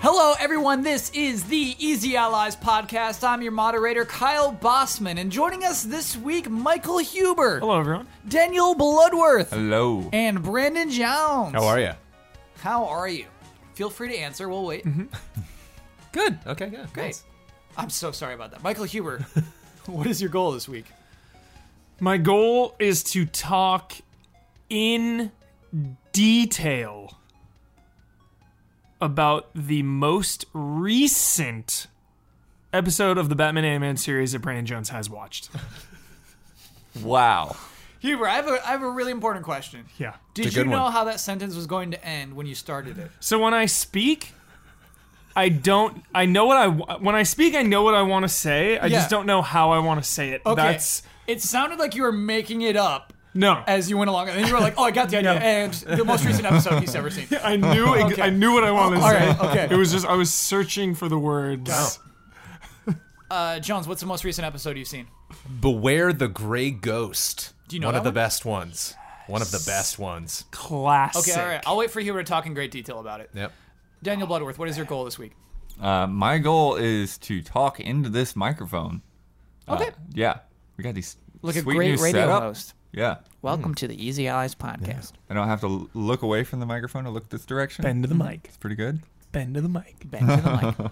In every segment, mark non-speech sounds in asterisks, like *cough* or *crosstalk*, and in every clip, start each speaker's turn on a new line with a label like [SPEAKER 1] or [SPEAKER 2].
[SPEAKER 1] Hello, everyone. This is the Easy Allies podcast. I'm your moderator, Kyle Bossman, and joining us this week, Michael Huber,
[SPEAKER 2] Hello, everyone.
[SPEAKER 1] Daniel Bloodworth,
[SPEAKER 3] Hello.
[SPEAKER 1] and Brandon Jones.
[SPEAKER 3] How are you?
[SPEAKER 1] How are you? Feel free to answer. We'll wait.
[SPEAKER 3] Mm-hmm. Good. Okay, good.
[SPEAKER 1] Great. I'm so sorry about that, Michael
[SPEAKER 3] *laughs*
[SPEAKER 1] Huber. what is your goal this week?
[SPEAKER 2] My goal is to talk in detail about the most recent episode of the Batman animated series that Brandon Jones has
[SPEAKER 1] *laughs*
[SPEAKER 2] watched.
[SPEAKER 3] Wow.
[SPEAKER 1] Huber, I have a, I have a really important question.
[SPEAKER 2] Yeah.
[SPEAKER 1] Did
[SPEAKER 3] It's a
[SPEAKER 1] you
[SPEAKER 3] good
[SPEAKER 1] know
[SPEAKER 3] one.
[SPEAKER 1] how that sentence was going to end when you started it?
[SPEAKER 2] So when I speak, I don't. I know what I wa- when I speak. I know what I want to say. I
[SPEAKER 1] Yeah.
[SPEAKER 2] just don't know how I want to say it.
[SPEAKER 1] Okay.
[SPEAKER 2] That's
[SPEAKER 1] It sounded like you were making it up
[SPEAKER 2] no.
[SPEAKER 1] as you went along, and then you were like, "Oh, I got
[SPEAKER 3] *laughs*
[SPEAKER 1] the idea." And the most recent episode he's ever seen.
[SPEAKER 2] I knew.
[SPEAKER 1] *laughs*
[SPEAKER 2] ex-
[SPEAKER 1] Okay.
[SPEAKER 2] I knew what I wanted to
[SPEAKER 1] All
[SPEAKER 2] say.
[SPEAKER 1] right, okay.
[SPEAKER 2] It was just I was searching for the words.
[SPEAKER 1] Uh, Jones, what's the most recent episode you've seen?
[SPEAKER 3] Beware the Gray Ghost. Do
[SPEAKER 1] you know
[SPEAKER 3] one
[SPEAKER 1] that
[SPEAKER 3] of the
[SPEAKER 1] one?
[SPEAKER 3] best ones? One of the best ones.
[SPEAKER 2] Classic.
[SPEAKER 1] Okay, all right. I'll wait for Huber to talk in great detail about it.
[SPEAKER 3] Yep.
[SPEAKER 1] Daniel Bloodworth, what is your goal this week?
[SPEAKER 4] Uh, my goal is to talk into this microphone.
[SPEAKER 1] Okay.
[SPEAKER 4] Yeah, we got these
[SPEAKER 5] Look
[SPEAKER 4] sweet
[SPEAKER 5] a great
[SPEAKER 4] new
[SPEAKER 5] radio
[SPEAKER 4] setup.
[SPEAKER 5] host.
[SPEAKER 4] Yeah,
[SPEAKER 5] Welcome to the Easy Allies podcast.
[SPEAKER 4] I don't have to l- look away from the microphone to look this direction.
[SPEAKER 2] Bend to the mic.
[SPEAKER 4] It's pretty good.
[SPEAKER 2] Hmm. Bend to the mic.
[SPEAKER 5] Back to the mic.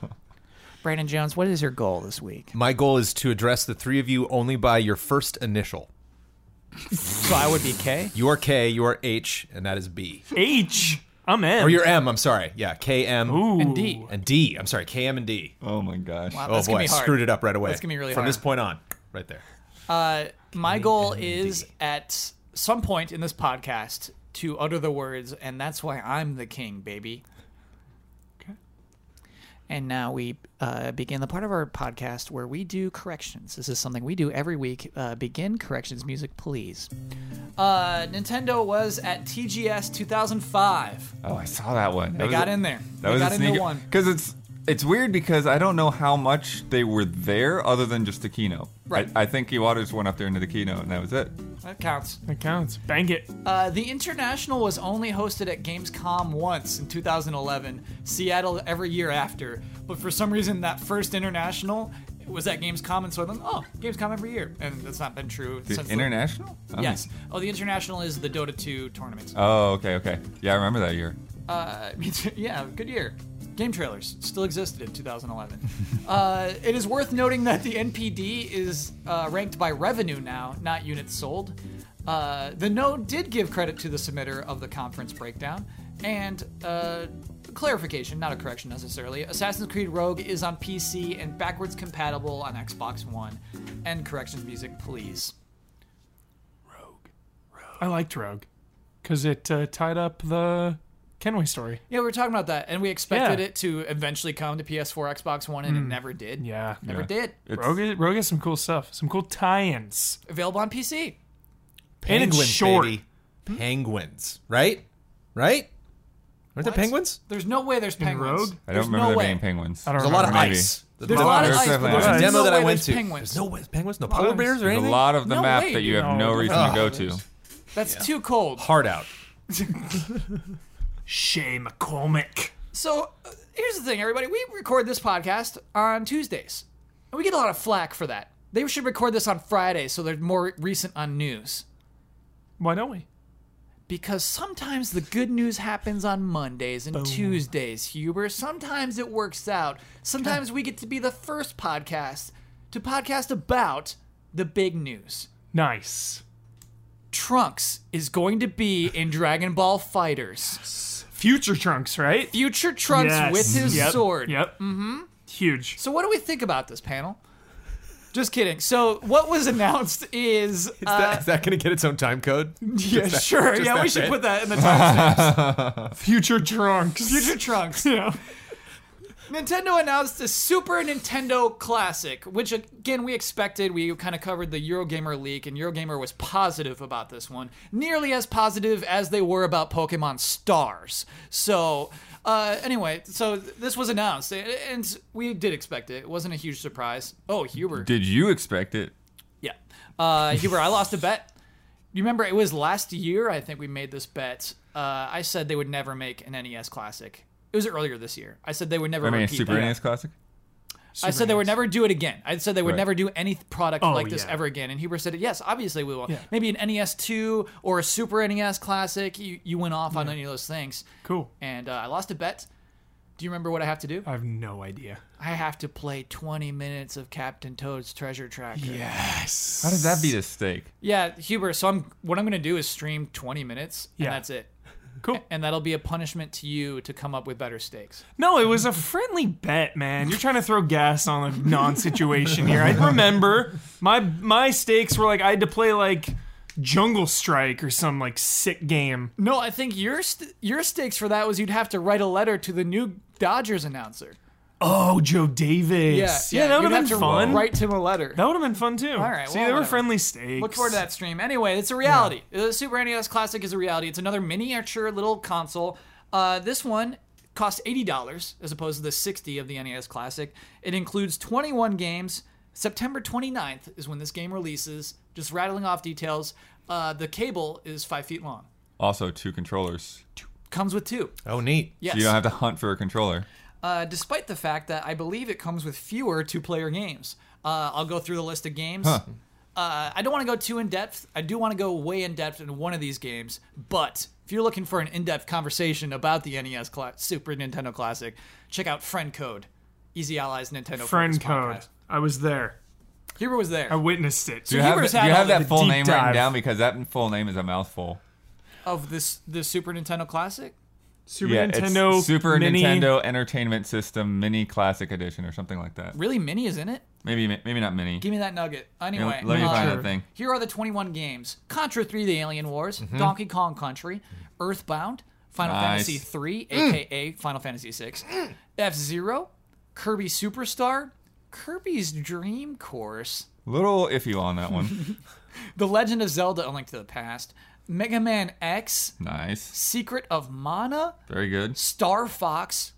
[SPEAKER 5] Brandon Jones, what is your goal this week?
[SPEAKER 3] My goal is to address the three of you only by your first initial.
[SPEAKER 5] So I would be K.
[SPEAKER 3] You are K, you are H, and that is B.
[SPEAKER 2] H. I'm in.
[SPEAKER 3] Or you're M, I'm sorry. Yeah, K, M,
[SPEAKER 2] Ooh.
[SPEAKER 1] And D.
[SPEAKER 3] and D. I'm sorry, K, M, and D.
[SPEAKER 4] Oh my gosh.
[SPEAKER 1] Wow,
[SPEAKER 3] Oh
[SPEAKER 1] that's
[SPEAKER 3] boy,
[SPEAKER 1] gonna
[SPEAKER 3] I
[SPEAKER 1] be hard.
[SPEAKER 3] screwed it up right away.
[SPEAKER 1] That's gonna be really
[SPEAKER 3] From
[SPEAKER 1] hard.
[SPEAKER 3] this point on, right there.
[SPEAKER 1] Uh, my goal is at some point in this podcast to utter the words, and that's why I'm the king, baby.
[SPEAKER 5] And now we uh, begin the part of our podcast where we do corrections. This is something we do every week. Uh, begin corrections music, please.
[SPEAKER 1] Uh, Nintendo was at TGS 2005.
[SPEAKER 4] Oh, I saw that one. That
[SPEAKER 1] They
[SPEAKER 4] was
[SPEAKER 1] got
[SPEAKER 4] a-
[SPEAKER 1] in there.
[SPEAKER 4] That
[SPEAKER 1] they
[SPEAKER 4] was
[SPEAKER 1] got
[SPEAKER 4] a
[SPEAKER 1] in
[SPEAKER 4] sneaker.
[SPEAKER 1] the one.
[SPEAKER 4] Because it's it's weird because I don't know how much they were there other than just the keynote.
[SPEAKER 1] Right.
[SPEAKER 4] I, I think Iwata went up there into the keynote and that was it.
[SPEAKER 1] That counts.
[SPEAKER 2] That counts. Bank it.
[SPEAKER 1] Uh, the International was only hosted at Gamescom once in 2011, Seattle every year after. But for some reason, that first International was at Gamescom, and so I thought, oh, Gamescom every year. And that's not been true
[SPEAKER 4] The
[SPEAKER 1] since. the-
[SPEAKER 4] international? Oh.
[SPEAKER 1] Yes. Oh, the International is the Dota 2 tournament.
[SPEAKER 4] Oh, okay, okay. Yeah, I remember that year.
[SPEAKER 1] Uh, *laughs* yeah, good year. Game trailers still existed in 2011. uh, it is worth noting that the NPD is uh, ranked by revenue now, not units sold. Uh, the note did give credit to the submitter of the conference breakdown, and uh, clarification, not a correction necessarily. Assassin's Creed Rogue is on PC and backwards compatible on Xbox One. And corrections music, please.
[SPEAKER 2] I liked Rogue because it uh, tied up the Kenway story.
[SPEAKER 1] Yeah, we were talking about that, and we expected
[SPEAKER 2] Yeah. Hmm.
[SPEAKER 1] it to eventually come to PS4, Xbox One, and it never did.
[SPEAKER 2] Yeah.
[SPEAKER 1] Never
[SPEAKER 4] Yeah.
[SPEAKER 1] did.
[SPEAKER 4] It's,
[SPEAKER 2] Rogue, Rogue has some cool stuff. Some cool tie-ins.
[SPEAKER 1] Available on PC.
[SPEAKER 2] And it's
[SPEAKER 3] Penguins,
[SPEAKER 2] short.
[SPEAKER 3] baby. Penguins, right? Right? Aren't there
[SPEAKER 1] What?
[SPEAKER 3] penguins?
[SPEAKER 1] There's no way there's penguins.
[SPEAKER 2] Rogue?
[SPEAKER 4] I
[SPEAKER 1] There's
[SPEAKER 4] don't remember
[SPEAKER 1] no
[SPEAKER 4] there
[SPEAKER 1] way.
[SPEAKER 4] being penguins.
[SPEAKER 2] I don't
[SPEAKER 3] There's a lot of
[SPEAKER 2] remember.
[SPEAKER 4] Maybe.
[SPEAKER 3] ice.
[SPEAKER 1] There's a lot of
[SPEAKER 4] There's
[SPEAKER 1] ice, but
[SPEAKER 4] definitely
[SPEAKER 1] there's
[SPEAKER 3] There's a
[SPEAKER 2] Right.
[SPEAKER 3] demo
[SPEAKER 1] no
[SPEAKER 3] that I
[SPEAKER 1] way
[SPEAKER 3] went
[SPEAKER 1] there's
[SPEAKER 3] to.
[SPEAKER 1] Penguins.
[SPEAKER 3] There's no way- penguins, no
[SPEAKER 2] of
[SPEAKER 3] polar
[SPEAKER 2] ice.
[SPEAKER 3] bears or
[SPEAKER 4] There's a
[SPEAKER 3] anything.
[SPEAKER 4] lot of the
[SPEAKER 1] No
[SPEAKER 4] map
[SPEAKER 1] way,
[SPEAKER 4] that you
[SPEAKER 1] dude.
[SPEAKER 4] have no
[SPEAKER 2] No.
[SPEAKER 4] reason to go to.
[SPEAKER 1] That's too cold.
[SPEAKER 3] Hard out.
[SPEAKER 2] Shay McCormick.
[SPEAKER 1] So uh, here's the thing, everybody. We record this podcast on Tuesdays, and we get a lot of flack for that. They should record this on Friday so they're more recent on news.
[SPEAKER 2] Why don't we?
[SPEAKER 1] Because sometimes the good news happens on Mondays and Tuesdays, Huber. Sometimes it works out. Sometimes we get to be the first podcast to podcast about the big news.
[SPEAKER 2] Nice.
[SPEAKER 1] Trunks is going to be in Dragon Ball Fighters.
[SPEAKER 2] Future Trunks, right?
[SPEAKER 1] Future Trunks
[SPEAKER 2] Yes.
[SPEAKER 1] with his
[SPEAKER 2] Yep.
[SPEAKER 1] sword.
[SPEAKER 2] Yep. Mm-hmm. Huge.
[SPEAKER 1] So what do we think about this panel? Just kidding. So what was announced is uh,
[SPEAKER 3] that, is that going to get its own time code?
[SPEAKER 1] yeah, sure.
[SPEAKER 3] *laughs* just
[SPEAKER 1] Yeah, we
[SPEAKER 3] that
[SPEAKER 1] should
[SPEAKER 3] bit?
[SPEAKER 1] put that in the
[SPEAKER 3] *laughs*
[SPEAKER 1] timestamp.
[SPEAKER 2] Future Trunks.
[SPEAKER 1] Future Trunks.
[SPEAKER 2] *laughs* Yeah.
[SPEAKER 1] Nintendo announced the Super Nintendo Classic, which again we expected. We kind of covered the Eurogamer leak, and Eurogamer was positive about this one, nearly as positive as they were about Pokemon Stars. So, uh, anyway, so th- this was announced, a- and we did expect it. It wasn't a huge surprise. Oh, Huber.
[SPEAKER 4] Did you expect it?
[SPEAKER 1] Yeah. Uh, Huber, I lost a bet. You remember it was last year, I think we made this bet. Uh, I said they would never make an NES Classic. It was earlier this year. I said they would never
[SPEAKER 4] I mean,
[SPEAKER 1] repeat
[SPEAKER 4] Super E
[SPEAKER 1] that.
[SPEAKER 4] NES Classic.
[SPEAKER 1] I said they would never do it again. I said they would
[SPEAKER 4] Right.
[SPEAKER 1] never do any th- product
[SPEAKER 2] Oh,
[SPEAKER 1] like this
[SPEAKER 2] yeah.
[SPEAKER 1] ever again. And Huber said, "Yes, obviously we will.
[SPEAKER 2] Yeah.
[SPEAKER 1] Maybe an NES two or a Super NES Classic. You you went off on any of those things.
[SPEAKER 2] Cool.
[SPEAKER 1] And uh, I lost a bet. Do you remember what I have to do?
[SPEAKER 2] I have no idea.
[SPEAKER 1] I have to play 20 minutes of Captain Toad's Treasure Tracker. Yeah.
[SPEAKER 2] Yes.
[SPEAKER 4] How does that beat a steak?
[SPEAKER 1] Huber. So I'm what I'm gonna do is stream 20 minutes,
[SPEAKER 2] Yeah.
[SPEAKER 1] and that's it.
[SPEAKER 2] Cool.
[SPEAKER 1] And that'll be a punishment to you to come up with better stakes.
[SPEAKER 2] No, it was a friendly bet, man. You're trying to throw gas on a non-situation here. I remember my my stakes were like I had to play like Jungle Strike or some like sick game.
[SPEAKER 1] No, I think your st- your stakes for that was you'd have to write a letter to the new Dodgers announcer.
[SPEAKER 2] Oh, Joe Davis.
[SPEAKER 1] Yeah,
[SPEAKER 2] yeah, that
[SPEAKER 1] you'd
[SPEAKER 2] would have
[SPEAKER 1] to
[SPEAKER 2] been fun.
[SPEAKER 1] Write him a letter.
[SPEAKER 2] That would have been fun too. All
[SPEAKER 1] right,
[SPEAKER 2] See,
[SPEAKER 1] well,
[SPEAKER 2] they were
[SPEAKER 1] whatever.
[SPEAKER 2] friendly stakes.
[SPEAKER 1] Look forward to that stream. Anyway, it's a reality. The Super NES Classic is a reality. It's another miniature little console. Uh, this one costs eighty dollars as opposed to the sixty of the NES Classic. It includes twenty-one games. September 29th is when this game releases. Just rattling off details. Uh, the cable is five feet long.
[SPEAKER 4] Also, two controllers.
[SPEAKER 1] Comes with two.
[SPEAKER 3] Oh, neat.
[SPEAKER 1] Yes.
[SPEAKER 4] So you don't have to hunt for a controller.
[SPEAKER 1] uh, despite the fact that I believe it comes with fewer two player games. Uh, I'll go through the list of games. Uh, I don't want to go too in depth. I do want to go way in depth in one of these games, but if you're looking for an in depth conversation about the NES Cla- Super Nintendo Classic, check out Friend Code, Easy Allies Nintendo
[SPEAKER 2] Friend
[SPEAKER 1] Focus
[SPEAKER 2] code.
[SPEAKER 1] podcast.
[SPEAKER 2] I was there.
[SPEAKER 1] Huber was there.
[SPEAKER 2] I witnessed it.
[SPEAKER 4] Do you have,
[SPEAKER 1] Huber's
[SPEAKER 4] that- do you
[SPEAKER 1] had
[SPEAKER 4] have
[SPEAKER 1] all
[SPEAKER 4] that
[SPEAKER 2] the
[SPEAKER 4] full
[SPEAKER 2] deep
[SPEAKER 4] name
[SPEAKER 2] dive.
[SPEAKER 4] written down? Because that full name is a mouthful.
[SPEAKER 1] of this the Super Nintendo Classic?
[SPEAKER 2] Super
[SPEAKER 4] yeah,
[SPEAKER 2] Nintendo.
[SPEAKER 4] it's Super
[SPEAKER 2] Mini-
[SPEAKER 4] Nintendo Entertainment System Mini Classic Edition or something like that.
[SPEAKER 1] Really, Mini is in it?
[SPEAKER 4] Maybe maybe not Mini.
[SPEAKER 1] Give me that nugget. Anyway,
[SPEAKER 4] let me
[SPEAKER 1] uh,
[SPEAKER 4] find that thing. Mm-hmm.
[SPEAKER 1] Here are the 21 games Contra 3, The Alien Wars, Donkey Kong Country, Earthbound, Final
[SPEAKER 4] Nice. Mm.
[SPEAKER 1] Fantasy 3, aka Final Fantasy 6, F Zero, Kirby Superstar, Kirby's Dream Course,
[SPEAKER 4] Little iffy on that one. *laughs*
[SPEAKER 1] The Legend of Zelda A Link to the Past, Mega Man X,
[SPEAKER 4] nice,
[SPEAKER 1] Secret of Mana,
[SPEAKER 4] very good.
[SPEAKER 1] Star Fox,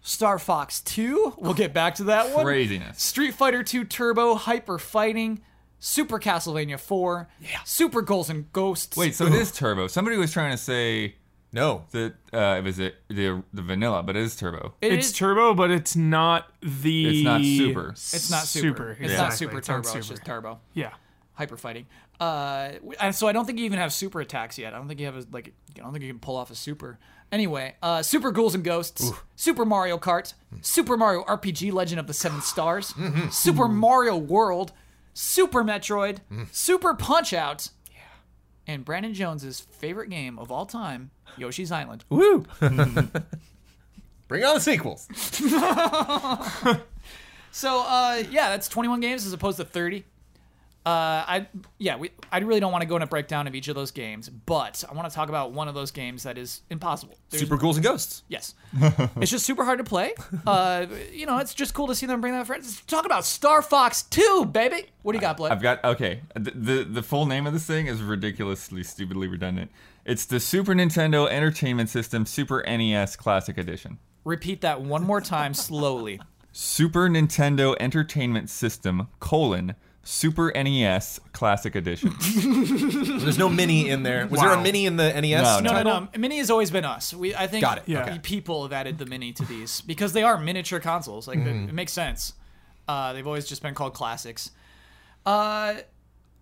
[SPEAKER 1] Star Fox 2. We'll get back to that one.
[SPEAKER 4] Craziness.
[SPEAKER 1] Street Fighter 2 Turbo, Hyper Fighting, Super Castlevania 4, Super Goals and Ghosts.
[SPEAKER 4] Wait, so it is turbo. Somebody was trying to say
[SPEAKER 3] No.
[SPEAKER 4] that uh, it was the, the the vanilla, but it is turbo.
[SPEAKER 1] It
[SPEAKER 2] It's
[SPEAKER 1] is-
[SPEAKER 2] turbo, but it's not the.
[SPEAKER 4] It's not super.
[SPEAKER 1] it's not super. It's not
[SPEAKER 2] exactly.
[SPEAKER 1] super
[SPEAKER 2] It's not
[SPEAKER 1] turbo. It's
[SPEAKER 2] super.
[SPEAKER 1] just turbo.
[SPEAKER 2] Yeah.
[SPEAKER 1] Hyper fighting. Uh, w- and so I don't think you even have super attacks yet. I don't think you have a, like I don't think you can pull off a super. Anyway, uh, Super Ghouls and Ghosts, Super Mario Kart, Super Mario RPG Legend of the Seven Stars, Super Mario World, Super Metroid, Super Punch Out, and Brandon Jones's favorite game of all time, Yoshi's Island.
[SPEAKER 2] Woo.
[SPEAKER 3] Bring on the sequels.
[SPEAKER 1] So uh, yeah, that's 21 games as opposed to 30. Uh, I yeah, we, I really don't want to go in a breakdown of each of those games, but I want to talk about one of those games that is impossible. There's-
[SPEAKER 3] Super Ghouls and Ghosts.
[SPEAKER 1] Yes, *laughs* it's just super hard to play. Uh, you know, it's just cool to see them bring that friends. Let's Talk about Star Fox 2, baby. What do you got, Blake?
[SPEAKER 4] I've got okay. The, the the full name of this thing is ridiculously stupidly redundant. It's the Super Nintendo Entertainment System Super NES Classic Edition.
[SPEAKER 1] Repeat that one more time slowly.
[SPEAKER 4] Super Nintendo Entertainment System colon Super NES Classic Edition.
[SPEAKER 3] There's no mini in there. Was there a
[SPEAKER 2] Wow.
[SPEAKER 3] mini in the E NES?
[SPEAKER 4] No,
[SPEAKER 1] No, no, no. Mini has always been us. We I think
[SPEAKER 3] Got it.
[SPEAKER 2] Yeah.
[SPEAKER 1] the people have added the mini to these because they are miniature consoles. Like it- it makes sense. Uh, they've always just been called classics. Uh,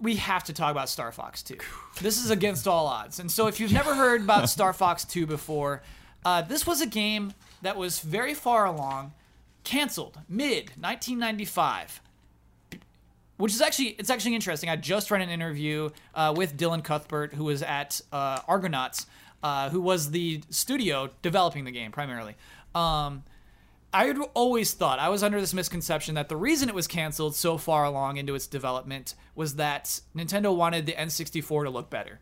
[SPEAKER 1] we have to talk about Star Fox 2. This is against all odds. And so if you've never heard about Star Fox 2 before, uh, this was a game that was very far along, canceled mid 1995 which is actually it's actually interesting. I just read an interview uh, with Dylan Cuthbert, who was at uh, Argonauts, uh, who was the studio developing the game primarily. Um, I had always thought I was under this misconception that the reason it was canceled so far along into its development was that Nintendo wanted the N64 to look better.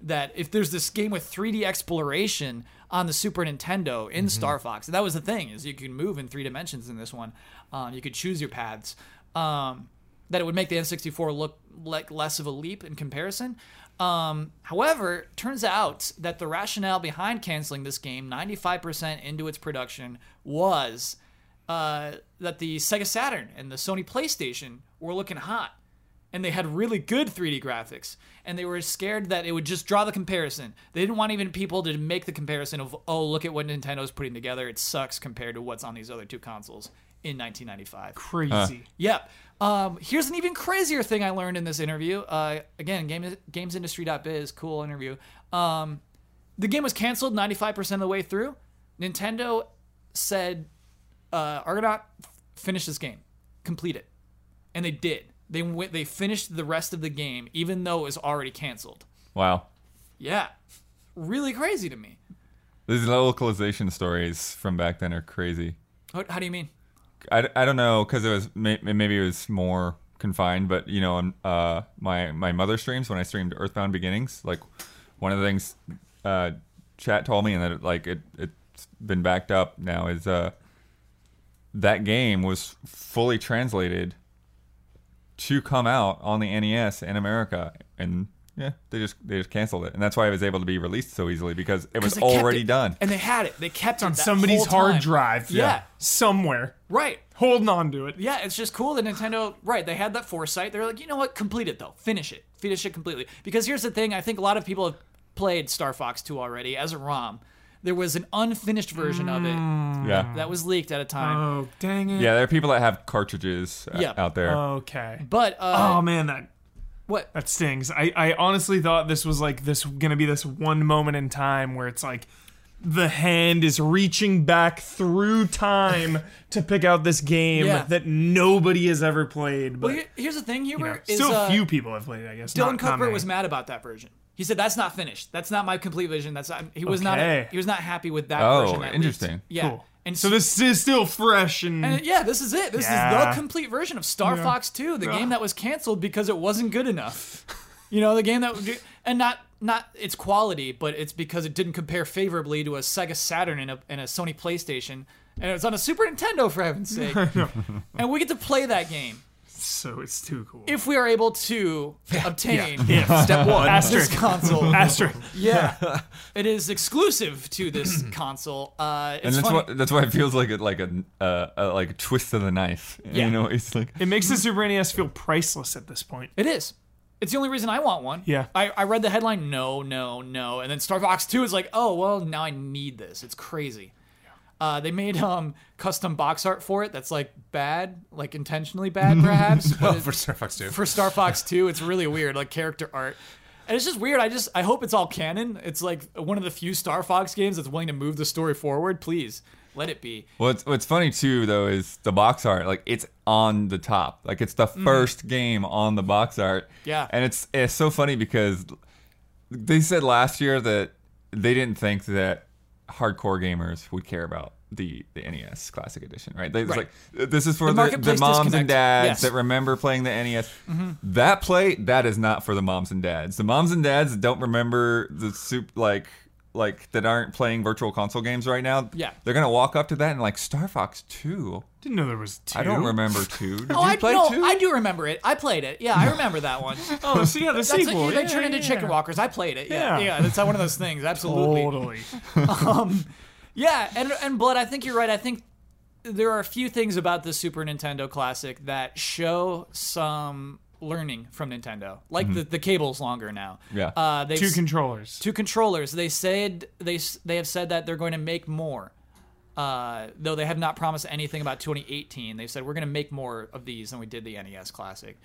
[SPEAKER 1] That if there's this game with 3D exploration on the Super Nintendo in Star Fox, that was the thing is you can move in three dimensions in this one. Um, you could choose your paths. Um, that it would make the N64 look like less of a leap in comparison. Um, however, turns out that the rationale behind canceling this game 95% into its production was uh, that the Sega Saturn and the Sony PlayStation were looking hot and they had really good 3D graphics, and they were scared that it would just draw the comparison. They didn't want even people to make the comparison of, oh, look at what Nintendo's putting together. It sucks compared to what's on these other two consoles in 1995.
[SPEAKER 2] Crazy.
[SPEAKER 1] Yep. Um, here's an even crazier thing I learned in this interview. Uh, again, game, gamesindustry.biz, cool interview. Um, the game was canceled 95% of the way through. Nintendo said, uh, Argonaut, finish this game, complete it. And they did. They, went, they finished the rest of the game, even though it was already canceled.
[SPEAKER 4] Wow.
[SPEAKER 1] Yeah. Really crazy to me.
[SPEAKER 4] These localization stories from back then are crazy.
[SPEAKER 1] What, how do you mean?
[SPEAKER 4] I, I don't know because it was may- maybe it was more confined, but you know, on uh, my my mother streams when I streamed Earthbound Beginnings, like one of the things uh, chat told me, and that it, like it it's been backed up now is uh, that game was fully translated to come out on the NES in America, and yeah, they just they just canceled it, and that's why it was able to be released so easily because it
[SPEAKER 1] 'Cause
[SPEAKER 4] was
[SPEAKER 1] they kept
[SPEAKER 4] already
[SPEAKER 1] it,
[SPEAKER 4] done.
[SPEAKER 1] And they had it. They kept it
[SPEAKER 2] on
[SPEAKER 1] that
[SPEAKER 2] somebody's
[SPEAKER 1] whole
[SPEAKER 2] hard
[SPEAKER 1] time.
[SPEAKER 2] drive.
[SPEAKER 1] Yeah.
[SPEAKER 2] Somewhere.
[SPEAKER 1] Right.
[SPEAKER 2] Holding on to it.
[SPEAKER 1] Yeah, it's just cool that Nintendo, right, they had that foresight. They're like, you know what, complete it though. Finish it. Finish it completely. Because here's the thing I think a lot of people have played Star Fox 2 already as a ROM. There was an unfinished version of it
[SPEAKER 4] Yeah,
[SPEAKER 1] Mm. that was leaked at a time.
[SPEAKER 2] Mm. Oh, dang it.
[SPEAKER 4] yeah, there are people that have cartridges uh,
[SPEAKER 1] Yeah.
[SPEAKER 4] out there.
[SPEAKER 2] Okay.
[SPEAKER 1] But, uh,
[SPEAKER 2] Oh man, that
[SPEAKER 1] what?
[SPEAKER 2] that stings. I, I honestly thought this was like this gonna be this one moment in time where it's like the hand is reaching back
[SPEAKER 1] *laughs*
[SPEAKER 2] through time to pick out this game
[SPEAKER 1] Yeah.
[SPEAKER 2] that nobody has ever played. But
[SPEAKER 1] Well, here- here's the thing, Huber.
[SPEAKER 2] you know,
[SPEAKER 1] is,
[SPEAKER 2] still
[SPEAKER 1] uh,
[SPEAKER 2] few people have played it, I guess.
[SPEAKER 1] Dylan
[SPEAKER 2] Not- not
[SPEAKER 1] Cuthbert
[SPEAKER 2] many.
[SPEAKER 1] was mad about that version. He said that's not finished. That's not my complete vision. That's not, he was
[SPEAKER 2] Okay.
[SPEAKER 1] not he was not happy with that
[SPEAKER 4] Oh,
[SPEAKER 1] version. that leaked.
[SPEAKER 4] interesting.
[SPEAKER 1] Yeah.
[SPEAKER 2] Cool.
[SPEAKER 1] And
[SPEAKER 2] So this is still fresh and,
[SPEAKER 1] And Uh, yeah, this is it. This
[SPEAKER 2] Yeah.
[SPEAKER 1] is the complete version of Star Fox 2, the game that was canceled because it wasn't good enough. You know, the game that and not not its quality, but it's because it didn't compare favorably to a Sega Saturn and a, and a Sony PlayStation, and it was on a Super Nintendo for heaven's sake. and we get to play that game
[SPEAKER 2] so it's too cool.
[SPEAKER 1] if we are able to obtain *laughs*
[SPEAKER 2] Step one.
[SPEAKER 1] this
[SPEAKER 2] Asterisk. *laughs*
[SPEAKER 1] console.
[SPEAKER 2] Asterisk.
[SPEAKER 1] yeah, it is exclusive to this console. Uh, it's
[SPEAKER 4] and that's
[SPEAKER 1] funny.
[SPEAKER 4] why that's why it feels like a, like a, uh, a like a twist of the knife. *laughs*
[SPEAKER 1] Yeah.
[SPEAKER 4] You know, it's like
[SPEAKER 2] It makes the Super NES feel priceless at this point.
[SPEAKER 1] It is. It's the only reason I want one.
[SPEAKER 2] Yeah.
[SPEAKER 1] I, I read the headline, no, no, no. And then Star Fox 2 is like, oh, well, now I need this. It's crazy. Uh, they made um, custom box art for it that's like bad, like intentionally bad, perhaps. but
[SPEAKER 3] Oh,
[SPEAKER 1] it-
[SPEAKER 3] for Star Fox 2.
[SPEAKER 1] for Star Fox 2, it's really weird, like character art. And it's just weird. I just I hope it's all canon. It's like one of the few Star Fox games that's willing to move the story forward. Please let it be.
[SPEAKER 4] what's what's funny too though is the box art. Like it's on the top. Like it's the first game on the box art.
[SPEAKER 1] Mm. Yeah.
[SPEAKER 4] and it's it's so funny because they said last year that they didn't think that hardcore gamers would care about the, the NES Classic Edition, right? They, it's
[SPEAKER 1] Right.
[SPEAKER 4] like this is for the, the,
[SPEAKER 1] marketplace
[SPEAKER 4] moms
[SPEAKER 1] disconnect.
[SPEAKER 4] and dads
[SPEAKER 1] Yes.
[SPEAKER 4] that remember playing the NES.
[SPEAKER 1] Mm-hmm.
[SPEAKER 4] That play that is not for the moms and dads. The moms and dads that don't remember the soup like like that aren't playing virtual console games right now.
[SPEAKER 1] Yeah.
[SPEAKER 4] they're gonna walk up to that and like Star Fox Two.
[SPEAKER 2] Didn't know there was two.
[SPEAKER 4] I don't remember two.
[SPEAKER 1] *laughs*
[SPEAKER 4] Did
[SPEAKER 1] Oh,
[SPEAKER 4] you
[SPEAKER 1] I
[SPEAKER 4] play
[SPEAKER 1] no,
[SPEAKER 4] two?
[SPEAKER 1] I do remember it. I played it. Yeah, I remember that one.
[SPEAKER 2] Oh, so yeah, the
[SPEAKER 1] That's
[SPEAKER 2] sequel.
[SPEAKER 1] Like, they
[SPEAKER 2] yeah,
[SPEAKER 1] turn into
[SPEAKER 2] yeah,
[SPEAKER 1] chicken
[SPEAKER 2] yeah.
[SPEAKER 1] walkers. I played it. Yeah,
[SPEAKER 2] Yeah.
[SPEAKER 1] yeah. that's one of those things. Absolutely.
[SPEAKER 2] Totally.
[SPEAKER 1] Yeah, and and blood. I think you're right. I think there are a few things about the Super Nintendo Classic that show some learning from Nintendo. Like the, the cable's longer now.
[SPEAKER 4] Yeah.
[SPEAKER 1] Uh, they've
[SPEAKER 2] Mm-hmm. two
[SPEAKER 1] s-
[SPEAKER 2] controllers.
[SPEAKER 1] two controllers. They said they s- they have said that they're going to make more. Uh, though they have not promised anything about 2018, they've said we're going to make more of these than we did the NES Classic.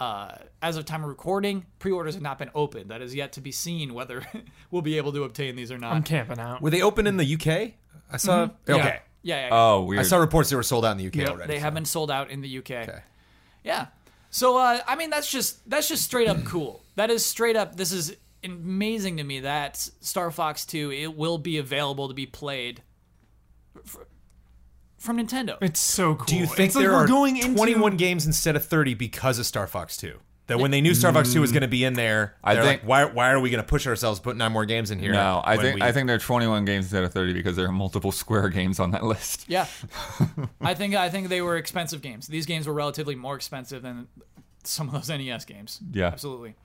[SPEAKER 1] Uh, as of time of recording, pre-orders have not been opened. That is yet to be seen whether *laughs* we'll be able to obtain these or not.
[SPEAKER 2] I'm camping out.
[SPEAKER 3] Were they open in the UK? I saw.
[SPEAKER 2] Mm-hmm.
[SPEAKER 3] Okay.
[SPEAKER 1] yeah, yeah, yeah.
[SPEAKER 4] Oh, weird.
[SPEAKER 3] I saw reports they were sold out in the UK already.
[SPEAKER 1] they
[SPEAKER 3] so-
[SPEAKER 1] have been sold out in the UK. Yeah. So uh, I mean, that's just that's just straight up cool. That is straight up. This is amazing to me that Star Fox Two it will be available to be played fr- from Nintendo.
[SPEAKER 2] It's so cool.
[SPEAKER 3] Do you think
[SPEAKER 2] Oh, it's like
[SPEAKER 3] there
[SPEAKER 2] we're
[SPEAKER 3] are
[SPEAKER 2] going into
[SPEAKER 3] 21 games instead of 30 because of Star Fox 2? That when they knew Star Fox 2 was going to be in there,
[SPEAKER 4] Mm. I
[SPEAKER 3] I think
[SPEAKER 4] think-
[SPEAKER 3] like, why, why are we going to push ourselves put nine more games in here?
[SPEAKER 4] No, I
[SPEAKER 3] when
[SPEAKER 4] think
[SPEAKER 3] we-
[SPEAKER 4] I think there are 21 games instead of 30 because there are multiple *laughs* Square games on that list.
[SPEAKER 1] Yeah, I think I think they were expensive games. These games were relatively more expensive than some of those NES games.
[SPEAKER 4] Yeah.
[SPEAKER 1] absolutely.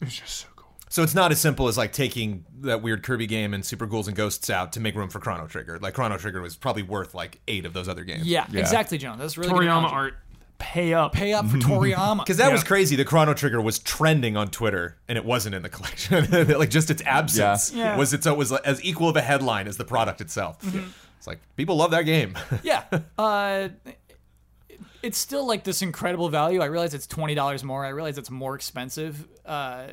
[SPEAKER 2] It's just so cool.
[SPEAKER 3] so. It's not as simple as like taking that weird Kirby game and Super Ghouls and Ghosts out to make room for Chrono Trigger. Like Chrono Trigger was probably worth like eight of those other games.
[SPEAKER 1] Yeah,
[SPEAKER 4] Yeah.
[SPEAKER 1] exactly, John. That's a really good
[SPEAKER 2] Toriyama
[SPEAKER 1] analogy.
[SPEAKER 2] art. pay up.
[SPEAKER 1] Pay up for
[SPEAKER 3] *laughs*
[SPEAKER 1] Toriyama. *laughs*
[SPEAKER 3] Because that was crazy. The Chrono Trigger was trending on Twitter, and it wasn't in the collection. *laughs* like just its absence
[SPEAKER 2] Yeah. Yeah.
[SPEAKER 3] was its uh, was like, as equal of a headline as the product itself. It's like people love that game. *laughs*
[SPEAKER 1] *laughs* yeah. Uh, it's still like this incredible value. I realize it's twenty dollars more. I realize it's more expensive. Uh,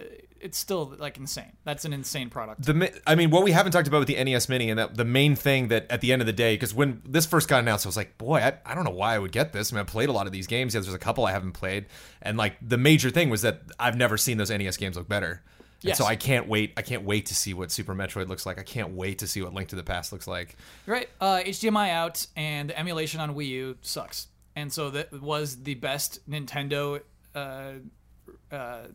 [SPEAKER 1] it's still like insane. That's an insane product.
[SPEAKER 3] the ma- I mean, what we haven't talked about with the NES Mini, and that the main thing that at the end of the day, because when this first got announced, I was like, boy, I, I don't know why I would get this. I mean, I played a lot of these games. Yeah, there's a couple I haven't played, and like the major thing was that I've never seen those NES games look better. And
[SPEAKER 1] Yes.
[SPEAKER 3] so I can't wait. I can't wait to see what Super Metroid looks like. I can't wait to see what Link to the Past looks like.
[SPEAKER 1] Right. Uh, HDMI out and the emulation on Wii U sucks. And so that was the best Nintendo. Uh, uh,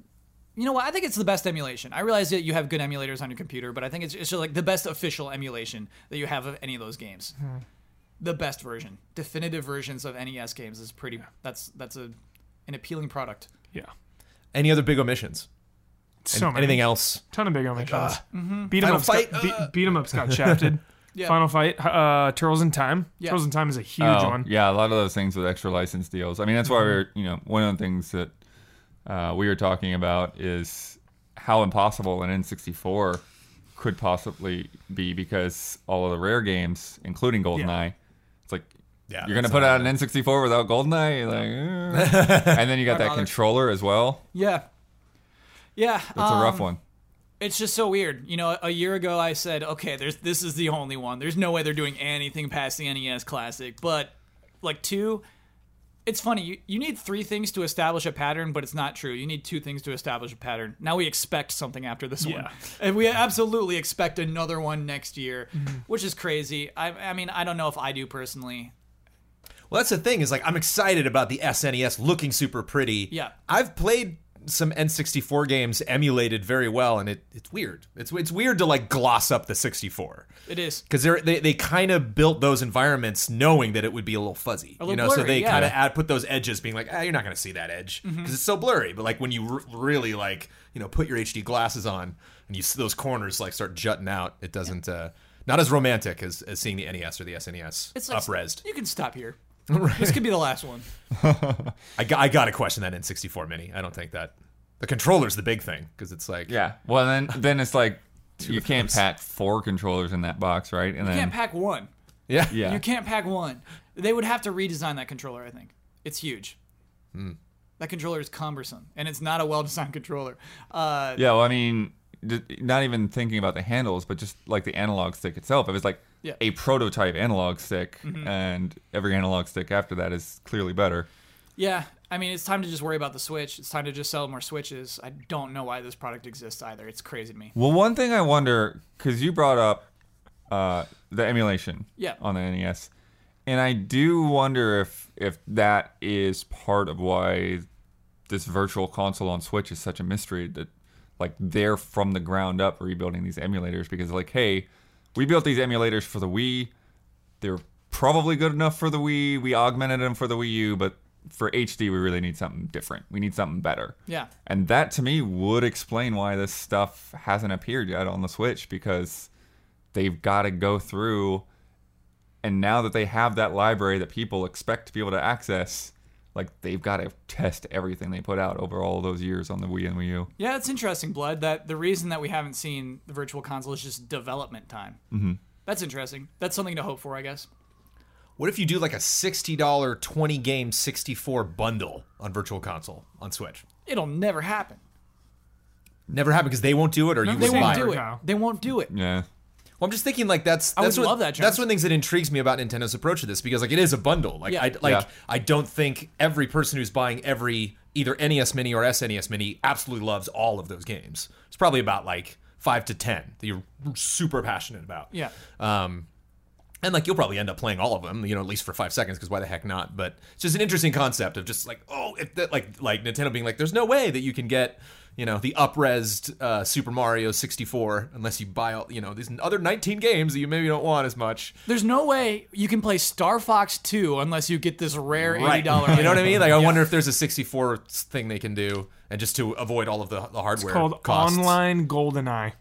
[SPEAKER 1] you know what? I think it's the best emulation. I realize that you have good emulators on your computer, but I think it's, it's just like the best official emulation that you have of any of those games. The best version, definitive versions of NES games is pretty. That's that's a an appealing product.
[SPEAKER 2] Yeah.
[SPEAKER 3] Any other big omissions?
[SPEAKER 2] So many.
[SPEAKER 3] Anything else? uh,
[SPEAKER 2] Ton of big omissions.
[SPEAKER 1] Mm-hmm.
[SPEAKER 2] Beat 'em
[SPEAKER 3] Final
[SPEAKER 2] up's got-
[SPEAKER 3] Fight, Uh,
[SPEAKER 2] be- beat 'em up's
[SPEAKER 3] *laughs*
[SPEAKER 2] got shafted. Final fight. Uh, Turtles in Time.
[SPEAKER 1] Yeah.
[SPEAKER 2] Turtles in Time is a huge
[SPEAKER 4] Oh,
[SPEAKER 2] one.
[SPEAKER 4] Yeah, a lot of those things with extra license deals. I mean, that's why we are you know, one of the things that uh, we were talking about is how impossible an N64 could possibly be because all of the rare games, including GoldenEye, it's like
[SPEAKER 3] Yeah,
[SPEAKER 4] you're gonna
[SPEAKER 3] that's
[SPEAKER 4] put out
[SPEAKER 3] not-
[SPEAKER 4] an N64 without GoldenEye, You're like, eh. and then you got that
[SPEAKER 1] bother?
[SPEAKER 4] controller as well.
[SPEAKER 1] Yeah. Yeah.
[SPEAKER 4] That's a
[SPEAKER 1] Um,
[SPEAKER 4] rough one.
[SPEAKER 1] It's just so weird. You know, a year ago I said, okay, there's this is the only one. There's no way they're doing anything past the NES Classic. But like two, it's funny. You, you need three things to establish a pattern, but it's not true. You need two things to establish a pattern. Now we expect something after this one,
[SPEAKER 2] Yeah.
[SPEAKER 1] and we absolutely expect another one next year, which is crazy. I, I mean, I don't know if I do personally.
[SPEAKER 3] Well, that's the thing is like I'm excited about the SNES looking super pretty.
[SPEAKER 1] Yeah.
[SPEAKER 3] I've played some N64 games emulated very well, and it it's weird. It's it's weird to like gloss up the 64
[SPEAKER 1] It is.
[SPEAKER 3] because they're they, they kind of built those environments knowing that it would be a little fuzzy,
[SPEAKER 1] little
[SPEAKER 3] you know. so
[SPEAKER 1] blurry,
[SPEAKER 3] they
[SPEAKER 1] yeah. Mm-hmm.
[SPEAKER 3] kind of add put those edges, being like, ah, you're not gonna see that edge because it's so blurry. But like when you r- really like you know put your HD glasses on and you see those corners like start jutting out, it doesn't. uh not as romantic as, as seeing the NES or the E SNES
[SPEAKER 1] It's like
[SPEAKER 3] upresed.
[SPEAKER 1] You can stop here. This could be the last one.
[SPEAKER 3] I got, I got to question that N64 Mini. I don't think that the controller's the big thing because it's like
[SPEAKER 4] Yeah. Well, then then it's like you can't pack four controllers in that box, right? And
[SPEAKER 1] You
[SPEAKER 4] then
[SPEAKER 1] can't pack one.
[SPEAKER 3] yeah.
[SPEAKER 4] yeah,
[SPEAKER 1] You can't pack one. They would have to redesign that controller, I think. It's huge. That controller is cumbersome, and it's not a well-designed *laughs* controller. Uh,
[SPEAKER 4] Yeah, well, I mean, d- not even thinking about the handles, but just like the analog stick itself. It was like
[SPEAKER 1] Yeah.
[SPEAKER 4] a prototype analog stick, and every analog stick after that is clearly better.
[SPEAKER 1] yeah, I mean, it's time to just worry about the Switch. It's time to just sell more Switches. I don't know why this product exists either. It's crazy to me.
[SPEAKER 4] Well, one thing I wonder, because you brought up uh, the emulation
[SPEAKER 1] Yeah.
[SPEAKER 4] on the NES, and I do wonder if if that is part of why this virtual console on Switch is such a mystery that like they're from the ground up rebuilding these emulators because like hey, we built these emulators for the Wii, they're probably good enough for the Wii, we augmented them for the Wii U, but for HD we really need something different. We need something better.
[SPEAKER 1] Yeah.
[SPEAKER 4] And that to me would explain why this stuff hasn't appeared yet on the Switch because they've got to go through and now that they have that library that people expect to be able to access, like they've got to test everything they put out over all those years on the Wii and Wii U.
[SPEAKER 1] Yeah, it's interesting, Blood. That the reason that we haven't seen the Virtual Console is just development time. Mm-hmm. That's interesting. That's something to hope for, I guess.
[SPEAKER 3] What if you do like a sixty dollar twenty game sixty four bundle on Virtual Console on Switch?
[SPEAKER 1] It'll never happen.
[SPEAKER 3] Never happen because they won't do it or you
[SPEAKER 1] They
[SPEAKER 3] wouldn't
[SPEAKER 1] won't
[SPEAKER 3] buy it.
[SPEAKER 1] do it.
[SPEAKER 2] Kyle.
[SPEAKER 1] They won't do it.
[SPEAKER 4] Yeah.
[SPEAKER 3] Well, I'm just thinking like that's that's
[SPEAKER 1] would
[SPEAKER 3] what,
[SPEAKER 1] love that, Jones.
[SPEAKER 3] that's one of the things that intrigues me about Nintendo's approach to this because like it is a bundle. Like
[SPEAKER 1] Yeah.
[SPEAKER 3] I like
[SPEAKER 4] Yeah.
[SPEAKER 3] I don't think every person who's buying every either NES Mini or SNES Mini absolutely loves all of those games. It's probably about like five to ten that you're super passionate about.
[SPEAKER 1] Yeah.
[SPEAKER 3] Um, and like you'll probably end up playing all of them, you know, at least for five seconds, because why the heck not? But it's just an interesting concept of just like, oh, if that, like like Nintendo being like, there's no way that you can get, you know, the upresed uh, Super Mario 64 unless you buy all, you know, these other 19 games that you maybe don't want as much.
[SPEAKER 1] There's no way you can play Star Fox 2 unless you get this rare eighty dollar.
[SPEAKER 3] you know what
[SPEAKER 1] *laughs*
[SPEAKER 3] I mean? Like, I wonder if there's a 64 thing they can do, and just to avoid all of the, the hardware
[SPEAKER 2] Called
[SPEAKER 3] costs.
[SPEAKER 2] Online GoldenEye.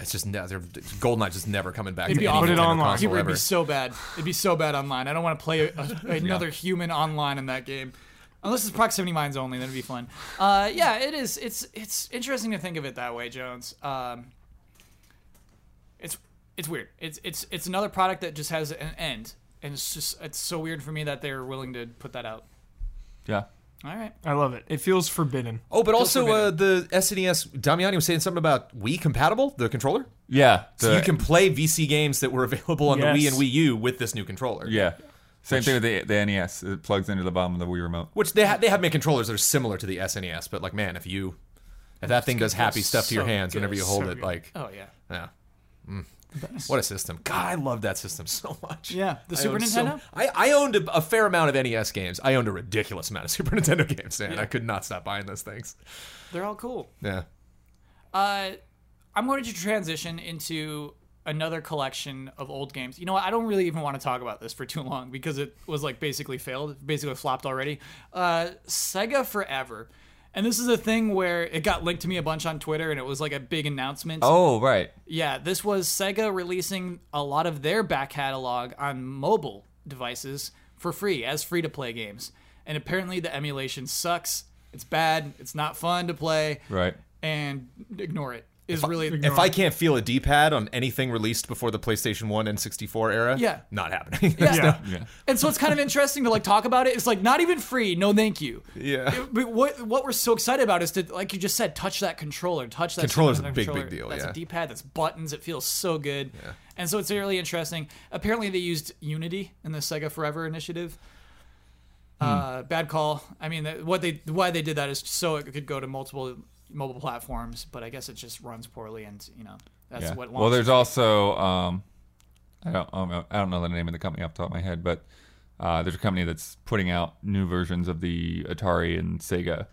[SPEAKER 3] It's just ne- they're- GoldenEye's just never coming back.
[SPEAKER 1] It'd
[SPEAKER 3] to
[SPEAKER 1] be
[SPEAKER 3] any
[SPEAKER 1] awful.
[SPEAKER 2] Put it
[SPEAKER 3] Nintendo
[SPEAKER 2] online.
[SPEAKER 3] console
[SPEAKER 1] It would
[SPEAKER 3] ever. *laughs*
[SPEAKER 1] be so bad. It'd be so bad online. I don't want to play a, another human online in that game. Unless it's proximity mines only, then it'd be fun. Uh, yeah, it is. It's it's interesting to think of it that way, Jones. Um, it's it's weird. It's it's it's another product that just has an end, and it's just it's so weird for me that they're willing to put that out.
[SPEAKER 4] Yeah.
[SPEAKER 1] All right.
[SPEAKER 2] I love it. It feels forbidden.
[SPEAKER 3] Oh, but also uh, the SNES. Damiani was saying something about Wii compatible the controller,
[SPEAKER 4] Yeah.
[SPEAKER 3] so
[SPEAKER 4] the-
[SPEAKER 3] you can play VC games that were *laughs* available on the Wii
[SPEAKER 2] Yes.
[SPEAKER 3] and Wii U with this new controller.
[SPEAKER 4] Yeah. Same thing with the, the NES. It plugs into the bottom of the Wii remote.
[SPEAKER 3] Which they ha- they have made controllers that are similar to the SNES, but like man, if you if that thing does happy stuff to your
[SPEAKER 2] so
[SPEAKER 3] hands
[SPEAKER 2] good,
[SPEAKER 3] whenever you hold
[SPEAKER 2] so
[SPEAKER 3] it,
[SPEAKER 2] good.
[SPEAKER 3] like
[SPEAKER 1] Oh yeah.
[SPEAKER 3] yeah. Mm. What a system! God, I love that system so much.
[SPEAKER 1] Yeah, the
[SPEAKER 3] I
[SPEAKER 1] Super
[SPEAKER 3] owned so-
[SPEAKER 1] Nintendo?
[SPEAKER 3] I, I owned a, a fair amount of NES games. I owned a ridiculous amount of *laughs* Super Nintendo games, man. I could not stop buying those things.
[SPEAKER 1] They're all cool.
[SPEAKER 3] Yeah.
[SPEAKER 1] Uh, I'm going to transition into another collection of old games. You know what? I don't really even want to talk about this for too long because it was like basically failed, basically flopped already. Uh, Sega Forever. And this is a thing where it got linked to me a bunch on Twitter and it was like a big announcement.
[SPEAKER 4] Oh, right.
[SPEAKER 1] Yeah, this was Sega releasing a lot of their back catalog on mobile devices for free as free to play games. And apparently the emulation sucks. It's bad. It's not fun to play
[SPEAKER 4] Right.
[SPEAKER 1] and ignore it is really
[SPEAKER 3] If I can't feel a D-pad on anything released before the PlayStation One and 64 era,
[SPEAKER 1] Yeah.
[SPEAKER 3] not happening. *laughs*
[SPEAKER 1] yeah. and so it's kind of interesting to like talk about it it's like not even free no thank you
[SPEAKER 3] Yeah.
[SPEAKER 1] It- but what what we're so excited about is to like you just said touch that controller touch that
[SPEAKER 3] Controller's
[SPEAKER 1] stick on
[SPEAKER 3] a
[SPEAKER 1] that
[SPEAKER 3] big, big
[SPEAKER 1] controller.
[SPEAKER 3] deal,
[SPEAKER 1] that's
[SPEAKER 3] yeah.
[SPEAKER 1] a d-pad that's buttons it feels so good and so it's really interesting apparently they used unity in the sega forever initiative
[SPEAKER 3] Hmm.
[SPEAKER 1] uh, bad call i mean that, what they why they did that is so it could go to multiple mobile platforms but i guess it just runs poorly and you know that's
[SPEAKER 4] Yeah.
[SPEAKER 1] what launched
[SPEAKER 4] Well, there's also um, I don't I don't know- I don't know the name of the company off the top of my head, but uh, there's a company that's putting out new versions of the Atari and Sega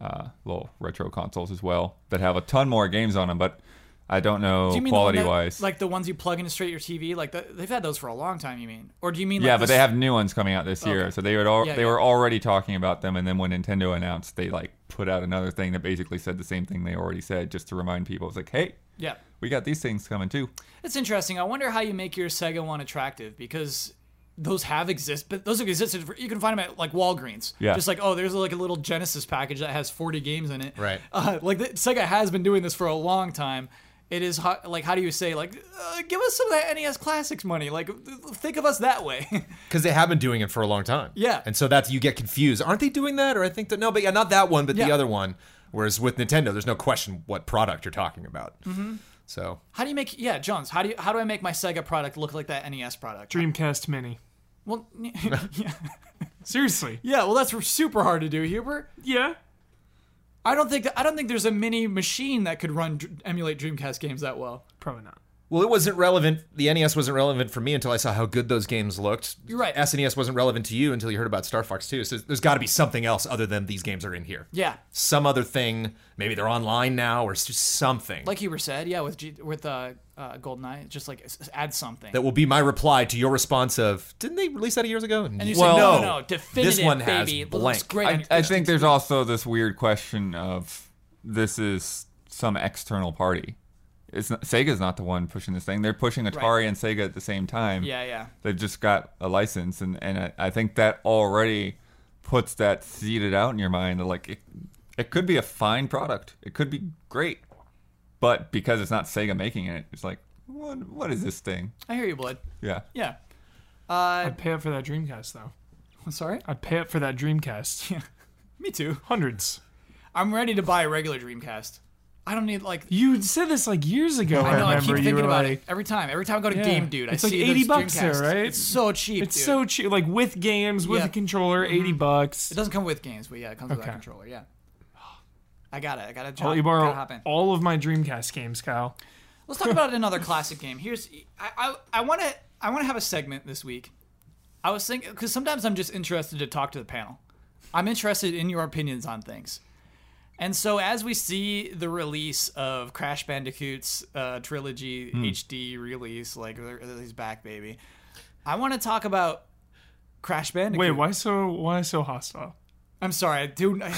[SPEAKER 4] uh, little retro consoles as well that have a ton more games on them, but I don't know
[SPEAKER 1] Do you mean the one
[SPEAKER 4] quality
[SPEAKER 1] that-
[SPEAKER 4] wise.
[SPEAKER 1] like the ones you plug in straight your TV? Like the, they've had those for a long time. You mean, or do you mean?
[SPEAKER 4] yeah,
[SPEAKER 1] like
[SPEAKER 4] but
[SPEAKER 1] this-
[SPEAKER 4] they have new ones coming out this year, so they would al-
[SPEAKER 1] Yeah,
[SPEAKER 4] they
[SPEAKER 1] yeah.
[SPEAKER 4] were already talking about them, and then when Nintendo announced, they like put out another thing that basically said the same thing they already said, just to remind people. It's like, hey,
[SPEAKER 1] Yeah,
[SPEAKER 4] we got these things coming too.
[SPEAKER 1] it's interesting. I wonder how you make your Sega one attractive because those have exist, but those have existed. For, you can find them at like Walgreens.
[SPEAKER 4] Yeah.
[SPEAKER 1] just like oh, there's like a little Genesis package that has 40 games in it.
[SPEAKER 3] Right.
[SPEAKER 1] Uh, like the, Sega has been doing this for a long time. It is ho- like how do you say like uh, give us some of that NES classics money? Like th- think of us that way. *laughs*
[SPEAKER 3] because they have been doing it for a long time.
[SPEAKER 1] Yeah.
[SPEAKER 3] and so that's you get confused. Aren't they doing that? Or I think that no, but yeah, not that one, but the
[SPEAKER 1] Yeah.
[SPEAKER 3] other one. Whereas with Nintendo, there's no question what product you're talking about. Mm-hmm. So
[SPEAKER 1] how do you make yeah, Jones? How do you how do I make my Sega product look like that NES product?
[SPEAKER 2] Dreamcast Mini.
[SPEAKER 4] *laughs*
[SPEAKER 1] Well, *laughs* yeah.
[SPEAKER 2] Seriously.
[SPEAKER 1] Yeah, well, that's super hard to do, Huber.
[SPEAKER 2] Yeah.
[SPEAKER 1] I don't think I don't think there's a mini machine that could run dr- emulate Dreamcast games that well.
[SPEAKER 2] Probably not.
[SPEAKER 3] Well, it wasn't relevant. The NES wasn't relevant for me until I saw how good those games looked.
[SPEAKER 1] You're right.
[SPEAKER 3] SNES wasn't relevant to you until you heard about Star Fox 2. So there's got to be something else other than these games are in here.
[SPEAKER 1] Yeah,
[SPEAKER 3] Some other thing. Maybe they're online now or s- just something.
[SPEAKER 1] like Huber said, yeah, with G- with uh, uh, GoldenEye, just like s- s- add something.
[SPEAKER 3] that will be my reply to your response of, didn't they release that years ago?
[SPEAKER 1] and you
[SPEAKER 4] Well-
[SPEAKER 1] say no, no, no,
[SPEAKER 3] no,
[SPEAKER 1] definitive,
[SPEAKER 3] this one has
[SPEAKER 1] baby. It
[SPEAKER 3] blank.
[SPEAKER 1] Looks great. on
[SPEAKER 4] I,
[SPEAKER 1] your-
[SPEAKER 4] I think there's also this weird question of this is some external party. It's not, Sega's not the one pushing this thing. They're pushing Atari and Sega at the same time.
[SPEAKER 1] yeah, yeah.
[SPEAKER 4] They've just got a license, and and I, I think that already puts that seeded out in your mind that like it, it could be a fine product. It could be great, but because it's not Sega making it, it's like what what is this thing?
[SPEAKER 1] I hear you, Blood.
[SPEAKER 4] Yeah.
[SPEAKER 1] Yeah. Uh,
[SPEAKER 2] I'd pay up for that Dreamcast though.
[SPEAKER 1] I'm sorry.
[SPEAKER 2] I'd pay up for that Dreamcast.
[SPEAKER 1] Me too.
[SPEAKER 2] *laughs* Hundreds.
[SPEAKER 1] I'm ready to buy a regular Dreamcast. I don't need like.
[SPEAKER 2] You said this like years ago. I,
[SPEAKER 1] I know. I, keep
[SPEAKER 2] remember you
[SPEAKER 1] thinking
[SPEAKER 2] were
[SPEAKER 1] about
[SPEAKER 2] like,
[SPEAKER 1] it every time. Every time I go to
[SPEAKER 2] Yeah.
[SPEAKER 1] Game Dude, I
[SPEAKER 2] It's like
[SPEAKER 1] see
[SPEAKER 2] 80
[SPEAKER 1] those
[SPEAKER 2] bucks there,
[SPEAKER 1] Dreamcasts.
[SPEAKER 2] right?
[SPEAKER 1] It's so cheap.
[SPEAKER 2] It's
[SPEAKER 1] dude.
[SPEAKER 2] so cheap, like with games, with
[SPEAKER 1] Yeah. Mm-hmm.
[SPEAKER 2] a controller, eighty bucks.
[SPEAKER 1] It doesn't come with games, but yeah, it comes with that
[SPEAKER 2] Okay.
[SPEAKER 1] controller. Yeah. I got it. I got to
[SPEAKER 2] I'll let
[SPEAKER 1] jump.
[SPEAKER 2] you
[SPEAKER 1] gotta hop
[SPEAKER 2] borrow Oh.
[SPEAKER 1] in.
[SPEAKER 2] all of my Dreamcast games, Kyle.
[SPEAKER 1] Let's talk about another classic game. Here's I I want to I want to have a segment this week. I was thinking because sometimes I'm just interested to talk to the panel. I'm interested in your opinions on things. And so as we see the release of Crash Bandicoot's uh, trilogy
[SPEAKER 2] Hmm.
[SPEAKER 1] HD release, like they're- he's back, baby. I want to talk about Crash Bandicoot.
[SPEAKER 2] Wait, why so why so hostile?
[SPEAKER 1] I'm sorry, dude. Yeah,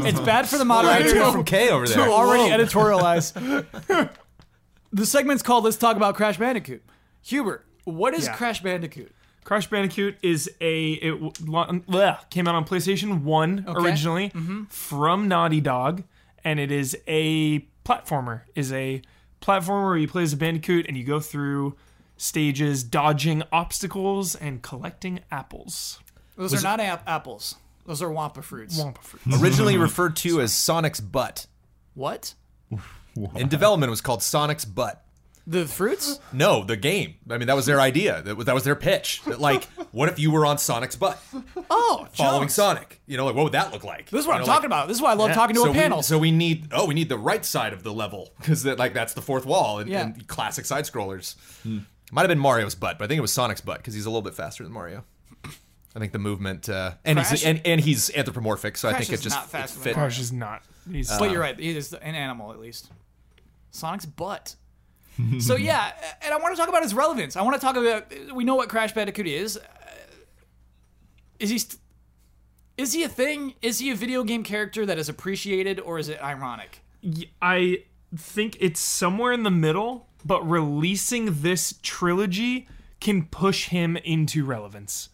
[SPEAKER 1] it's,
[SPEAKER 3] *laughs*
[SPEAKER 1] it's bad for the moderator.
[SPEAKER 3] I heard from Kay over
[SPEAKER 1] to *laughs*
[SPEAKER 3] there.
[SPEAKER 1] already editorialize. the segment's called "Let's Talk About Crash Bandicoot." Huber, what is
[SPEAKER 2] Yeah.
[SPEAKER 1] Crash Bandicoot?
[SPEAKER 2] Crash Bandicoot is a it w- lo- bleh, came out on PlayStation One originally from Naughty Dog, and it is a platformer. is a platformer where you play as a Bandicoot and you go through stages, dodging obstacles and collecting apples.
[SPEAKER 1] Those are not ap- apples. Those are wampa fruits.
[SPEAKER 2] Wampa fruits.
[SPEAKER 3] Originally referred to as Sonic's butt.
[SPEAKER 1] What?
[SPEAKER 3] In development, it was called Sonic's butt.
[SPEAKER 1] The fruits?
[SPEAKER 3] No, the game. I mean, that was their idea. That was, that was their pitch. That, like, what if you were on Sonic's butt,
[SPEAKER 1] Oh,
[SPEAKER 3] following
[SPEAKER 1] Jones.
[SPEAKER 3] Sonic? You know, like what would that look like?
[SPEAKER 1] This is what I'm
[SPEAKER 3] You know,
[SPEAKER 1] talking
[SPEAKER 3] like,
[SPEAKER 1] about. This is why I love talking to
[SPEAKER 3] So
[SPEAKER 1] a
[SPEAKER 3] we,
[SPEAKER 1] panel.
[SPEAKER 3] so we need oh we need the right side of the level because that like that's the fourth wall and,
[SPEAKER 1] Yeah.
[SPEAKER 3] and classic side scrollers. Might have been Mario's butt, but I think it was Sonic's butt because he's a little bit faster than Mario. I think the movement uh, and
[SPEAKER 1] Crash-
[SPEAKER 3] he's and, and he's anthropomorphic, so I
[SPEAKER 1] Crash
[SPEAKER 3] think it
[SPEAKER 1] is
[SPEAKER 3] just
[SPEAKER 1] not faster
[SPEAKER 3] it
[SPEAKER 1] than
[SPEAKER 3] fit.
[SPEAKER 1] Mario.
[SPEAKER 2] Crash is not. He's
[SPEAKER 1] But
[SPEAKER 4] Uh-huh.
[SPEAKER 1] you're right. It is an animal, at least. Sonic's butt. *laughs* so yeah, and I want to talk about his relevance. I want to talk about. We know what Crash Bandicoot is. Uh, Is he? St- is he a thing? Is he a video game character that is appreciated, or is it ironic?
[SPEAKER 2] I think it's somewhere in the middle, but releasing this trilogy can push him into relevance.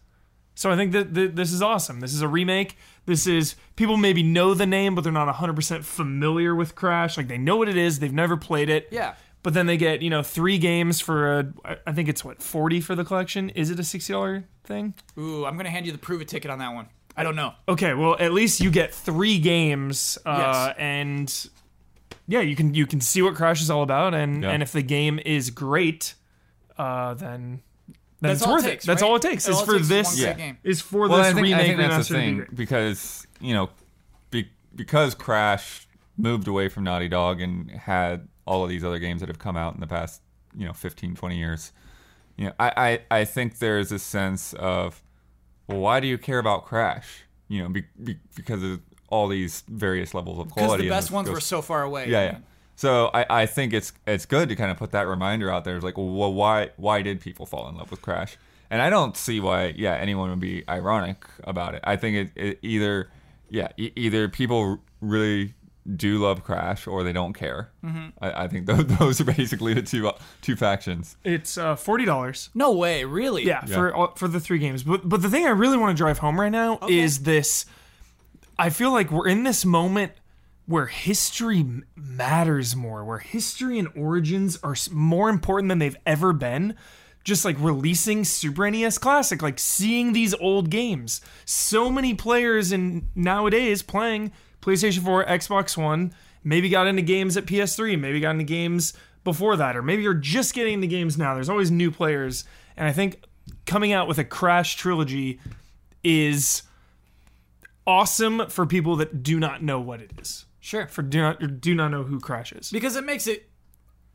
[SPEAKER 2] So I think that, that this is awesome. This is a remake. This is people maybe know the name, but they're not 100% familiar with Crash. Like they know what it is, they've never played it.
[SPEAKER 1] Yeah.
[SPEAKER 2] But then they get, you know, three games for a I- I think it's what, 40 for the collection? Is it a $60 thing?
[SPEAKER 1] Ooh, I'm gonna hand you the prove it ticket on that one. I don't know.
[SPEAKER 2] Okay, well, at least you get three games, uh,
[SPEAKER 1] Yes.
[SPEAKER 2] and yeah, you can you can see what Crash is all about, and
[SPEAKER 4] Yeah.
[SPEAKER 2] and if the game is great, uh, then then
[SPEAKER 1] That's
[SPEAKER 2] it's
[SPEAKER 1] all
[SPEAKER 2] worth
[SPEAKER 1] it
[SPEAKER 2] it.
[SPEAKER 1] takes,
[SPEAKER 2] That's
[SPEAKER 1] right?
[SPEAKER 2] all it takes.
[SPEAKER 1] It
[SPEAKER 2] is
[SPEAKER 1] all
[SPEAKER 2] for
[SPEAKER 1] takes is one
[SPEAKER 2] this
[SPEAKER 1] great
[SPEAKER 4] Yeah.
[SPEAKER 1] game.
[SPEAKER 2] is for
[SPEAKER 4] Well,
[SPEAKER 2] this
[SPEAKER 4] I think,
[SPEAKER 2] remake.
[SPEAKER 4] I think that's
[SPEAKER 2] remaster
[SPEAKER 4] the
[SPEAKER 2] to be
[SPEAKER 4] thing
[SPEAKER 2] great.
[SPEAKER 4] because you know, be, because Crash moved away from Naughty Dog and had all of these other games that have come out in the past you know 15, 20 years. You know, I I, I think there's a sense of well, why do you care about Crash? You know, be, be, because of all these various levels of
[SPEAKER 1] Because
[SPEAKER 4] quality.
[SPEAKER 1] the
[SPEAKER 4] and
[SPEAKER 1] best
[SPEAKER 4] this
[SPEAKER 1] ones
[SPEAKER 4] goes-
[SPEAKER 1] were so far away.
[SPEAKER 4] yeah, yeah. So I, I think it's it's good to kind of put that reminder out there. It's like, well, why why did people fall in love with Crash? And I don't see why, yeah, anyone would be ironic about it. I think it, it either, yeah, e- either people really do love Crash or they don't care. I, I think tho- *laughs* those are basically the two uh, two factions.
[SPEAKER 2] It's uh, forty dollars.
[SPEAKER 1] No way, really.
[SPEAKER 2] Yeah, for all, for the three games. But but the thing I really want to drive home right now is this. I feel like we're in this moment where history m- matters more, where history and origins are s- more important than they've ever been. Just like releasing Super NES Classic, like seeing these old games. So many players in nowadays playing PlayStation 4, Xbox One, maybe got into games at PS3, maybe got into games before that, or maybe you're just getting into games now. There's always new players. And I think coming out with a Crash trilogy is awesome for people that do not know what it is.
[SPEAKER 1] Sure.
[SPEAKER 2] For do not or do not know who Crash is.
[SPEAKER 1] Because it makes it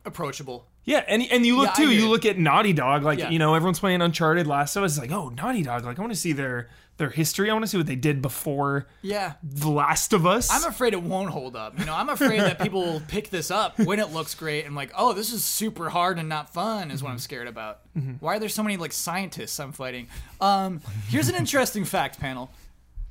[SPEAKER 1] approachable.
[SPEAKER 2] Yeah, and and you look
[SPEAKER 1] Yeah, I
[SPEAKER 2] too.
[SPEAKER 1] get
[SPEAKER 2] You
[SPEAKER 1] it.
[SPEAKER 2] look at Naughty Dog, like
[SPEAKER 1] Yeah.
[SPEAKER 2] you know everyone's playing Uncharted, Last of Us. It's like, oh, Naughty Dog. Like I want to see their their history. I want to see what they did before
[SPEAKER 1] Yeah.
[SPEAKER 2] The Last of Us.
[SPEAKER 1] I'm afraid it won't hold up. You know, I'm afraid that people will pick this up when it looks great and like, oh, this is super hard and not fun is what I'm scared about. Why are there so many like scientists I'm fighting? Um, here's an interesting fact panel.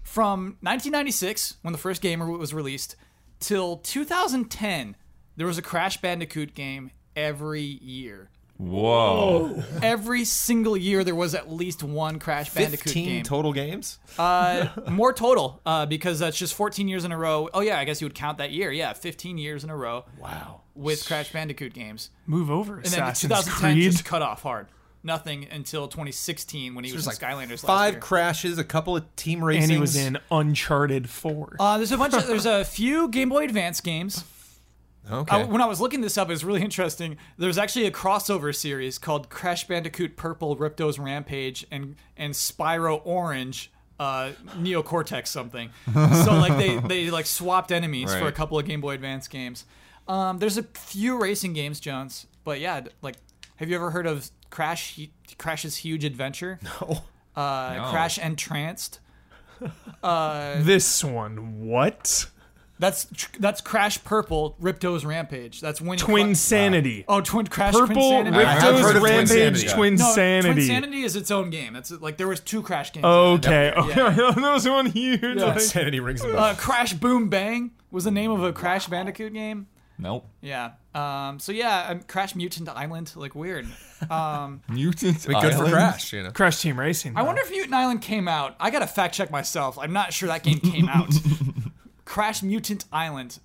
[SPEAKER 1] From 1996, when the first game was released, till 2010, there was a Crash Bandicoot game every year.
[SPEAKER 4] Whoa!
[SPEAKER 1] Every single year, there was at least one Crash Bandicoot
[SPEAKER 3] Fifteen
[SPEAKER 1] game.
[SPEAKER 3] total games.
[SPEAKER 1] Uh, more total uh, because that's just 14 years in a row. Oh yeah, I guess you would count that year. Yeah, 15 years in a row
[SPEAKER 3] Wow.
[SPEAKER 1] with Crash Bandicoot games,
[SPEAKER 2] Move over,
[SPEAKER 1] and then
[SPEAKER 2] Assassin's
[SPEAKER 1] 2010
[SPEAKER 2] Creed.
[SPEAKER 1] just cut off hard. Nothing until 2016 when he was
[SPEAKER 3] There's
[SPEAKER 1] in
[SPEAKER 3] like
[SPEAKER 1] Skylanders last
[SPEAKER 3] five
[SPEAKER 1] year.
[SPEAKER 3] crashes, a couple of team racings.
[SPEAKER 2] and he was in Uncharted Four.
[SPEAKER 1] uh, there's a bunch of there's a few Game Boy Advance games.
[SPEAKER 3] Okay.
[SPEAKER 1] I- when I was looking this up, it was really interesting. There's actually a crossover series called Crash Bandicoot Purple, Ripto's Rampage, and and Spyro Orange, uh, Neocortex something. so like they they like swapped enemies for a
[SPEAKER 4] Right.
[SPEAKER 1] couple of Game Boy Advance games. Um, there's a few racing games, Jones, but yeah, d- like have you ever heard of Crash Hu- Crash's Huge Adventure?
[SPEAKER 3] Oh.
[SPEAKER 1] Uh,
[SPEAKER 4] No.
[SPEAKER 1] Crash Entranced.
[SPEAKER 2] this one, what?
[SPEAKER 1] That's tr- that's Crash Purple, Ripto's Rampage. That's when you
[SPEAKER 2] Twin
[SPEAKER 1] cla-
[SPEAKER 2] Sanity.
[SPEAKER 1] Oh, twin Crash Twin
[SPEAKER 2] Purple
[SPEAKER 1] Sanity.
[SPEAKER 4] I've heard of
[SPEAKER 2] Ripto's
[SPEAKER 4] Twin
[SPEAKER 2] Rampage
[SPEAKER 3] Sanity.
[SPEAKER 2] Twin
[SPEAKER 1] No,
[SPEAKER 2] Sanity.
[SPEAKER 1] Twin Sanity is its own game. That's like there was two Crash games.
[SPEAKER 2] Okay, *laughs* okay.
[SPEAKER 1] Yeah.
[SPEAKER 2] that was one huge. like-
[SPEAKER 3] Sanity rings a bell.
[SPEAKER 1] Uh, Crash Boom Bang was the name of a Crash Bandicoot game.
[SPEAKER 4] Nope.
[SPEAKER 1] Yeah, Um, so yeah, um, Crash Mutant Island, like weird.
[SPEAKER 4] Mutant
[SPEAKER 3] Like, good for
[SPEAKER 4] Island?
[SPEAKER 3] Crash, you know.
[SPEAKER 2] Crash Team Racing.
[SPEAKER 1] I wonder if Mutant Island came out. I gotta fact check myself. I'm not sure that game came out. Crash Mutant Island.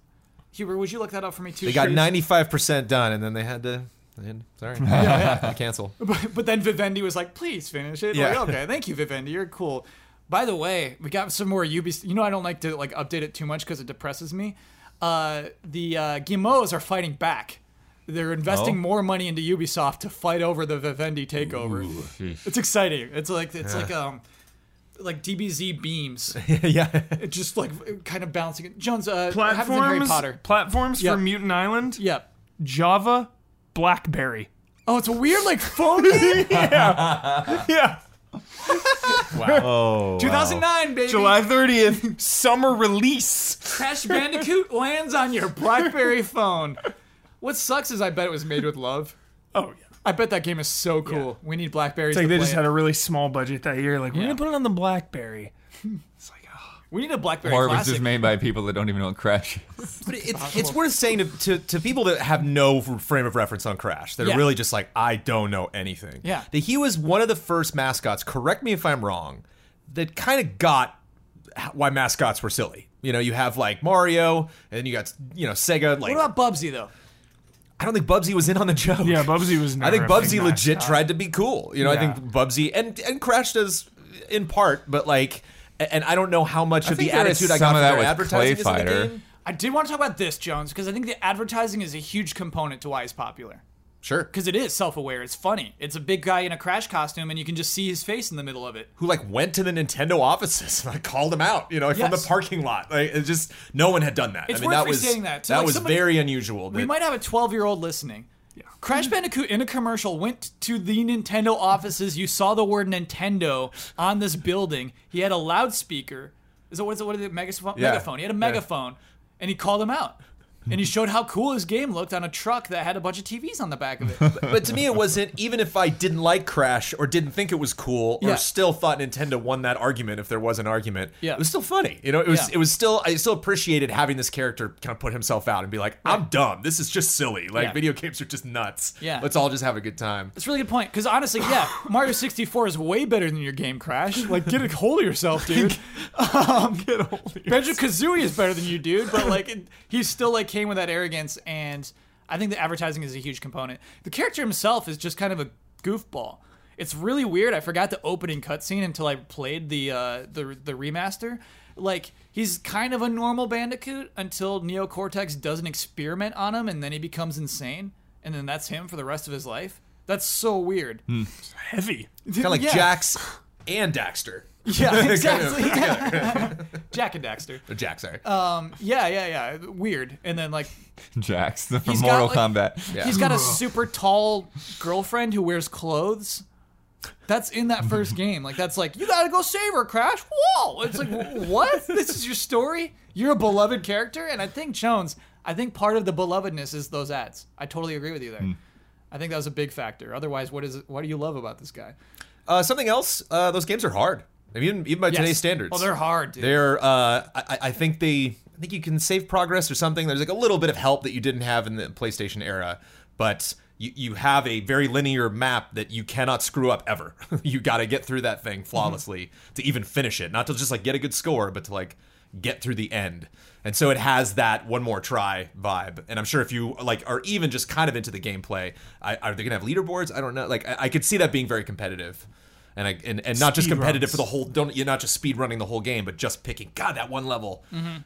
[SPEAKER 1] Huber, would you look that up for me too?
[SPEAKER 3] They got
[SPEAKER 1] please?
[SPEAKER 3] 95% done, and then they had to. they had-
[SPEAKER 2] *laughs*
[SPEAKER 3] Sorry, cancel.
[SPEAKER 1] But, but then Vivendi was like, "Please finish it."
[SPEAKER 3] Yeah.
[SPEAKER 1] Like, okay, thank you, Vivendi. You're cool. By the way, we got some more Ubisoft. You know, I don't like to like update it too much because it depresses me. Uh, the uh, Guillemots are fighting back. They're investing
[SPEAKER 4] Oh.
[SPEAKER 1] more money into Ubisoft to fight over the Vivendi takeover. It's exciting. It's like it's like um, like DBZ beams.
[SPEAKER 3] *laughs* yeah,
[SPEAKER 1] It's just like kind of bouncing. it. Jones, uh, what happens in Harry
[SPEAKER 2] platforms.
[SPEAKER 1] Potter.
[SPEAKER 2] Platforms
[SPEAKER 1] Yep.
[SPEAKER 2] for Mutant Island.
[SPEAKER 1] Yep.
[SPEAKER 2] Java,
[SPEAKER 1] *laughs*
[SPEAKER 2] BlackBerry.
[SPEAKER 1] Oh, it's a weird like phony.
[SPEAKER 2] Yeah.
[SPEAKER 4] Oh,
[SPEAKER 1] 2009, baby.
[SPEAKER 2] July 30th, summer release.
[SPEAKER 1] Crash Bandicoot lands on your BlackBerry phone. What sucks is I bet it was made with love.
[SPEAKER 2] Oh yeah.
[SPEAKER 1] I bet that game is so cool. We need Blackberries.
[SPEAKER 2] It's like
[SPEAKER 1] to
[SPEAKER 2] they
[SPEAKER 1] play
[SPEAKER 2] just
[SPEAKER 1] it.
[SPEAKER 2] had a really small budget that year. Like we're
[SPEAKER 1] Yeah.
[SPEAKER 2] gonna put it on the BlackBerry. It's like, oh.
[SPEAKER 1] we need a BlackBerry
[SPEAKER 4] Or it was
[SPEAKER 1] classic.
[SPEAKER 4] just made by people that don't even know what Crash is. *laughs*
[SPEAKER 3] but it's, it's worth saying to, to, to people that have no f- frame of reference on Crash. They're
[SPEAKER 1] Yeah.
[SPEAKER 3] really just like, I don't know anything.
[SPEAKER 1] Yeah.
[SPEAKER 3] that he was one of the first mascots. Correct me if I'm wrong. That kind of got h- why mascots were silly. You know, you have like Mario, and you got you know Sega. Like,
[SPEAKER 1] what about Bubsy though?
[SPEAKER 3] I don't think Bubsy was in on the joke.
[SPEAKER 2] Yeah, Bubsy was
[SPEAKER 3] I think
[SPEAKER 2] never a
[SPEAKER 3] Bubsy
[SPEAKER 2] big
[SPEAKER 3] legit
[SPEAKER 2] mascot.
[SPEAKER 3] tried to be cool. You know, I
[SPEAKER 2] Yeah.
[SPEAKER 3] think Bubsy and and Crash does in part, but like, and I don't know how much of
[SPEAKER 4] think
[SPEAKER 3] the
[SPEAKER 4] there is
[SPEAKER 3] attitude I
[SPEAKER 4] some of
[SPEAKER 3] got from
[SPEAKER 4] that
[SPEAKER 3] their
[SPEAKER 4] with
[SPEAKER 3] advertising
[SPEAKER 4] Clay
[SPEAKER 3] is in the
[SPEAKER 4] Fighter.
[SPEAKER 3] game.
[SPEAKER 1] I did want to talk about this, Jones, because I think the advertising is a huge component to why he's popular.
[SPEAKER 3] Sure,
[SPEAKER 1] Because it is self-aware. It's funny. It's a big guy in a Crash costume, and you can just see his face in the middle of it.
[SPEAKER 3] who like went to the Nintendo offices and I called him out, you know, like, from
[SPEAKER 1] Yes.
[SPEAKER 3] the parking lot. Like, it just no one had done that.
[SPEAKER 1] It's
[SPEAKER 3] I mean,
[SPEAKER 1] worth
[SPEAKER 3] that was
[SPEAKER 1] restating that. So,
[SPEAKER 3] that
[SPEAKER 1] like,
[SPEAKER 3] was
[SPEAKER 1] somebody-
[SPEAKER 3] very unusual.
[SPEAKER 1] We
[SPEAKER 3] that-
[SPEAKER 1] might have a 12 year old listening. Crash Bandicoot in a commercial went to the Nintendo offices. You saw the word Nintendo on this building. He had a loudspeaker. Is it what is it? What is it? Megaphone.
[SPEAKER 3] Yeah.
[SPEAKER 1] Megaphone. He had a
[SPEAKER 3] Yeah.
[SPEAKER 1] megaphone, and he called him out.
[SPEAKER 3] *laughs*
[SPEAKER 1] And he showed how cool his game looked on a truck that had a bunch of TVs on the back of it.
[SPEAKER 3] *laughs* but to me, it wasn't. Even if I didn't like Crash or didn't think it was cool, or
[SPEAKER 1] Yeah.
[SPEAKER 3] still thought Nintendo won that argument, if there was an argument,
[SPEAKER 1] Yeah.
[SPEAKER 3] it was still funny. You know, it was
[SPEAKER 1] Yeah.
[SPEAKER 3] it was still I still appreciated having this character kind of put himself out and be like, I'm dumb. This is just silly. Like
[SPEAKER 1] Yeah.
[SPEAKER 3] video games are just nuts.
[SPEAKER 1] Yeah.
[SPEAKER 3] let's all just have a
[SPEAKER 1] *laughs*
[SPEAKER 3] good time.
[SPEAKER 1] That's a really good point. Because honestly, yeah,
[SPEAKER 3] *laughs*
[SPEAKER 1] Mario 64 is way better than your game Crash. Like, get a hold of
[SPEAKER 3] *laughs*
[SPEAKER 1] yourself, dude. um, get hold of Benjo Kazooie is better than you, dude. But like, it, he still like came with that arrogance, and I think the advertising is a huge component. The character himself is just kind of a goofball. It's really weird. I forgot the opening cutscene until I played the uh, the the remaster. Like he's kind of a normal Bandicoot until Neocortex does an experiment on him, and then he becomes insane, and then that's him for the rest of his life. That's so weird. *laughs*
[SPEAKER 2] heavy.
[SPEAKER 3] Kind of like
[SPEAKER 1] Yeah.
[SPEAKER 3] Jax and Daxter.
[SPEAKER 1] Yeah, exactly. *laughs* Jack and Daxter.
[SPEAKER 3] Or Jack, sorry.
[SPEAKER 1] Um, Yeah, yeah, yeah. Weird. And then like
[SPEAKER 4] Jax from
[SPEAKER 1] He's got,
[SPEAKER 4] Mortal
[SPEAKER 1] like-
[SPEAKER 4] Kombat.
[SPEAKER 3] Yeah.
[SPEAKER 1] He's got a super tall girlfriend who wears clothes. That's in that
[SPEAKER 3] *laughs*
[SPEAKER 1] first game. Like that's like you gotta go save her, Crash. Whoa! It's like *laughs* wh- what? This is your story. You're a beloved character, and I think Jones. I think part of the belovedness is those ads. I totally agree with you
[SPEAKER 3] Hmm.
[SPEAKER 1] there. I think that was a big factor. Otherwise, what is it, what do you love about this guy?
[SPEAKER 3] Uh, something else. Uh, those games are hard. I mean, even even by today's standards.
[SPEAKER 1] Oh, they're hard. Dude.
[SPEAKER 3] They're. Uh, I- I, I think they. I think you can save progress or something. There's like a little bit of help that you didn't have in the PlayStation era, but you, you have a very linear map that you cannot screw up ever. *laughs* you got to get through that thing
[SPEAKER 1] Mm-hmm.
[SPEAKER 3] flawlessly to even finish it. Not to just like get a good score, but to like get through the end. And so it has that one more try vibe. And I'm sure if you like are even just kind of into the gameplay, I, are they gonna have leaderboards? I don't know. Like I, I could see that being very competitive. And, I, and, and not just
[SPEAKER 2] Speed
[SPEAKER 3] competitive
[SPEAKER 2] runs.
[SPEAKER 3] for the whole don't you're not just speed running the whole game but just picking god that one level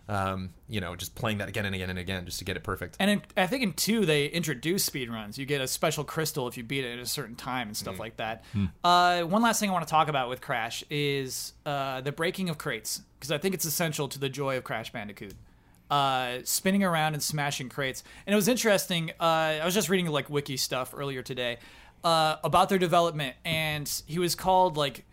[SPEAKER 3] um, you know just playing that again and again and again just to get it perfect
[SPEAKER 1] And in, I think in two they introduce speedruns. You get a special crystal if you beat it at a certain time and stuff like that. Uh, one last thing I want to talk about with Crash is uh, the breaking of crates because I think it's essential to the joy of Crash Bandicoot. Uh, spinning around and smashing crates, and it was interesting. Uh, I was just reading like wiki stuff earlier today uh, about their development, and he was called like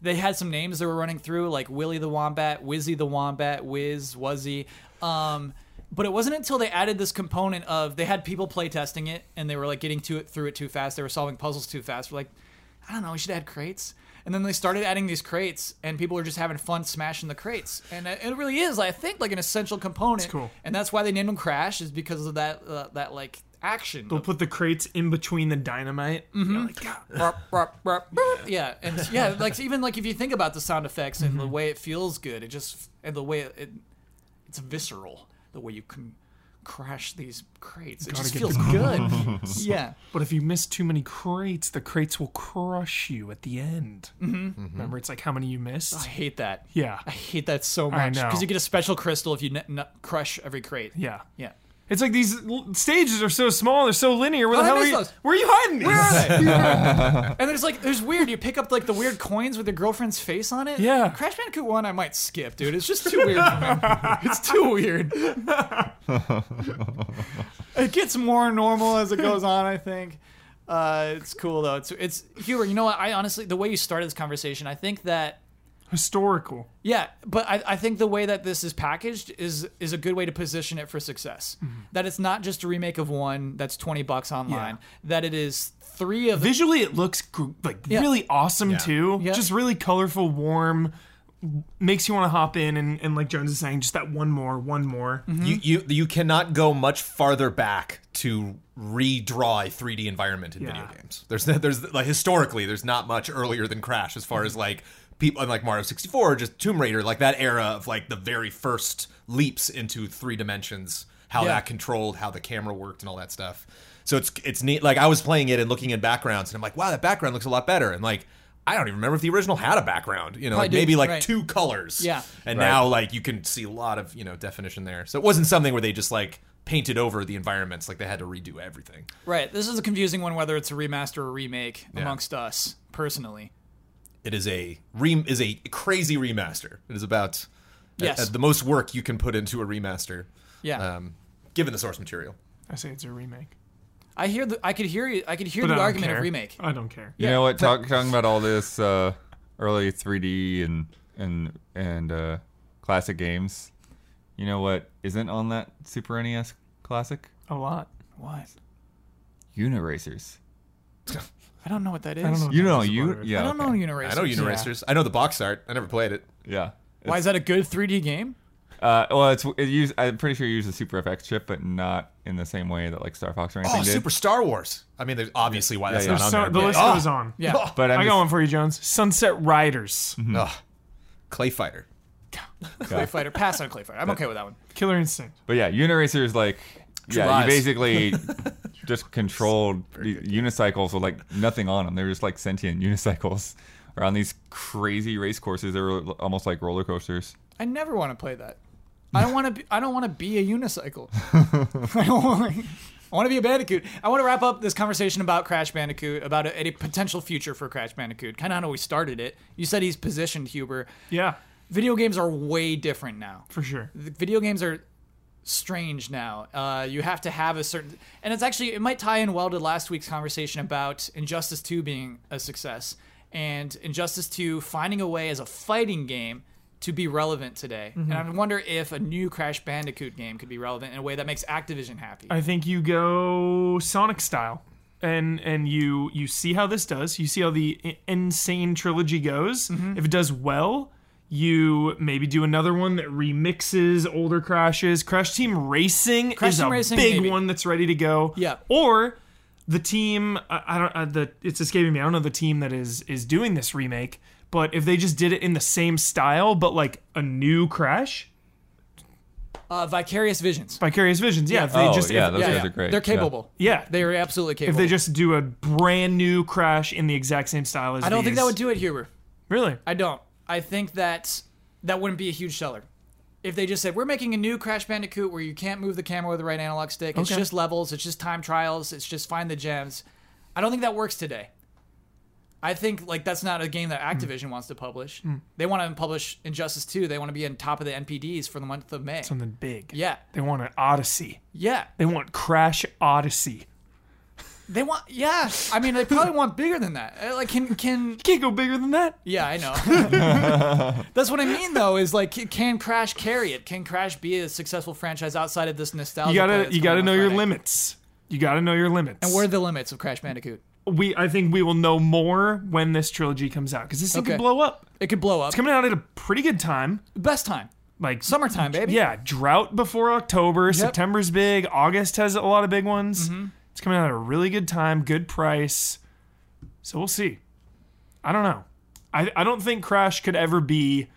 [SPEAKER 1] they had some names that were running through, like Willy the Wombat, Wizzy the Wombat, Wiz, Wuzzy. Um, but it wasn't until they added this component of they had people playtesting it and they were like getting to it through it too fast. They were solving puzzles too fast. We're like, I don't know, we should add crates. And then they started adding these crates, and people were just having fun smashing the crates. And it it really is, I think, like an essential component.
[SPEAKER 2] cool.
[SPEAKER 1] And that's why they named them Crash, is because of that uh, that like action.
[SPEAKER 2] They'll put the crates in between the dynamite.
[SPEAKER 1] Mm-hmm.
[SPEAKER 2] You're like, "God."
[SPEAKER 1] Burp, burp, burp, burp. yeah, and yeah, like even like if you think about the sound effects and the
[SPEAKER 2] Mm-hmm.
[SPEAKER 1] way it feels good, it just and the way it, it's visceral. The way you can crash these crates, it just feels good. *laughs* yeah,
[SPEAKER 2] But if you miss too many crates, the crates will crush you at the end. Mm-hmm. Remember, it's like how many you missed.
[SPEAKER 1] I hate that.
[SPEAKER 2] yeah,
[SPEAKER 1] I hate that so
[SPEAKER 2] I
[SPEAKER 1] much
[SPEAKER 2] know.
[SPEAKER 1] because you get a special crystal if you n- n- crush every crate.
[SPEAKER 2] yeah.
[SPEAKER 1] Yeah.
[SPEAKER 2] It's like these l- stages are so small, they're so linear.
[SPEAKER 1] Oh,
[SPEAKER 2] Where the
[SPEAKER 1] I
[SPEAKER 2] hell are
[SPEAKER 1] missed
[SPEAKER 2] you?
[SPEAKER 1] those.
[SPEAKER 2] Where are you hiding these?
[SPEAKER 1] Where are they? Where are they? and there's like, there's weird. You pick up like the weird coins with your girlfriend's face on it.
[SPEAKER 2] Yeah.
[SPEAKER 1] Crash Bandicoot 1, I might skip, dude. It's just too weird. *laughs* for me. it's too weird. it gets more normal as it goes on, I think. Uh, it's cool, though. It's, it's humor. You know what? I honestly, the way you started this conversation, I think that.
[SPEAKER 2] Historical.
[SPEAKER 1] Yeah, but I, I think the way that this is packaged is is a good way to position it for success. That it's not just a remake of one that's twenty bucks online. That it is three of
[SPEAKER 2] Visually, it looks gr- like
[SPEAKER 1] Yeah.
[SPEAKER 2] really awesome too.
[SPEAKER 1] Yeah.
[SPEAKER 2] Just really colorful, warm. Makes you want to hop in and, and like Jones is saying, just that one more, one more.
[SPEAKER 1] Mm-hmm.
[SPEAKER 3] You, you you cannot go much farther back to redraw a 3D environment in video
[SPEAKER 2] Yeah.
[SPEAKER 3] games. There's there's like historically there's not much earlier than Crash as far as
[SPEAKER 1] Mm-hmm.
[SPEAKER 3] like people like Mario 64 or just Tomb Raider like that era of like the very first leaps into three dimensions, how
[SPEAKER 1] Yeah.
[SPEAKER 3] that controlled, how the camera worked and all that stuff. So it's it's neat like I was playing it and looking at backgrounds and I'm like wow that background looks a lot better and like I don't even remember if the original had a background, you know, like
[SPEAKER 1] didn't,
[SPEAKER 3] maybe like
[SPEAKER 1] right.
[SPEAKER 3] two colors.
[SPEAKER 1] Yeah.
[SPEAKER 3] And now like you can see a lot of, you know, definition there. So it wasn't something where they just like painted over the environments like they had to redo everything.
[SPEAKER 1] Right. This is a confusing one whether it's a remaster or remake amongst us personally.
[SPEAKER 3] It is a re- is a crazy remaster. It is about at-
[SPEAKER 1] Yes.
[SPEAKER 3] at the most work you can put into a remaster.
[SPEAKER 1] Yeah.
[SPEAKER 3] Um given the source material.
[SPEAKER 2] I say it's a remake.
[SPEAKER 1] I hear the I could hear you I could hear
[SPEAKER 2] But
[SPEAKER 1] the
[SPEAKER 2] I don't
[SPEAKER 1] argument
[SPEAKER 2] care.
[SPEAKER 1] of remake.
[SPEAKER 2] I don't care.
[SPEAKER 4] You know what? Talk, talking about all this uh, early 3D and and and uh, classic games. You know what isn't on that Super NES classic?
[SPEAKER 2] A lot.
[SPEAKER 1] What?
[SPEAKER 4] Uniracers.
[SPEAKER 1] I don't know what that is.
[SPEAKER 2] I don't know.
[SPEAKER 4] You know
[SPEAKER 2] That's about
[SPEAKER 4] you
[SPEAKER 2] it.
[SPEAKER 4] yeah.
[SPEAKER 1] I don't
[SPEAKER 4] okay.
[SPEAKER 1] know Uniracers.
[SPEAKER 3] I know Uniracers. I know the box art. I never played it.
[SPEAKER 4] Yeah.
[SPEAKER 1] Why is that a good 3D game?
[SPEAKER 4] Uh, well, it's it used, I'm pretty sure you use the Super FX chip, but not in the same way that like Star Fox or anything
[SPEAKER 3] Oh,
[SPEAKER 4] did.
[SPEAKER 3] Super Star Wars. I mean, there's obviously why that's
[SPEAKER 4] yeah.
[SPEAKER 3] not on
[SPEAKER 2] So
[SPEAKER 3] there.
[SPEAKER 2] the
[SPEAKER 3] but-
[SPEAKER 2] list
[SPEAKER 3] Ah!
[SPEAKER 2] goes on.
[SPEAKER 3] *laughs*
[SPEAKER 1] Yeah.
[SPEAKER 4] but I'm
[SPEAKER 2] I
[SPEAKER 4] just-
[SPEAKER 2] got one for you, Jones. Sunset Riders,
[SPEAKER 3] Ugh. ah. Clay Fighter.
[SPEAKER 1] Clay Fighter. Pass on Clay Fighter. I'm okay with that one.
[SPEAKER 2] Killer Instinct.
[SPEAKER 4] But yeah, Uniracer is like yeah,
[SPEAKER 3] lies.
[SPEAKER 4] you
[SPEAKER 1] *laughs*
[SPEAKER 4] basically just controlled the unicycles with like nothing on them. They were just like sentient *laughs* unicycles around these crazy race courses. They were almost like roller coasters.
[SPEAKER 1] I never want to play that. I don't want to. Be, I don't want to be a
[SPEAKER 3] *laughs*
[SPEAKER 1] unicycle. I don't want. I want to be a Bandicoot. I want to wrap up this conversation about Crash Bandicoot, about a, a potential future for Crash Bandicoot. Kind of how we started it. You said he's positioned, Huber.
[SPEAKER 2] Yeah,
[SPEAKER 1] Video games are way different now.
[SPEAKER 2] for sure.
[SPEAKER 1] The video games are strange now. Uh, you have to have a certain, and it's actually it might tie in well to last week's conversation about Injustice Two being a success and Injustice Two finding a way as a fighting game to be relevant today.
[SPEAKER 2] Mm-hmm.
[SPEAKER 1] And I wonder if a new Crash Bandicoot game could be relevant in a way that makes Activision happy.
[SPEAKER 2] I think you go Sonic style, and and you you see how this does. You see how the i- insane trilogy goes.
[SPEAKER 1] Mm-hmm.
[SPEAKER 2] If it does well, you maybe do another one that remixes older crashes. Crash Team Racing
[SPEAKER 1] Crash
[SPEAKER 2] is
[SPEAKER 1] Team
[SPEAKER 2] a
[SPEAKER 1] Racing,
[SPEAKER 2] big
[SPEAKER 1] maybe.
[SPEAKER 2] one that's ready to go.
[SPEAKER 1] Yeah.
[SPEAKER 2] Or the team I, I don't uh, the it's escaping me. I don't know the team that is is doing this remake. But if they just did it in the same style, but like a new Crash,
[SPEAKER 1] uh, Vicarious Visions.
[SPEAKER 2] Vicarious Visions, yeah. If they
[SPEAKER 4] Oh,
[SPEAKER 2] just
[SPEAKER 4] yeah,
[SPEAKER 2] if-
[SPEAKER 4] those guys are great.
[SPEAKER 1] They're
[SPEAKER 4] Yeah.
[SPEAKER 1] capable.
[SPEAKER 2] yeah,
[SPEAKER 1] They are absolutely capable.
[SPEAKER 2] if they just do a brand new crash in the exact same style as
[SPEAKER 1] I don't think that would do it, Huber.
[SPEAKER 2] really
[SPEAKER 1] I don't. I think that that wouldn't be a huge seller. If they just said we're making a new Crash Bandicoot where you can't move the camera with the right analog stick, it's
[SPEAKER 2] Okay.
[SPEAKER 1] just levels, it's just time trials, it's just find the gems. I don't think that works today. I think like that's not a game that Activision wants to publish. They want to publish Injustice 2. They want to be on top of the NPDs for the month of May.
[SPEAKER 2] something big.
[SPEAKER 1] yeah.
[SPEAKER 2] they want an Odyssey.
[SPEAKER 1] Yeah.
[SPEAKER 2] They want Crash Odyssey.
[SPEAKER 1] They want yeah. I mean, they probably want bigger than that. Uh, Like can can
[SPEAKER 2] Can't go bigger than that.
[SPEAKER 1] Yeah, I know. That's what I mean, though. Is like, c- can Crash carry it? Can Crash be a successful franchise outside of this nostalgia?
[SPEAKER 2] You
[SPEAKER 1] play
[SPEAKER 2] gotta
[SPEAKER 1] that's
[SPEAKER 2] you
[SPEAKER 1] coming
[SPEAKER 2] gotta
[SPEAKER 1] on
[SPEAKER 2] know your
[SPEAKER 1] Friday?
[SPEAKER 2] limits. You gotta know your limits.
[SPEAKER 1] And where are the limits of Crash Bandicoot?
[SPEAKER 2] we I think we will know more when this trilogy comes out because this thing
[SPEAKER 1] Okay.
[SPEAKER 2] could blow up.
[SPEAKER 1] It could blow up.
[SPEAKER 2] It's coming out at a pretty good time.
[SPEAKER 1] Best time.
[SPEAKER 2] like
[SPEAKER 1] Summertime, baby.
[SPEAKER 2] yeah, drought before October. September's big. August has a lot of big ones.
[SPEAKER 1] Mm-hmm.
[SPEAKER 2] It's coming out at a really good time, good price. So we'll see. I don't know. I, I don't think Crash could ever be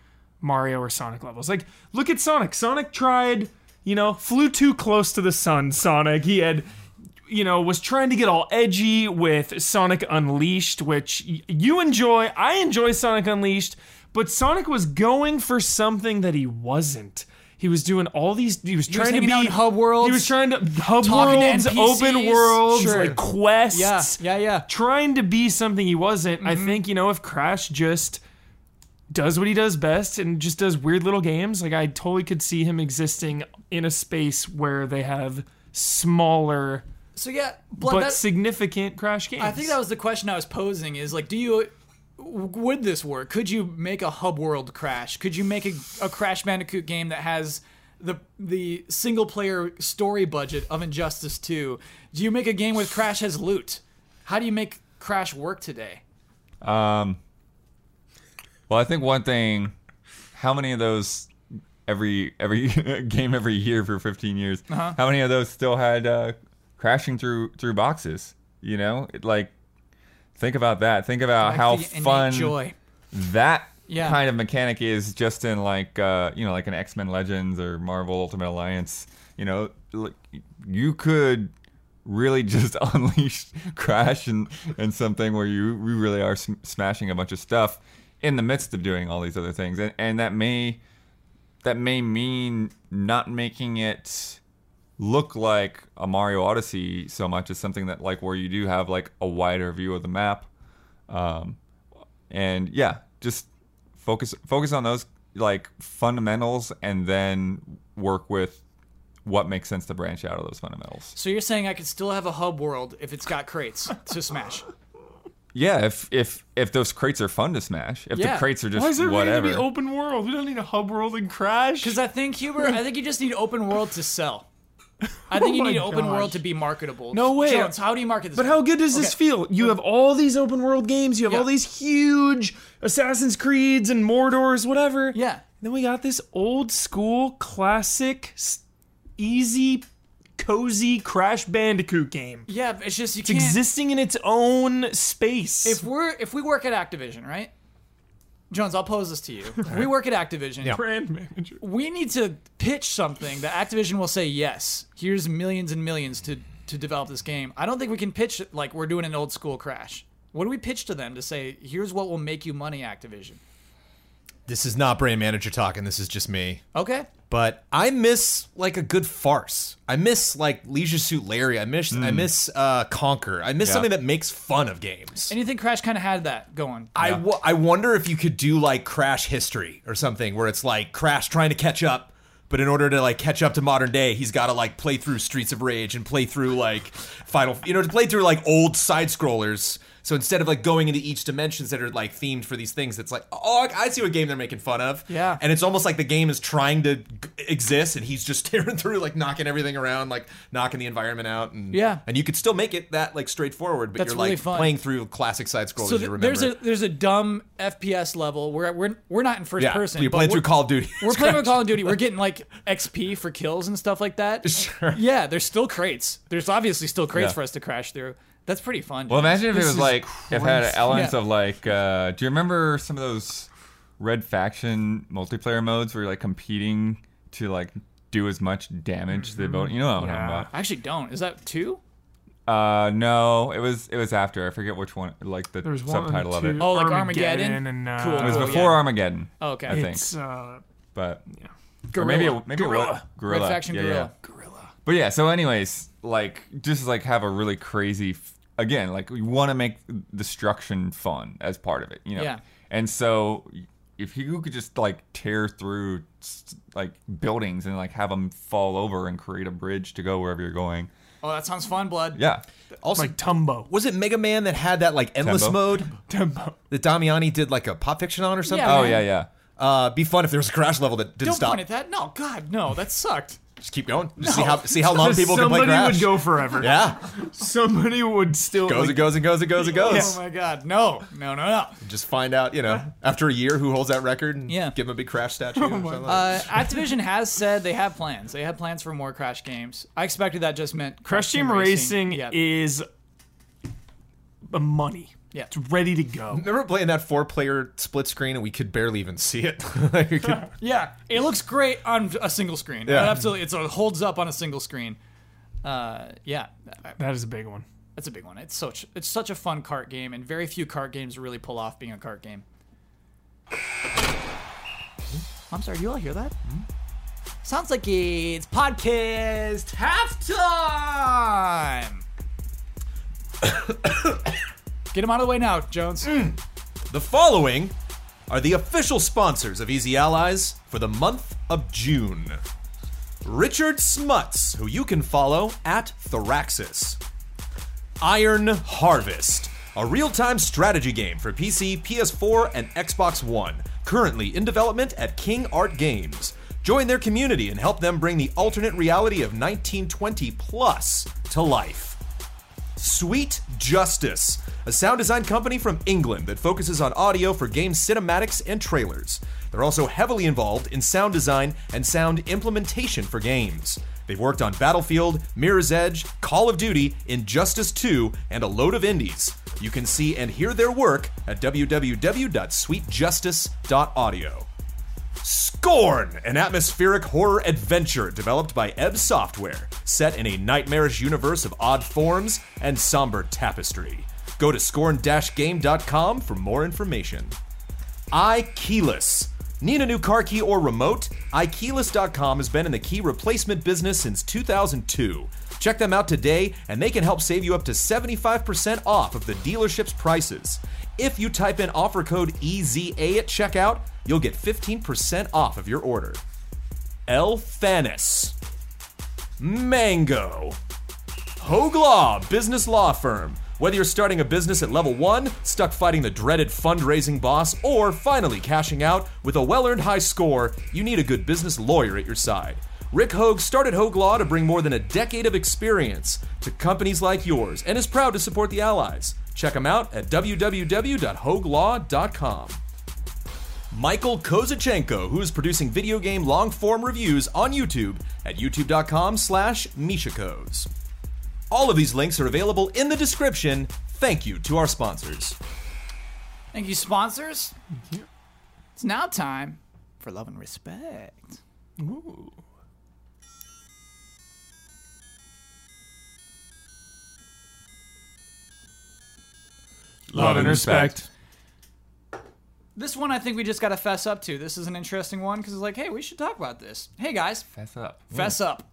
[SPEAKER 2] Mario or Sonic levels. Like, look at Sonic. Sonic tried, you know, flew too close to the sun, Sonic. He had, you know, was trying to get all edgy with Sonic Unleashed, which y- you enjoy. I enjoy Sonic Unleashed, but Sonic was going for something that he wasn't. He was doing all these. He was trying to
[SPEAKER 1] hanging
[SPEAKER 2] be
[SPEAKER 1] out in hub worlds,
[SPEAKER 2] He was trying to hub
[SPEAKER 1] talking to
[SPEAKER 2] worlds, open
[SPEAKER 1] NPCs.
[SPEAKER 2] worlds,
[SPEAKER 1] Sure.
[SPEAKER 2] like quests
[SPEAKER 1] Yeah, yeah, yeah. Mm-hmm.
[SPEAKER 2] trying to be something he wasn't. I think, you know, if Crash just does what he does best and just does weird little games, like I totally could see him existing in a space where they have smaller
[SPEAKER 1] So yeah,
[SPEAKER 2] but
[SPEAKER 1] that-
[SPEAKER 2] significant Crash games.
[SPEAKER 1] I think that was the question I was posing is like, do you, would this work? Could you make a hub world crash? Could you make a, a Crash Bandicoot game that has the the single player story budget of Injustice 2? Do you make a game where Crash has loot? How do you make Crash work today?
[SPEAKER 4] Um, well, I think one thing, how many of those every every *laughs* game every year for 15 years,
[SPEAKER 1] Uh-huh.
[SPEAKER 4] how many of those still had uh, crashing through through boxes? You know, It, like think about that. Think about
[SPEAKER 1] Like
[SPEAKER 4] how
[SPEAKER 1] the innate
[SPEAKER 4] fun
[SPEAKER 1] joy.
[SPEAKER 4] that
[SPEAKER 1] Yeah.
[SPEAKER 4] kind of mechanic is just in like uh, you know like an X Men Legends or Marvel Ultimate Alliance. You know, like, you could really *laughs* just unleash Crash and and something where you you really are sm- smashing a bunch of stuff in the midst of doing all these other things, and and that may that may mean not making it look like a Mario Odyssey so much as something that like where you do have like a wider view of the map. Um, and yeah, just focus focus on those like fundamentals and then work with what makes sense to branch out of those fundamentals.
[SPEAKER 1] So you're saying I could still have a hub world if it's got crates to
[SPEAKER 2] *laughs*
[SPEAKER 1] smash?
[SPEAKER 4] Yeah, if if if those crates are fun to smash, if
[SPEAKER 1] Yeah.
[SPEAKER 4] the crates are
[SPEAKER 2] Why is
[SPEAKER 4] just
[SPEAKER 2] there
[SPEAKER 4] whatever.
[SPEAKER 2] to be open world? We don't need a hub world in Crash.
[SPEAKER 1] Because I think Huber, I think you just need open world to sell. I
[SPEAKER 2] *laughs*
[SPEAKER 1] think you
[SPEAKER 2] Oh my
[SPEAKER 1] need open
[SPEAKER 2] gosh.
[SPEAKER 1] world to be marketable.
[SPEAKER 2] No way.
[SPEAKER 1] Jones, how do you market this?
[SPEAKER 2] But how good does this
[SPEAKER 1] Okay.
[SPEAKER 2] feel? You have all these open world games, you have
[SPEAKER 1] Yeah.
[SPEAKER 2] all these huge Assassin's Creeds and Mordors, whatever.
[SPEAKER 1] Yeah.
[SPEAKER 2] Then we got this old school classic, s- easy, cozy Crash Bandicoot game.
[SPEAKER 1] Yeah, it's just you
[SPEAKER 2] It's
[SPEAKER 1] can't.
[SPEAKER 2] existing in its own space.
[SPEAKER 1] if we're if we work at Activision, right? Jones, I'll pose this to
[SPEAKER 3] *laughs*
[SPEAKER 1] you. We work at Activision.
[SPEAKER 2] brand manager.
[SPEAKER 1] We need to pitch something that Activision will say yes. Here's millions and millions to to develop this game. I don't think we can pitch it like we're doing an old school crash. What do we pitch to them to say? Here's what will make you money, Activision.
[SPEAKER 3] This is not brand manager talking. This is just me.
[SPEAKER 1] Okay.
[SPEAKER 3] but I miss like a good farce. I miss like Leisure Suit Larry. I miss I miss uh, Conquer. I miss something that makes fun of games.
[SPEAKER 1] And you think Crash kind of had that going?
[SPEAKER 3] I wo- I wonder if you could do like Crash history or something where it's like Crash trying to catch up, but in order to like catch up to modern day, he's got to like play through Streets of Rage and play through like Final, you know, to play through like old side scrollers. So instead of like going into each dimensions that are like themed for these things, it's like oh I I see what game they're making fun of.
[SPEAKER 1] Yeah.
[SPEAKER 3] and it's almost like the game is trying to g- exist and he's just *laughs* tearing through like knocking everything around, like knocking the environment out. And,
[SPEAKER 1] Yeah.
[SPEAKER 3] and you could still make it that like straightforward, but
[SPEAKER 1] That's
[SPEAKER 3] you're
[SPEAKER 1] really
[SPEAKER 3] like
[SPEAKER 1] fun.
[SPEAKER 3] playing through classic side scrollers.
[SPEAKER 1] so
[SPEAKER 3] you
[SPEAKER 1] th-
[SPEAKER 3] remember
[SPEAKER 1] there's a there's a dumb FPS level where we're we're not in first
[SPEAKER 3] yeah,
[SPEAKER 1] person.
[SPEAKER 3] You're
[SPEAKER 1] but
[SPEAKER 3] playing
[SPEAKER 1] we're-
[SPEAKER 3] through Call of Duty.
[SPEAKER 1] We're playing with Call of Duty. We're getting like XP for kills and stuff like that.
[SPEAKER 3] *laughs* Sure.
[SPEAKER 1] Yeah, there's still crates. There's obviously still crates
[SPEAKER 4] Yeah.
[SPEAKER 1] for us to crash through. That's pretty fun.
[SPEAKER 4] well,
[SPEAKER 1] dude.
[SPEAKER 4] imagine if it was
[SPEAKER 2] is
[SPEAKER 4] like if it had
[SPEAKER 2] crazy.
[SPEAKER 4] elements
[SPEAKER 1] Yeah.
[SPEAKER 4] of like. Uh, do you remember some of those Red Faction multiplayer modes where you're like competing to like do as much damage to the
[SPEAKER 2] Mm-hmm.
[SPEAKER 4] opponent? You know what I'm talking about.
[SPEAKER 1] I actually don't. Is that two?
[SPEAKER 4] Uh, no, it was it was after. I forget which one, like the
[SPEAKER 2] There's one
[SPEAKER 4] subtitle
[SPEAKER 2] and
[SPEAKER 4] of it.
[SPEAKER 2] two.
[SPEAKER 1] Oh, like Armageddon?
[SPEAKER 2] Armageddon and, uh,
[SPEAKER 1] Cool.
[SPEAKER 4] It was
[SPEAKER 1] Oh,
[SPEAKER 4] before
[SPEAKER 1] yeah.
[SPEAKER 4] Armageddon,
[SPEAKER 1] Oh, okay.
[SPEAKER 4] I think.
[SPEAKER 2] It's uh,
[SPEAKER 4] But or
[SPEAKER 1] Gorilla.
[SPEAKER 4] maybe it, maybe it was
[SPEAKER 2] Gorilla.
[SPEAKER 4] Gorilla.
[SPEAKER 1] Red Faction
[SPEAKER 4] yeah, yeah.
[SPEAKER 1] Gorilla.
[SPEAKER 4] But yeah, so anyways, like just like have a really crazy f- again, like we want to make destruction fun as part of it, you know.
[SPEAKER 1] Yeah.
[SPEAKER 4] And so if you could just like tear through s- like buildings and like have them fall over and create a bridge to go wherever you're going.
[SPEAKER 1] Oh, that sounds fun, blood.
[SPEAKER 4] Yeah.
[SPEAKER 3] *laughs* also,
[SPEAKER 2] like Tumbo.
[SPEAKER 3] was it Mega Man that had that like endless
[SPEAKER 4] Tembo.
[SPEAKER 3] mode
[SPEAKER 2] Tumbo.
[SPEAKER 3] that Damiani did like a pop fiction on or something?
[SPEAKER 4] Oh
[SPEAKER 1] man.
[SPEAKER 4] yeah, yeah.
[SPEAKER 3] Uh, be fun if there was a crash level that didn't
[SPEAKER 1] Don't
[SPEAKER 3] stop.
[SPEAKER 1] point at that. No, God, no. That sucked.
[SPEAKER 3] Just keep going. Just see how see how
[SPEAKER 1] *laughs*
[SPEAKER 3] long people can play
[SPEAKER 2] somebody
[SPEAKER 3] Crash.
[SPEAKER 2] would go forever.
[SPEAKER 3] yeah,
[SPEAKER 2] Somebody would still.
[SPEAKER 3] goes and goes and goes and goes and
[SPEAKER 1] *laughs*
[SPEAKER 3] goes.
[SPEAKER 1] Oh my god, no, no, no, no.
[SPEAKER 3] Just find out, you know, after a year who holds that record and
[SPEAKER 1] Yeah.
[SPEAKER 3] give him a big
[SPEAKER 1] *laughs*
[SPEAKER 3] Crash statue. or something like that.
[SPEAKER 1] Uh, Activision has said they have plans. They have plans for more Crash games. I expected that just meant
[SPEAKER 2] Crash Team Racing
[SPEAKER 1] Yeah.
[SPEAKER 2] is a money.
[SPEAKER 1] Yeah.
[SPEAKER 2] It's ready to go.
[SPEAKER 3] Remember playing that four-player split screen and we could barely even see it. *laughs* like we
[SPEAKER 1] *laughs*
[SPEAKER 3] could,
[SPEAKER 1] yeah, it looks great on a single screen.
[SPEAKER 3] Yeah.
[SPEAKER 1] It absolutely. It's, it holds up on a single screen. Uh, yeah,
[SPEAKER 2] That is a big one.
[SPEAKER 1] that's a big one. It's such it's such a fun cart game, and very few cart games really pull off being a cart game.
[SPEAKER 5] Hmm? I'm sorry, do you all hear that?
[SPEAKER 1] Hmm? Sounds like it's podcast halftime. *coughs* Get him out of the way now, Jones.
[SPEAKER 5] Mm.
[SPEAKER 3] The following are the official sponsors of Easy Allies for the month of June. Richard Smuts, who you can follow at Thoraxis. Iron Harvest, a real time strategy game for PC, PS4, and Xbox One, currently in development at King Art Games. Join their community and help them bring the alternate reality of 1920 plus to life. Sweet Justice, a sound design company from England that focuses on audio for game cinematics and trailers. They're also heavily involved in sound design and sound implementation for games. They've worked on Battlefield, Mirror's Edge, Call of Duty, Injustice 2, and a load of indies. You can see and hear their work at www.sweetjustice.audio. Scorn, an atmospheric horror adventure developed by Ebb Software, set in a nightmarish universe of odd forms and somber tapestry. Go to scorn-game.com for more information. iKeyless. Need a new car key or remote? iKeyless.com has been in the key replacement business since 2002. Check them out today, and they can help save you up to 75% off of the dealership's prices. If you type in offer code EZA at checkout, you'll get 15% off of your order. El Fanis. Mango. Hoag Law, business law firm. Whether you're starting a business at level one, stuck fighting the dreaded fundraising boss, or finally cashing out with a well earned high score, you need a good business lawyer at your side. Rick Hoag started Hoag Law to bring more than a decade of experience to companies like yours and is proud to support the allies. Check him out at www.hoaglaw.com. Michael Kozachenko, who is producing video game long form reviews on YouTube at youtube.com slash Mishakos. All of these links are available in the description. Thank you to our sponsors.
[SPEAKER 1] Thank you, sponsors. It's now time for love and respect.
[SPEAKER 2] Love and respect.
[SPEAKER 1] This one I think we just got to fess up to. This is an interesting one because it's like, hey, we should talk about this. Hey, guys,
[SPEAKER 4] That's up.
[SPEAKER 1] fess up.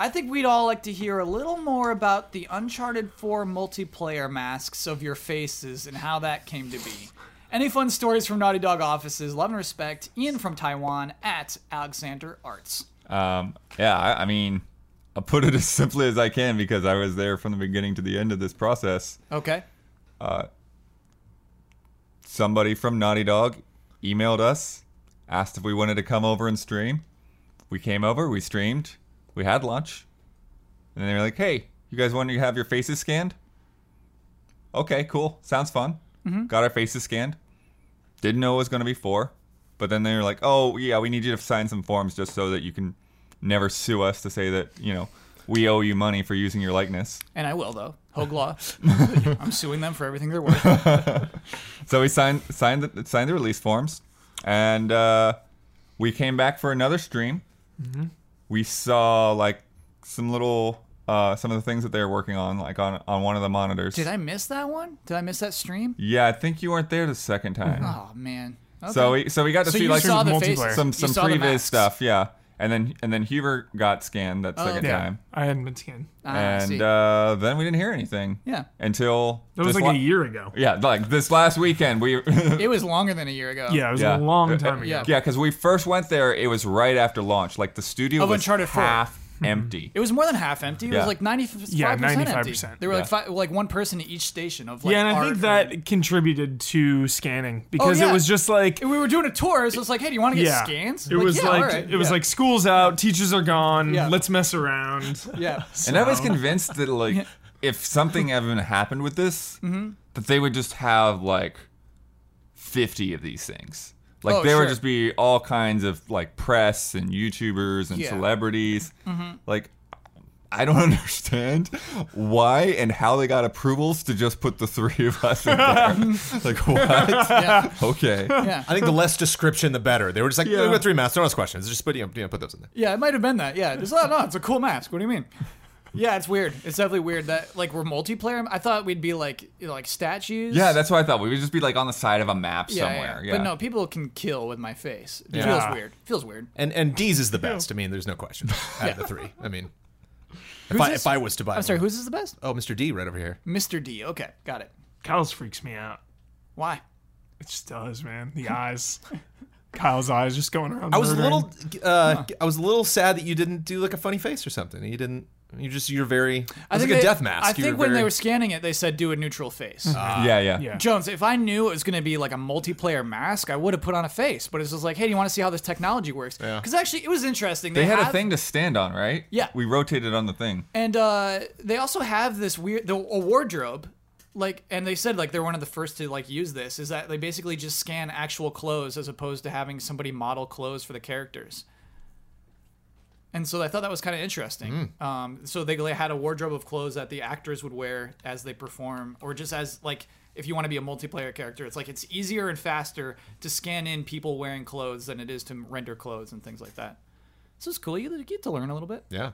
[SPEAKER 1] I think we'd all like to hear a little more about the Uncharted 4 multiplayer masks of your faces and how that came to be. Any fun stories from Naughty Dog offices? Love and respect. Ian from Taiwan at Alexander Arts.
[SPEAKER 4] Um, yeah, I, I mean, I'll put it *laughs* as simply as I can because I was there from the beginning to the end of this process. Uh,
[SPEAKER 1] Okay.
[SPEAKER 4] Somebody from Naughty Dog emailed us, asked if we wanted to come over and stream. We came over, we streamed, we had lunch, and then they were like, "Hey, you guys want to have your faces scanned?" Okay, cool, sounds fun. Got our faces scanned. Didn't know it was going to be for, but then they were like, "Oh yeah, we need you to sign some forms just so that you can never sue us to say that you know we owe you money for using your likeness."
[SPEAKER 1] And I will, though. Hoag Law. *laughs* I'm suing them for everything they're worth.
[SPEAKER 4] So we signed signed the, signed the release forms, and uh, we came back for another stream.
[SPEAKER 1] Mm-hmm.
[SPEAKER 4] We saw like some little uh, some of the things that they were working on, like on on one of the monitors.
[SPEAKER 1] Did I miss that one? Did I miss that stream?
[SPEAKER 4] Yeah, I think you weren't there the second time.
[SPEAKER 1] Oh, man. Okay.
[SPEAKER 4] So we so we got to
[SPEAKER 1] So
[SPEAKER 4] see
[SPEAKER 1] you
[SPEAKER 4] like
[SPEAKER 1] saw
[SPEAKER 4] some
[SPEAKER 1] the
[SPEAKER 2] multiplayer.
[SPEAKER 1] faces.
[SPEAKER 4] some,
[SPEAKER 1] You
[SPEAKER 4] some
[SPEAKER 1] saw the
[SPEAKER 4] previous
[SPEAKER 1] masks.
[SPEAKER 4] stuff, yeah. And then and then Huber got scanned that second
[SPEAKER 2] Yeah.
[SPEAKER 4] time,
[SPEAKER 2] I hadn't been scanned.
[SPEAKER 1] Oh, Ah, I see.
[SPEAKER 4] and uh, then we didn't hear anything.
[SPEAKER 1] Yeah.
[SPEAKER 4] Until
[SPEAKER 2] That was
[SPEAKER 4] this
[SPEAKER 2] like
[SPEAKER 4] la-
[SPEAKER 2] a year ago.
[SPEAKER 4] Yeah, like this last weekend we *laughs*
[SPEAKER 1] it was longer than a year ago.
[SPEAKER 2] Yeah, it was
[SPEAKER 4] Yeah.
[SPEAKER 2] a long
[SPEAKER 4] Uh,
[SPEAKER 2] time ago.
[SPEAKER 1] yeah.
[SPEAKER 4] Yeah, because we first went there, it was right after launch. Like the studio
[SPEAKER 1] Of
[SPEAKER 4] was
[SPEAKER 1] Uncharted Mm-hmm. 4.
[SPEAKER 4] half empty.
[SPEAKER 1] It was more than half empty. It
[SPEAKER 4] Yeah.
[SPEAKER 1] was like 95
[SPEAKER 2] Yeah,
[SPEAKER 1] empty.
[SPEAKER 2] 95%.
[SPEAKER 1] There were like five, like one person at each station of like
[SPEAKER 2] yeah, and I
[SPEAKER 1] art
[SPEAKER 2] think
[SPEAKER 1] or-
[SPEAKER 2] that contributed to scanning because
[SPEAKER 1] yeah.
[SPEAKER 2] it was just like
[SPEAKER 1] And we were doing a tour, so it's like, hey, do you want to get
[SPEAKER 2] yeah,
[SPEAKER 1] scans?
[SPEAKER 2] It
[SPEAKER 1] Like,
[SPEAKER 2] was
[SPEAKER 1] yeah,
[SPEAKER 2] like
[SPEAKER 1] alright,
[SPEAKER 2] it was
[SPEAKER 1] yeah.
[SPEAKER 2] like school's out, teachers are gone,
[SPEAKER 1] Yeah.
[SPEAKER 2] let's mess around.
[SPEAKER 1] *laughs*
[SPEAKER 2] *laughs*
[SPEAKER 1] yeah.
[SPEAKER 4] And I was
[SPEAKER 1] *laughs*
[SPEAKER 4] convinced that like if something even happened with this,
[SPEAKER 1] Mm-hmm.
[SPEAKER 4] that they would just have like fifty of these things. Like
[SPEAKER 1] Oh,
[SPEAKER 4] there would
[SPEAKER 1] sure.
[SPEAKER 4] just be all kinds of like press and YouTubers and
[SPEAKER 1] Yeah. Mm-hmm.
[SPEAKER 4] celebrities. Like I don't *laughs* understand why and how they got approvals to just put the three of
[SPEAKER 1] *laughs*
[SPEAKER 4] us in there. like what?
[SPEAKER 1] Yeah.
[SPEAKER 4] Okay.
[SPEAKER 1] Yeah.
[SPEAKER 3] I think the less description, the better. They were just like,
[SPEAKER 2] Yeah.
[SPEAKER 3] we've got three masks, no questions. Just put, you know, you know, put those in there.
[SPEAKER 1] Yeah, it might have been that. Yeah, it's no, no, it's a cool mask. What do you mean? Yeah, it's weird. It's definitely weird that like we're multiplayer. I thought we'd be like you know, like statues.
[SPEAKER 4] Yeah, that's what I thought. We would just be like on the side of a map
[SPEAKER 1] Yeah, yeah,
[SPEAKER 4] somewhere.
[SPEAKER 1] yeah. But no, people can kill with my face. It
[SPEAKER 3] Yeah.
[SPEAKER 1] feels weird. feels weird.
[SPEAKER 3] And and D's is the best. I mean, there's no question out of the three. I mean, if I,
[SPEAKER 1] this?
[SPEAKER 3] if I was to buy,
[SPEAKER 1] I'm sorry. Whose is the best?
[SPEAKER 3] Oh, Mr. D, right over here.
[SPEAKER 1] Mr. D. Okay, got it.
[SPEAKER 2] Kyle's freaks me out.
[SPEAKER 1] Why?
[SPEAKER 2] It just does, man. The eyes. Kyle's eyes just going around.
[SPEAKER 3] I was a
[SPEAKER 2] murdering.
[SPEAKER 3] little, uh, I was a little sad that you didn't do like a funny face or something. You didn't. You just you're very. It was
[SPEAKER 1] I
[SPEAKER 3] like
[SPEAKER 1] think
[SPEAKER 3] a
[SPEAKER 1] they-
[SPEAKER 3] death mask.
[SPEAKER 1] I
[SPEAKER 3] You
[SPEAKER 1] think when
[SPEAKER 3] were very- Mm.
[SPEAKER 1] they were scanning it, they said do a neutral face.
[SPEAKER 4] yeah, yeah.
[SPEAKER 2] Yeah.
[SPEAKER 1] Jones, if I knew it was going to be like a multiplayer mask, I would have put on a face. But it's just like, hey, do you want to see how this technology works? Because actually, it was interesting.
[SPEAKER 4] They had a
[SPEAKER 1] have-
[SPEAKER 4] thing to stand on, right?
[SPEAKER 1] Yeah.
[SPEAKER 4] We rotated on the thing.
[SPEAKER 1] and uh, they also have this weird the, a wardrobe. Like, and they said like they're one of the first to like use this. Is that they basically just scan actual clothes as opposed to having somebody model clothes for the characters. And so I thought that was kind of interesting. Um, so they like, had a wardrobe of clothes that the actors would wear as they perform, or just as like if you want to be a multiplayer character, it's like it's easier and faster to scan in people wearing clothes than it is to render clothes and things like that. So it's cool. You you get to learn a little bit.
[SPEAKER 3] Yeah.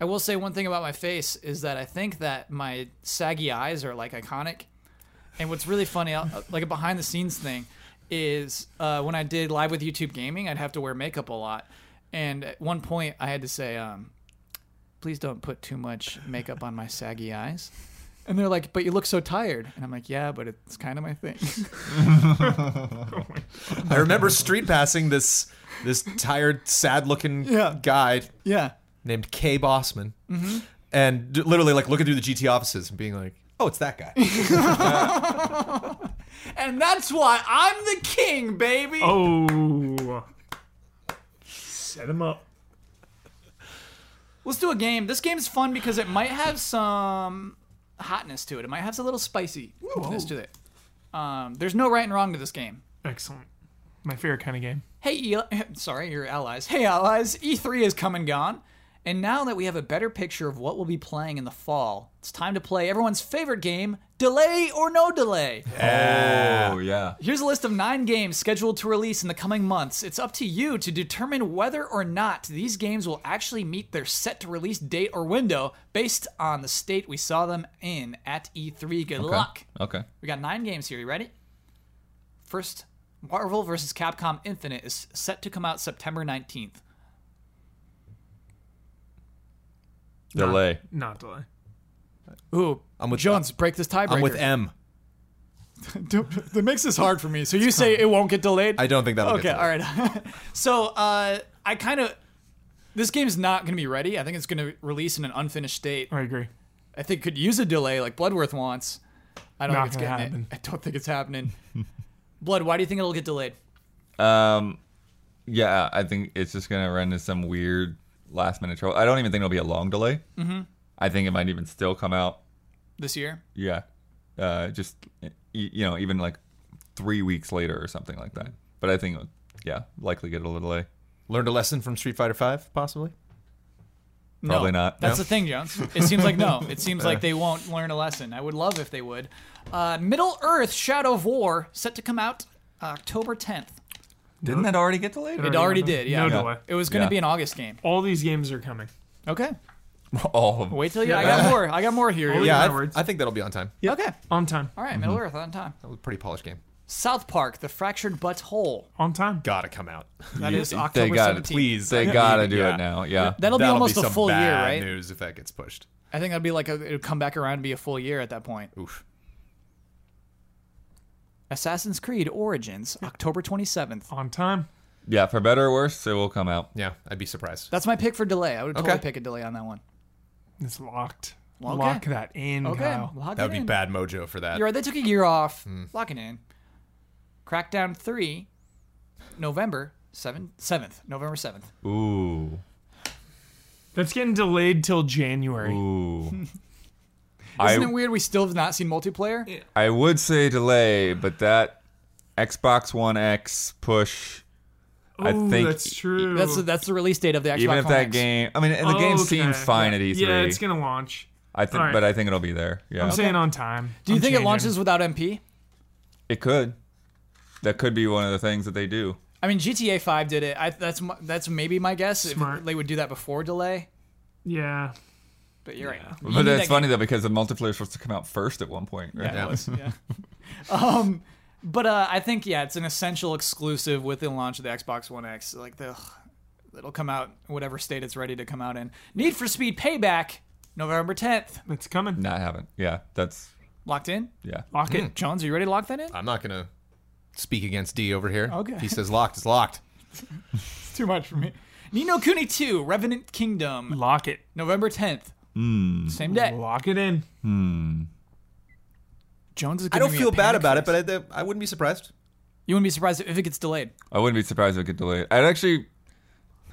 [SPEAKER 1] I will say one thing about my face is that I think that my saggy eyes are like iconic. And what's really funny, uh, like a behind the scenes thing, is uh, when I did live with YouTube gaming, I'd have to wear makeup a lot. And at one point, I had to say, um, "Please don't put too much makeup on my saggy eyes." And they're like, "But you look so tired." And I'm like, "Yeah, but it's kind of my thing." *laughs*
[SPEAKER 3] I remember street passing this this tired, sad looking
[SPEAKER 1] Yeah.
[SPEAKER 3] guy
[SPEAKER 1] yeah.
[SPEAKER 3] named K Bossman, and d- literally like looking through the GT offices and being like, "Oh, it's that guy."
[SPEAKER 1] And that's why I'm the king, baby.
[SPEAKER 2] Oh. Set him up.
[SPEAKER 1] Let's do a game. This game's fun because it might have some hotness to it. It might have a little spiciness to it. Um, there's no right and wrong to this game.
[SPEAKER 2] Excellent. My favorite kind of game.
[SPEAKER 1] Hey, El- *laughs* sorry, your allies. Hey, allies. E3 is come and gone. And now that we have a better picture of what we'll be playing in the fall, it's time to play everyone's favorite game, Delay or No Delay.
[SPEAKER 4] Oh yeah.
[SPEAKER 1] Here's a list of nine games scheduled to release in the coming months. It's up to you to determine whether or not these games will actually meet their set to release date or window based on the state we saw them in at E3. Good luck.
[SPEAKER 4] Okay.
[SPEAKER 1] We got nine games here. You ready? First, Marvel vs. Capcom Infinite is set to come out September 19th.
[SPEAKER 4] Delay.
[SPEAKER 2] Not delay.
[SPEAKER 1] Ooh,
[SPEAKER 3] I'm with
[SPEAKER 1] Jones, break this tiebreaker.
[SPEAKER 3] I'm
[SPEAKER 1] *laughs*
[SPEAKER 3] with M.
[SPEAKER 1] that makes this hard for me. So you say it won't get delayed?
[SPEAKER 3] I don't think that'll
[SPEAKER 1] Okay,
[SPEAKER 3] get
[SPEAKER 1] all right. *laughs* so uh, I kind of this game's not going to be ready. I think it's going to release in an unfinished state.
[SPEAKER 2] I agree.
[SPEAKER 1] I think it could use a delay like Bloodworth wants. I don't
[SPEAKER 2] Not
[SPEAKER 1] think it's
[SPEAKER 2] gonna
[SPEAKER 1] getting
[SPEAKER 2] happen.
[SPEAKER 1] it. *laughs* I don't think it's happening. Blood, why do you think it'll get delayed?
[SPEAKER 4] Um, yeah, I think it's just gonna run into some weird last minute trouble. I don't even think it'll be a long delay. Mm-hmm. I think it might even still come out.
[SPEAKER 1] This year?
[SPEAKER 4] Yeah, uh, just y- you know, even like three weeks later or something like that. But I think, yeah, likely get a little delay.
[SPEAKER 3] Learned a lesson from Street Fighter Five, possibly.
[SPEAKER 4] Probably
[SPEAKER 1] No.
[SPEAKER 4] not.
[SPEAKER 1] That's
[SPEAKER 4] No?
[SPEAKER 1] the thing, Jones. It seems like
[SPEAKER 4] *laughs*
[SPEAKER 1] no. It seems like they won't learn a lesson. I would love if they would. Uh, Middle Earth: Shadow of War set to come out October 10th.
[SPEAKER 4] Didn't that already get delayed?
[SPEAKER 1] It already did. Yeah.
[SPEAKER 2] No delay.
[SPEAKER 1] It was going to
[SPEAKER 4] Yeah.
[SPEAKER 1] be an August game.
[SPEAKER 2] All these games are coming.
[SPEAKER 1] Okay.
[SPEAKER 4] *laughs* All of them.
[SPEAKER 1] Wait till you. I got
[SPEAKER 4] *laughs*
[SPEAKER 1] more. I got more
[SPEAKER 2] Oh,
[SPEAKER 1] here.
[SPEAKER 3] Yeah, I,
[SPEAKER 2] Onwards.
[SPEAKER 3] I think that'll be on time.
[SPEAKER 1] Okay.
[SPEAKER 2] On time.
[SPEAKER 1] All right, Middle Earth on time.
[SPEAKER 3] That was a pretty polished game.
[SPEAKER 1] South Park: The Fractured Butthole.
[SPEAKER 2] On time.
[SPEAKER 3] Gotta come out.
[SPEAKER 1] That is October
[SPEAKER 4] They got it.
[SPEAKER 1] 17th.
[SPEAKER 4] Please, they gotta do
[SPEAKER 3] Yeah.
[SPEAKER 4] it now. Yeah.
[SPEAKER 1] That'll, be
[SPEAKER 3] That'll
[SPEAKER 1] almost a
[SPEAKER 3] some
[SPEAKER 1] full year,
[SPEAKER 3] bad
[SPEAKER 1] right?
[SPEAKER 3] News if that gets pushed.
[SPEAKER 1] I think that'd be like a, it'll come back around and be a full year at that point.
[SPEAKER 3] Oof.
[SPEAKER 1] Assassin's Creed Origins, October 27th.
[SPEAKER 2] On time.
[SPEAKER 4] yeah, for better or worse, it will come out.
[SPEAKER 3] Yeah, I'd be surprised.
[SPEAKER 1] That's my pick for delay. I would totally
[SPEAKER 3] Okay.
[SPEAKER 1] pick a delay on that one.
[SPEAKER 2] It's locked.
[SPEAKER 1] Okay.
[SPEAKER 2] Lock that in,
[SPEAKER 1] Okay,
[SPEAKER 2] Kyle.
[SPEAKER 1] lock
[SPEAKER 3] That
[SPEAKER 1] it
[SPEAKER 3] would be
[SPEAKER 1] in.
[SPEAKER 3] bad Hmm. mojo for that.
[SPEAKER 1] You're right. They took a year off. Lock it in. Crackdown three, November seventh. Seventh. November seventh.
[SPEAKER 4] Ooh,
[SPEAKER 2] That's getting delayed till January. *laughs*
[SPEAKER 4] ooh.
[SPEAKER 1] Isn't
[SPEAKER 4] I
[SPEAKER 1] it weird? We still have not seen multiplayer.
[SPEAKER 4] I would say delay, but that Xbox One X push. I
[SPEAKER 2] Ooh,
[SPEAKER 4] think
[SPEAKER 2] that's true.
[SPEAKER 1] That's the, that's the release date of the Xbox.
[SPEAKER 4] even if
[SPEAKER 1] One
[SPEAKER 4] that
[SPEAKER 1] X.
[SPEAKER 4] game, I mean, and the game
[SPEAKER 2] Okay,
[SPEAKER 4] seems fine
[SPEAKER 2] yeah.
[SPEAKER 1] E
[SPEAKER 4] at E3.
[SPEAKER 2] Yeah, it's gonna launch.
[SPEAKER 4] I think,
[SPEAKER 2] alright.
[SPEAKER 4] but I think it'll be there. Yeah,
[SPEAKER 2] I'm saying on time.
[SPEAKER 1] Do you
[SPEAKER 2] I'm
[SPEAKER 1] think
[SPEAKER 2] changing.
[SPEAKER 1] it launches without MP?
[SPEAKER 4] it could. That could be one of the things that they do.
[SPEAKER 1] I mean, GTA Five did it. I, that's my, that's maybe my guess. if
[SPEAKER 2] Smart.
[SPEAKER 1] they would do that before delay.
[SPEAKER 2] Yeah.
[SPEAKER 1] But you're right. You
[SPEAKER 4] But
[SPEAKER 1] need
[SPEAKER 4] it's
[SPEAKER 1] that
[SPEAKER 4] funny though because the multiplayer was supposed to come out first at one point. Right?
[SPEAKER 1] game- *laughs* Yeah. um, but uh, I think yeah, it's an essential exclusive with the launch of the Xbox One X. Like the, it'll come out whatever state it's ready to come out in. Need for Speed Payback, November 10th.
[SPEAKER 2] It's coming.
[SPEAKER 4] Not haven't. Yeah, that's
[SPEAKER 1] Locked in.
[SPEAKER 4] yeah.
[SPEAKER 2] Lock it.
[SPEAKER 1] Jones, are you ready to lock that in?
[SPEAKER 3] I'm not gonna speak against D over here.
[SPEAKER 1] Okay.
[SPEAKER 3] He says locked. It's *laughs* locked.
[SPEAKER 1] It's too much for me. Nino Kuni 2, Revenant Kingdom,
[SPEAKER 2] Lock it.
[SPEAKER 1] November 10th. Same day.
[SPEAKER 2] Lock it in.
[SPEAKER 1] Jones is.
[SPEAKER 3] I
[SPEAKER 1] giving
[SPEAKER 3] don't
[SPEAKER 1] me a
[SPEAKER 3] feel bad
[SPEAKER 1] panic
[SPEAKER 3] about it,
[SPEAKER 1] face.
[SPEAKER 3] but I, I wouldn't be surprised.
[SPEAKER 1] you wouldn't be surprised if it gets delayed.
[SPEAKER 4] I wouldn't be surprised if it get delayed. I'd actually,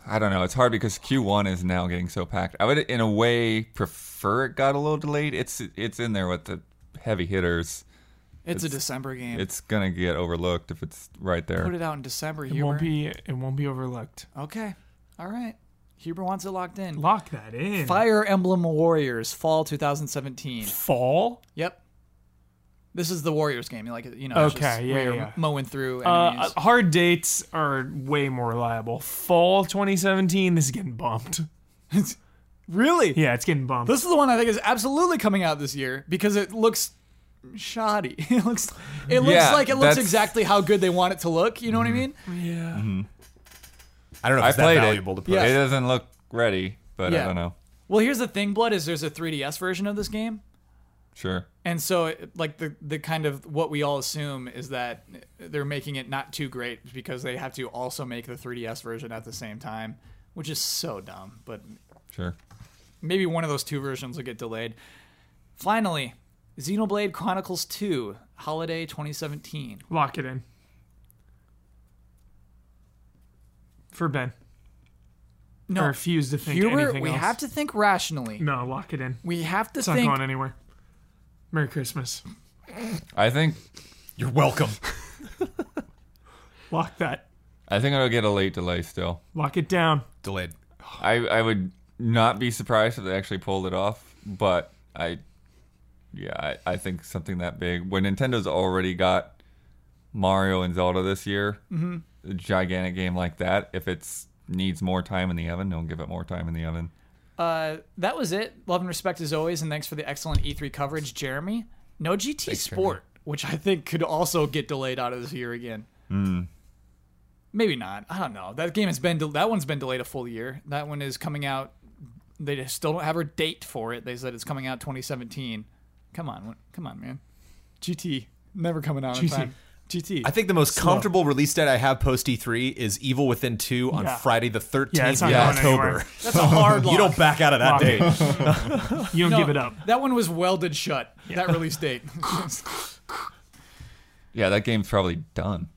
[SPEAKER 4] I don't know. It's hard because Q1 is now getting so packed. I would, in a way, prefer it got a little delayed. It's it's in there with the heavy hitters.
[SPEAKER 1] It's, a December game.
[SPEAKER 4] It's gonna get overlooked if it's right
[SPEAKER 1] Put
[SPEAKER 4] there.
[SPEAKER 1] it out in December.
[SPEAKER 2] It
[SPEAKER 1] Huber.
[SPEAKER 2] won't be. It won't be overlooked.
[SPEAKER 1] Okay. All right. Huber wants it locked in.
[SPEAKER 2] Lock that in.
[SPEAKER 1] Fire Emblem Warriors Fall 2017.
[SPEAKER 2] Fall.
[SPEAKER 1] Yep. This is the Warriors game. You Like you know, it's
[SPEAKER 2] Okay,
[SPEAKER 1] just
[SPEAKER 2] yeah,
[SPEAKER 1] where you're
[SPEAKER 2] yeah.
[SPEAKER 1] mowing through
[SPEAKER 2] Uh,
[SPEAKER 1] enemies.
[SPEAKER 2] hard dates are way more reliable. Fall 2017. This is getting bumped.
[SPEAKER 1] *laughs* really?
[SPEAKER 2] Yeah, it's getting bumped.
[SPEAKER 1] This is the one I think is absolutely coming out this year because it looks shoddy. *laughs* It looks it looks
[SPEAKER 4] Yeah,
[SPEAKER 1] like it looks
[SPEAKER 4] that's-
[SPEAKER 1] exactly how good they want it to look, you know
[SPEAKER 2] Mm-hmm.
[SPEAKER 1] what I mean?
[SPEAKER 2] yeah.
[SPEAKER 3] I don't know if
[SPEAKER 4] I
[SPEAKER 3] it's that
[SPEAKER 4] played it.
[SPEAKER 3] valuable to play.
[SPEAKER 1] Yeah.
[SPEAKER 4] It doesn't look ready, but
[SPEAKER 1] Yeah.
[SPEAKER 4] I don't know.
[SPEAKER 1] Well, here's the thing, Blood, is there's a 3DS version of this game.
[SPEAKER 4] Sure.
[SPEAKER 1] And so it- like the the kind of what we all assume is that they're making it not too great because they have to also make the 3DS version at the same time, which is so dumb, but
[SPEAKER 4] Sure.
[SPEAKER 1] maybe one of those two versions will get delayed. Finally, Xenoblade Chronicles 2, holiday 2017.
[SPEAKER 2] Lock it in. For Ben.
[SPEAKER 1] No.
[SPEAKER 2] I refuse to think
[SPEAKER 1] Huber,
[SPEAKER 2] anything
[SPEAKER 1] we
[SPEAKER 2] else.
[SPEAKER 1] have to think rationally.
[SPEAKER 2] No, lock it in.
[SPEAKER 1] We have to
[SPEAKER 2] It's not
[SPEAKER 1] think.
[SPEAKER 2] going anywhere. Merry Christmas.
[SPEAKER 4] I think
[SPEAKER 3] You're welcome. *laughs*
[SPEAKER 2] Lock that.
[SPEAKER 4] I think it'll get a late delay still.
[SPEAKER 2] Lock it down.
[SPEAKER 3] Delayed.
[SPEAKER 4] I I would not be surprised if they actually pulled it off, but I yeah, I, I think something that big when Nintendo's already got Mario and Zelda this year, a gigantic game like that, if it's needs more time in the oven, don't give it more time in the oven.
[SPEAKER 1] Uh, that was it. Love and respect as always, and thanks for the excellent E3 coverage, Jeremy. No GT Sport, which I think could also get delayed out of this year again.
[SPEAKER 2] Hmm.
[SPEAKER 1] Maybe not. I don't know. That game has been del that one's been delayed a full year. That one is coming out. They just still don't have a date for it. They said it's coming out 2017. Come on, come on, man. GT never coming out in
[SPEAKER 2] GT.
[SPEAKER 1] time. GT.
[SPEAKER 3] I think the most comfortable release date I have post E3 is Evil Within 2 on
[SPEAKER 2] Yeah.
[SPEAKER 3] Friday the 13th
[SPEAKER 2] Yeah, it's not
[SPEAKER 3] of
[SPEAKER 2] going
[SPEAKER 3] October.
[SPEAKER 2] anywhere.
[SPEAKER 1] That's a hard lock.
[SPEAKER 3] *laughs* You don't back out of that
[SPEAKER 2] Lock
[SPEAKER 3] date.
[SPEAKER 2] You don't
[SPEAKER 1] No,
[SPEAKER 2] give it up.
[SPEAKER 1] That one was welded shut. That release
[SPEAKER 2] *laughs*
[SPEAKER 1] date. *laughs*
[SPEAKER 4] Yeah, that game's probably done.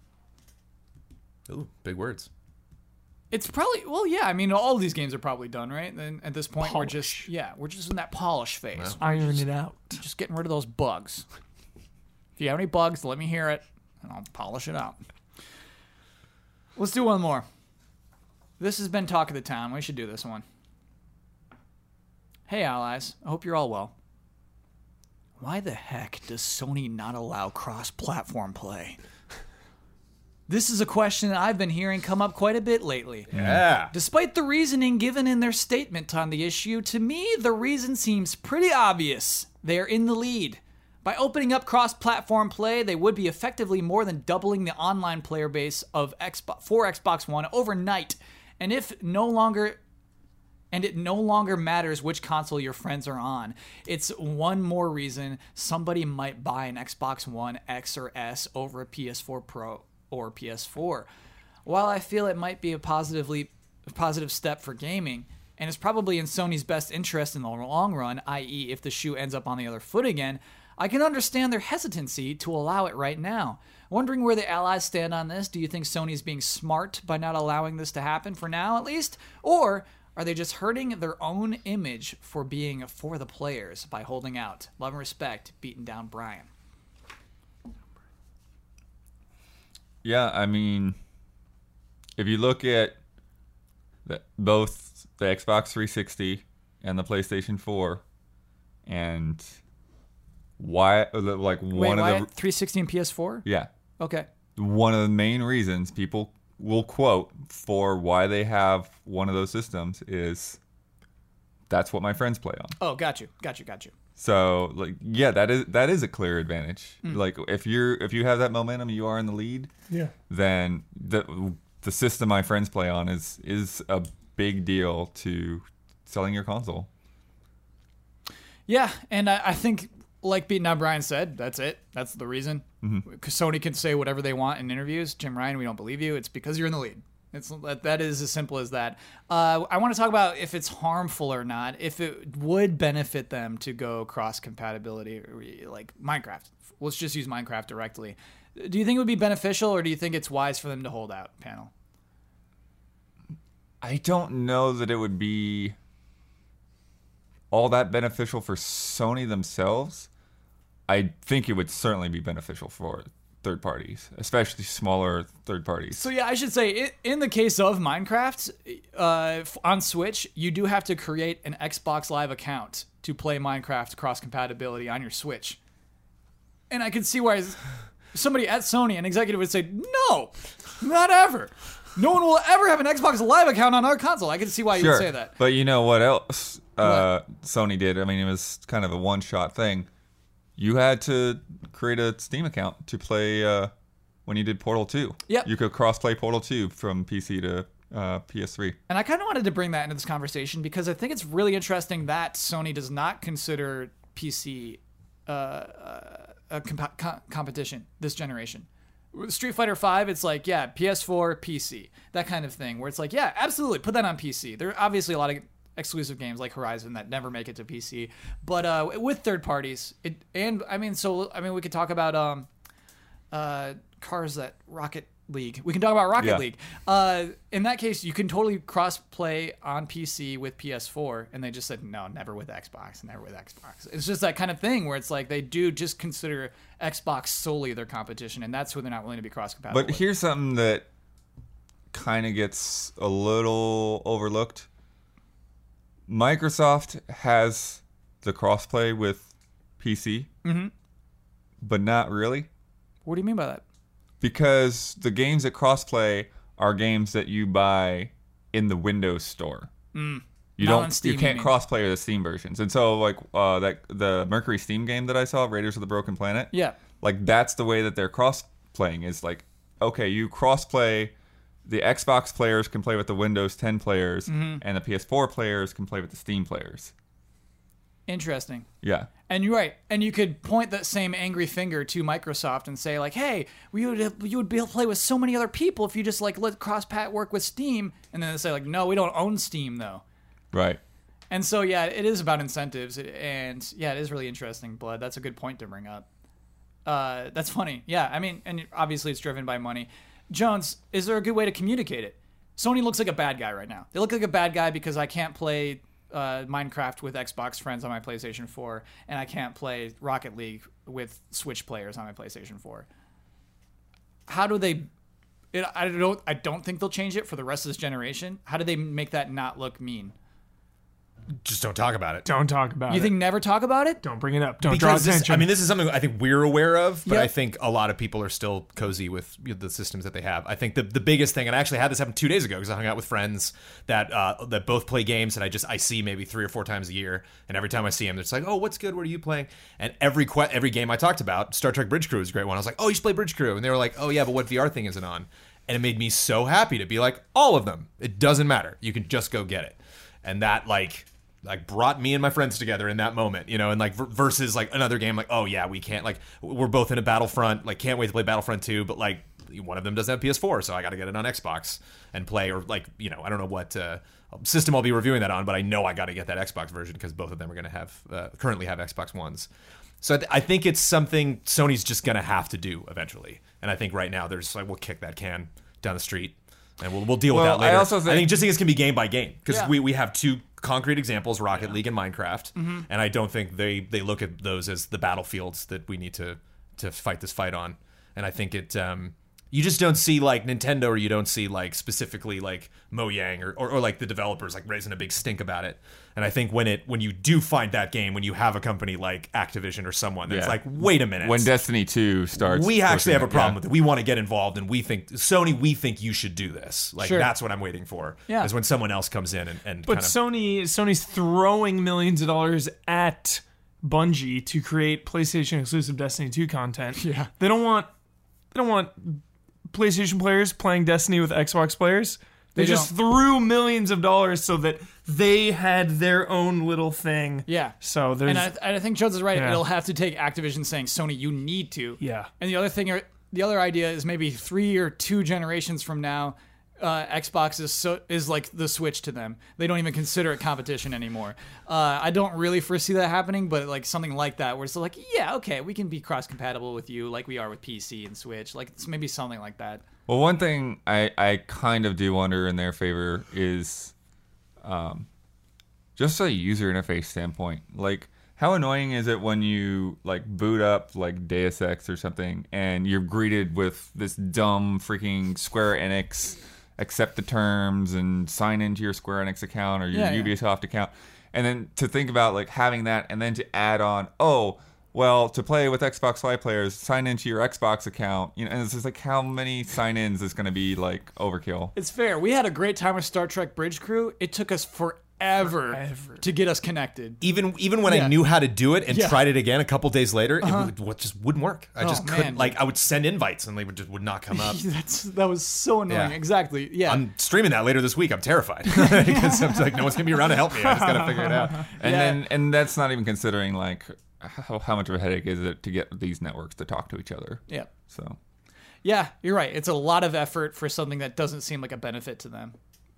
[SPEAKER 3] Ooh, big words.
[SPEAKER 1] It's probably well, yeah. I mean, all of these games are probably done, right? And at this point, we're just yeah, we're just in that polish phase,
[SPEAKER 2] Iron it out.
[SPEAKER 1] just getting rid of those bugs. If you have any bugs, let me hear it, and I'll polish it out. Let's do one more. This has been talk of the town. We should do this one. Hey, allies. I hope you're all well. Why the heck does Sony not allow cross-platform play? This is a question that I've been hearing come up quite a bit lately.
[SPEAKER 3] Yeah.
[SPEAKER 1] Despite the reasoning given in their statement on the issue, to me, the reason seems pretty obvious. They are in the lead. By opening up cross platform play, they would be effectively more than doubling the online player base of Xbox, for Xbox One overnight. And if no longer and it no longer matters which console your friends are on. It's one more reason somebody might buy an Xbox One X or S over a PS4 Pro or PS4. while I feel it might be a positive leap, a positive step for gaming, and it's probably in Sony's best interest in the long run, i.e., if the shoe ends up on the other foot again, I can understand their hesitancy to allow it right now. Wondering where the allies stand on this, do you think Sony's being smart by not allowing this to happen for now, at least? Or are they just hurting their own image for being for the players by holding out? Love and respect, beaten down Brian.
[SPEAKER 4] Yeah, I mean, if you look at the, both the Xbox 360 and the PlayStation 4, and why, like one
[SPEAKER 1] Wait,
[SPEAKER 4] of
[SPEAKER 1] why
[SPEAKER 4] the,
[SPEAKER 1] 360 and PS4?
[SPEAKER 4] yeah,
[SPEAKER 1] Okay.
[SPEAKER 4] one of the main reasons people will quote for why they have one of those systems is that's what my friends play on.
[SPEAKER 1] Oh, got you, got you, got you.
[SPEAKER 4] So like yeah, that is that is a clear advantage. Like if you're if you have that momentum, you are in the lead.
[SPEAKER 2] Yeah.
[SPEAKER 4] Then the the system my friends play on is is a big deal to selling your console.
[SPEAKER 1] Yeah, and I, I think, like Beaten Down Brian said, that's it. That's the reason. Because Sony can say whatever they want in interviews. Jim Ryan, we don't believe you. It's because you're in the lead. It's that, that is as simple as that. Uh, I want to talk about if it's harmful or not. If it would benefit them to go cross compatibility, like Minecraft. Let's just use Minecraft directly. Do you think it would be beneficial, or do you think it's wise for them to hold out? Panel.
[SPEAKER 4] I don't know that it would be all that beneficial for Sony themselves. I think it would certainly be beneficial for third parties, especially smaller third parties.
[SPEAKER 1] So yeah, I should say i in the case of Minecraft uh, f- on Switch, you do have to create an Xbox Live account to play Minecraft cross compatibility on your Switch. And I could see why s- somebody at Sony, an executive, would say, "No, not ever. No one will ever have an Xbox Live account on our console." I could see why you would say that.
[SPEAKER 4] But you know what else uh, Sony did? I mean, it was kind of a one shot thing. You had to create a Steam account to play uh, when you did Portal 2.
[SPEAKER 1] Yep.
[SPEAKER 4] You could cross play Portal 2 from PC to uh, PS3.
[SPEAKER 1] And I kind of wanted to bring that into this conversation because I think it's really interesting that Sony does not consider PC uh, uh, a comp- co- competition this generation. With Street Fighter Five, it's like yeah, PS4, PC, that kind of thing. Where it's like yeah, absolutely, put that on PC. There are obviously a lot of exclusive games like Horizon that never make it to PC, but uh, with third parties, it and I mean, so I mean, we could talk about um, uh, cars that Rocket League. We can talk about Rocket
[SPEAKER 4] Yeah.
[SPEAKER 1] League. Uh, in that case, you can totally cross play on PC with PS4, and they just said no, never with Xbox, never with Xbox. It's just that kind of thing where it's like they do just consider Xbox solely their competition, and that's who they're not willing to be cross compatible.
[SPEAKER 4] But
[SPEAKER 1] with.
[SPEAKER 4] here's something that kind of gets a little overlooked. Microsoft has the crossplay with PC, mm-hmm. but not really
[SPEAKER 1] what do you mean by that?
[SPEAKER 4] because the games that crossplay are games that you buy in the Windows Store. You
[SPEAKER 1] Not
[SPEAKER 4] don't.
[SPEAKER 1] on Steam,
[SPEAKER 4] you
[SPEAKER 1] you
[SPEAKER 4] can't
[SPEAKER 1] mean.
[SPEAKER 4] crossplay the Steam versions, and so like uh, that the Mercury Steam game that I saw, Raiders of the Broken Planet.
[SPEAKER 1] Yeah.
[SPEAKER 4] Like that's the way that they're cross playing is like, okay, you cross play. The Xbox players can play with the Windows 10 players, and the PS4 players can play with the Steam players.
[SPEAKER 1] Interesting.
[SPEAKER 4] Yeah.
[SPEAKER 1] And you're right. And you could point that same angry finger to Microsoft and say, like, "Hey, we would you would be able to play with so many other people if you just like let CrossPat work with Steam." And then they say, like, "No, we don't own Steam though."
[SPEAKER 4] Right.
[SPEAKER 1] And so, yeah, it is about incentives, and yeah, it is really interesting. Blood. That's a good point to bring up. Uh, that's funny. Yeah, I mean, and obviously it's driven by money. Jones, is there a good way to communicate it? Sony looks like a bad guy right now. They look like a bad guy because I can't play uh, Minecraft with Xbox friends on my PlayStation 4, and I can't play Rocket League with Switch players on my PlayStation 4. How do they? It, I don't. I don't think they'll change it for the rest of this generation. How do they make that not look mean?
[SPEAKER 3] Just don't talk about it.
[SPEAKER 2] Don't talk about
[SPEAKER 1] You
[SPEAKER 2] it.
[SPEAKER 1] think never talk about it?
[SPEAKER 2] Don't bring it up. Don't draw
[SPEAKER 3] Because
[SPEAKER 2] attention.
[SPEAKER 3] this, I mean, this is something I think we're aware of, but I
[SPEAKER 1] Yep.
[SPEAKER 3] think a lot of people are still cozy with you know, the systems that they have. I think the, the biggest thing, and I actually had this happen two days ago because I hung out with friends that uh, that both play games, and I just I see maybe three or four times a year, and every time I see them, they're just like, "Oh, what's good? What are you playing?" And every que- every game I talked about, Star Trek Bridge Crew is a great one. I was like, "Oh, you should play Bridge Crew," and they were like, "Oh yeah, but what VR thing is it on?" And it made me so happy to be like, "All of them. It doesn't matter. You can just go get it." And that like like brought me and my friends together in that moment, you know, and like ver- versus like another game, like oh yeah, we can't like we're both in a Battlefront, like can't wait to play Battlefront two, but like one of them doesn't have PS4, so I got to get it on Xbox and play. Or like you know, I don't know what uh, system I'll be reviewing that on, but I know I got to get that Xbox version because both of them are going to have uh, currently have Xbox ones. So I, th- I think it's something Sony's just going to have to do eventually. And I think right now there's like we'll kick that can down the street. And we'll, we'll deal
[SPEAKER 4] Well,
[SPEAKER 3] with that
[SPEAKER 4] I
[SPEAKER 3] later.
[SPEAKER 4] also think-
[SPEAKER 3] just think it's gonna be game by game because
[SPEAKER 1] Yeah.
[SPEAKER 3] we, we have two concrete examples, Rocket League and Minecraft, and I don't think they they look at those as the battlefields that we need to to fight this fight on. And I think it um, you just don't see like Nintendo or you don't see like specifically like Mojang or, or or like the developers like raising a big stink about it. And I think when it when you do find that game when you have a company like Activision or someone that's
[SPEAKER 4] Yeah.
[SPEAKER 3] like wait a minute
[SPEAKER 4] When Destiny 2 starts.
[SPEAKER 3] we actually have
[SPEAKER 4] pushing
[SPEAKER 3] a
[SPEAKER 4] it, yeah.
[SPEAKER 3] problem with it. We want to get involved, and we think Sony. We think you should do this. Like
[SPEAKER 1] Sure.
[SPEAKER 3] that's what I'm waiting for.
[SPEAKER 1] Yeah.
[SPEAKER 3] is when someone else comes in and, and
[SPEAKER 2] But
[SPEAKER 3] kind of
[SPEAKER 2] Sony Sony's throwing millions of dollars at Bungie to create PlayStation exclusive Destiny
[SPEAKER 1] *laughs*
[SPEAKER 2] 2 content. Yeah. They don't want they don't want PlayStation players playing Destiny with Xbox players. They,
[SPEAKER 1] They
[SPEAKER 2] just threw millions of dollars so that they had their own little thing.
[SPEAKER 1] Yeah.
[SPEAKER 2] So there's
[SPEAKER 1] And I, and I think Jones is right.
[SPEAKER 2] Yeah.
[SPEAKER 1] It'll have to take Activision saying, Sony, you need to.
[SPEAKER 2] Yeah.
[SPEAKER 1] And the other thing, or the other idea is maybe three or two generations from now, uh, Xbox is so is like the Switch to them. They don't even consider it competition anymore. Uh, I don't really foresee that happening, but like something like that, where it's like, yeah, okay, we can be cross compatible with you, like we are with PC and Switch. Like it's maybe something like that.
[SPEAKER 4] Well, one thing I, I kind of do wonder in their favor is um, just a user interface standpoint. Like, how annoying is it when you like boot up like Deus Ex or something and you're greeted with this dumb freaking Square Enix accept the terms and sign into your Square Enix account or your
[SPEAKER 1] Yeah, yeah.
[SPEAKER 4] Ubisoft account. And then to think about like having that and then to add on, oh, well, to play with Xbox Live players, sign into your Xbox account. You know, and it's just like how many sign ins is gonna be like overkill.
[SPEAKER 1] It's fair. We had a great time with Star Trek Bridge Crew. It took us forever, to get us connected.
[SPEAKER 3] even even when I
[SPEAKER 1] Yeah.
[SPEAKER 3] knew how to do it and
[SPEAKER 1] Yeah. Uh-huh. Oh,
[SPEAKER 3] tried it again a couple days later, it would, what just wouldn't work. I just
[SPEAKER 1] man.
[SPEAKER 3] couldn't. Like I would send invites and they would just would not
[SPEAKER 1] *laughs*
[SPEAKER 3] come up.
[SPEAKER 1] That's that was so annoying.
[SPEAKER 3] Yeah.
[SPEAKER 1] Exactly. Yeah.
[SPEAKER 3] I'm streaming that later this week.
[SPEAKER 1] *laughs*
[SPEAKER 3] I'm terrified *laughs* because I'm like no one's gonna be around to help me. I just gotta figure it out.
[SPEAKER 4] And then and that's not even considering like how, how much of a headache is it to get these networks to talk to each other.
[SPEAKER 1] yeah.
[SPEAKER 4] So
[SPEAKER 1] Yeah, you're right. It's a lot of effort for something that doesn't seem like a benefit to them.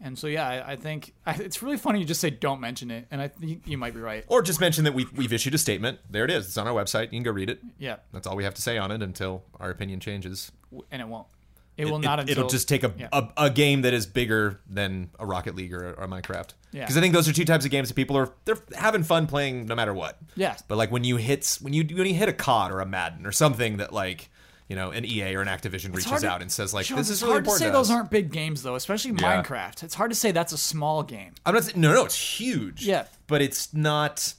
[SPEAKER 1] And so, yeah, I, I think I, it's really funny you just say don't mention it, and I think you might be right.
[SPEAKER 3] Or just mention that we we've issued a statement. There it is. It's on our website. You can go read it.
[SPEAKER 1] Yeah,
[SPEAKER 3] That's all we have to say on it until our opinion changes.
[SPEAKER 1] w- and it won't. It, will
[SPEAKER 3] it-
[SPEAKER 1] not. until,
[SPEAKER 3] it'll just take a,
[SPEAKER 1] yeah.
[SPEAKER 3] a a game that is bigger than a Rocket League or, or Minecraft.
[SPEAKER 1] Yeah.
[SPEAKER 3] Because I think those are two types of games that people are they're having fun playing no matter what.
[SPEAKER 1] Yeah.
[SPEAKER 3] But like when you hit when you when you hit a COD or a Madden or something that like you know an EA or an Activision reaches
[SPEAKER 1] hard to-
[SPEAKER 3] out and says like
[SPEAKER 1] Jones,
[SPEAKER 3] this
[SPEAKER 1] it's
[SPEAKER 3] is really
[SPEAKER 1] hard to
[SPEAKER 3] important.
[SPEAKER 1] say
[SPEAKER 3] to
[SPEAKER 1] those
[SPEAKER 3] us."
[SPEAKER 1] aren't big games though, especially
[SPEAKER 4] Yeah.
[SPEAKER 1] Minecraft. It's hard to say that's a small game.
[SPEAKER 3] I'm not saying, no no it's huge.
[SPEAKER 1] Yeah.
[SPEAKER 3] But it's not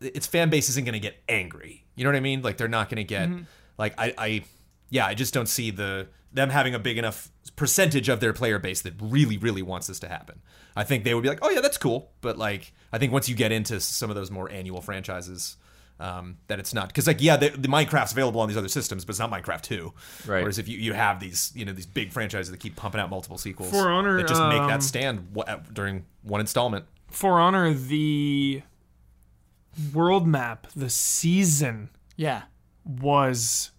[SPEAKER 3] its fan base isn't going to get angry. You know what I mean? Like they're not going to get like I I yeah I just don't see the them having a big enough percentage of their player base that really really wants this to happen. I think they would be like, oh yeah, that's cool, but like I think once you get into some of those more annual franchises. Um, that it's not because like yeah the, the minecraft's available on these other systems but it's not minecraft 2
[SPEAKER 4] Right.
[SPEAKER 3] whereas if you, you have these you know these big franchises that keep pumping out multiple sequels
[SPEAKER 2] For Honor,
[SPEAKER 3] that just make
[SPEAKER 2] um,
[SPEAKER 3] that stand wa- at- during one installment
[SPEAKER 2] For Honor the world map, the season
[SPEAKER 1] Yeah,
[SPEAKER 2] was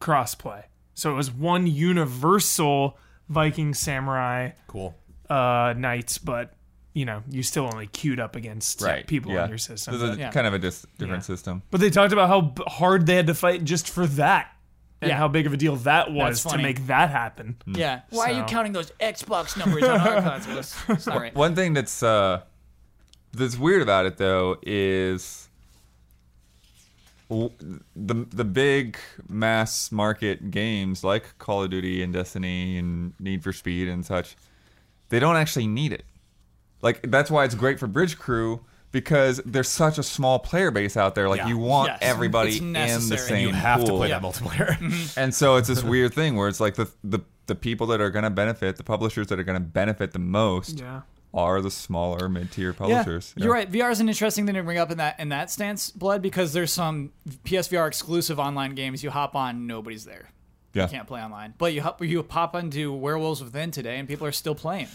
[SPEAKER 2] crossplay. So it was one universal Viking samurai
[SPEAKER 3] cool
[SPEAKER 2] uh, knights, but you know, you still only queued up against people
[SPEAKER 4] yeah.
[SPEAKER 2] on your system.
[SPEAKER 4] This is
[SPEAKER 2] But,
[SPEAKER 1] Yeah.
[SPEAKER 4] kind of a dis- different system.
[SPEAKER 2] but they talked about how b- hard they had to fight just for that, and
[SPEAKER 1] Yeah.
[SPEAKER 2] how big of a deal that was
[SPEAKER 1] That's
[SPEAKER 2] to
[SPEAKER 1] funny.
[SPEAKER 2] make that happen.
[SPEAKER 4] Hmm.
[SPEAKER 3] Hmm.
[SPEAKER 1] yeah. Why are you
[SPEAKER 2] So-
[SPEAKER 1] counting those Xbox numbers on *laughs* our consoles? It's not right.
[SPEAKER 4] One thing that's uh, that's weird about it though is w- the the big mass market games like Call of Duty and Destiny and Need for Speed and such, they don't actually need it. Like that's why it's great for Bridge Crew because there's such a small player base out there. Like
[SPEAKER 3] Yeah.
[SPEAKER 4] you want
[SPEAKER 1] Yes.
[SPEAKER 4] everybody
[SPEAKER 1] It's
[SPEAKER 4] in the
[SPEAKER 1] necessary.
[SPEAKER 4] same
[SPEAKER 3] you have to
[SPEAKER 4] pool.
[SPEAKER 3] play that multiplayer.
[SPEAKER 4] And so
[SPEAKER 1] *laughs*
[SPEAKER 4] it's this weird thing where it's like the the the people that are going to benefit, the publishers that are going to benefit the most,
[SPEAKER 2] Yeah.
[SPEAKER 4] are the smaller mid tier
[SPEAKER 1] Yeah,
[SPEAKER 4] publishers.
[SPEAKER 1] you're right. VR is an interesting thing to bring up in that in that stance, Blood, because there's some PSVR exclusive online games you hop on, nobody's there.
[SPEAKER 4] Yeah.
[SPEAKER 1] can't play online. But you hop, you pop into Werewolves Within today, and people are still playing,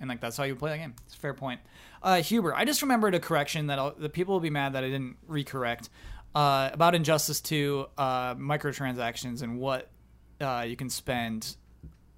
[SPEAKER 1] and like that's how you play that game. It's a fair point. Uh, Huber, I just remembered a correction that I'll, the people will be mad that I didn't recorrect uh, about Injustice 2 uh, microtransactions and what uh, you can spend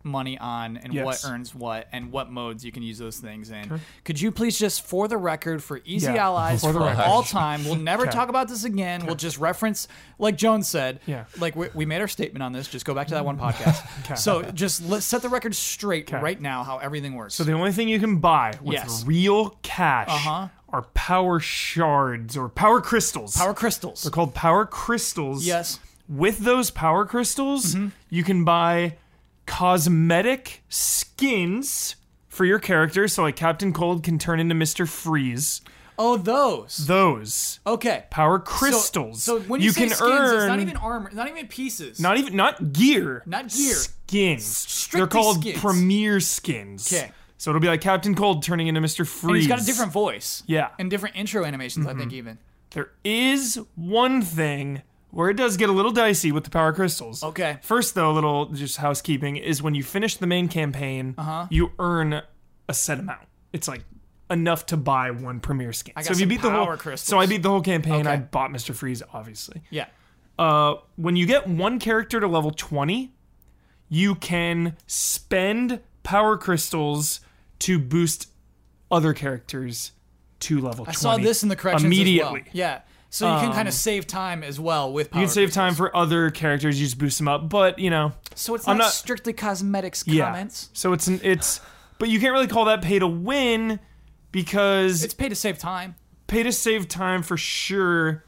[SPEAKER 1] money on and
[SPEAKER 2] Yes.
[SPEAKER 1] what earns what and what modes you can use those things in. Could you please just, for the record, for easy
[SPEAKER 2] Yeah,
[SPEAKER 1] allies
[SPEAKER 2] for
[SPEAKER 1] for,
[SPEAKER 2] the record.
[SPEAKER 1] all time, we'll never
[SPEAKER 2] Okay.
[SPEAKER 1] talk about this again. We'll just reference, like Jones said,
[SPEAKER 2] Yeah.
[SPEAKER 1] like we, we made our statement on this. Just go back to that one
[SPEAKER 2] *laughs*
[SPEAKER 1] podcast. So just let, set the record straight right now how everything works.
[SPEAKER 2] So the only thing you can buy with
[SPEAKER 1] Yes.
[SPEAKER 2] real cash
[SPEAKER 1] Uh-huh.
[SPEAKER 2] are power shards or power crystals.
[SPEAKER 1] power crystals.
[SPEAKER 2] They're called power crystals.
[SPEAKER 1] Yes. Mm-hmm.
[SPEAKER 2] With those power crystals, you can buy cosmetic skins for your character. So like Captain Cold can turn into Mister Freeze.
[SPEAKER 1] Oh, those.
[SPEAKER 2] Those
[SPEAKER 1] Okay.
[SPEAKER 2] power
[SPEAKER 1] So-
[SPEAKER 2] crystals.
[SPEAKER 1] So, when you, say
[SPEAKER 2] can
[SPEAKER 1] skins,
[SPEAKER 2] earn
[SPEAKER 1] it's not even armor, not even pieces.
[SPEAKER 2] not even not gear,
[SPEAKER 1] Not gear.
[SPEAKER 2] skins.
[SPEAKER 1] strictly
[SPEAKER 2] They're called
[SPEAKER 1] skins.
[SPEAKER 2] premier skins.
[SPEAKER 1] 'Kay.
[SPEAKER 2] So it'll be like Captain Cold turning into Mister
[SPEAKER 1] And
[SPEAKER 2] Freeze.
[SPEAKER 1] he's got a different voice.
[SPEAKER 2] Yeah. Mm-hmm.
[SPEAKER 1] And different intro animations, I think, even.
[SPEAKER 2] There is one thing where it does get a little dicey with the power crystals.
[SPEAKER 1] Okay.
[SPEAKER 2] First, though, a little just housekeeping is when you finish the main campaign, uh-huh. you earn a set amount. It's like enough to buy one premier skin.
[SPEAKER 1] got
[SPEAKER 2] so if you
[SPEAKER 1] some
[SPEAKER 2] beat the whole,
[SPEAKER 1] power crystals.
[SPEAKER 2] so I beat the whole campaign. I
[SPEAKER 1] Okay.
[SPEAKER 2] bought Mister Freeze, obviously.
[SPEAKER 1] Yeah.
[SPEAKER 2] Uh, when you get one character to level twenty, you can spend power crystals to boost other characters to level
[SPEAKER 1] I
[SPEAKER 2] 20
[SPEAKER 1] saw this in the corrections as well.
[SPEAKER 2] immediately Um,
[SPEAKER 1] Yeah. So you can kind of save time as well with power.
[SPEAKER 2] you can save time for other characters. You just boost them up, but you know,
[SPEAKER 1] So it's
[SPEAKER 2] I'm
[SPEAKER 1] not,
[SPEAKER 2] not-
[SPEAKER 1] strictly cosmetics
[SPEAKER 2] yeah.
[SPEAKER 1] comments.
[SPEAKER 2] So it's an, it's, but you can't really call that pay to win because
[SPEAKER 1] It's pay to save time.
[SPEAKER 2] pay to save time for sure.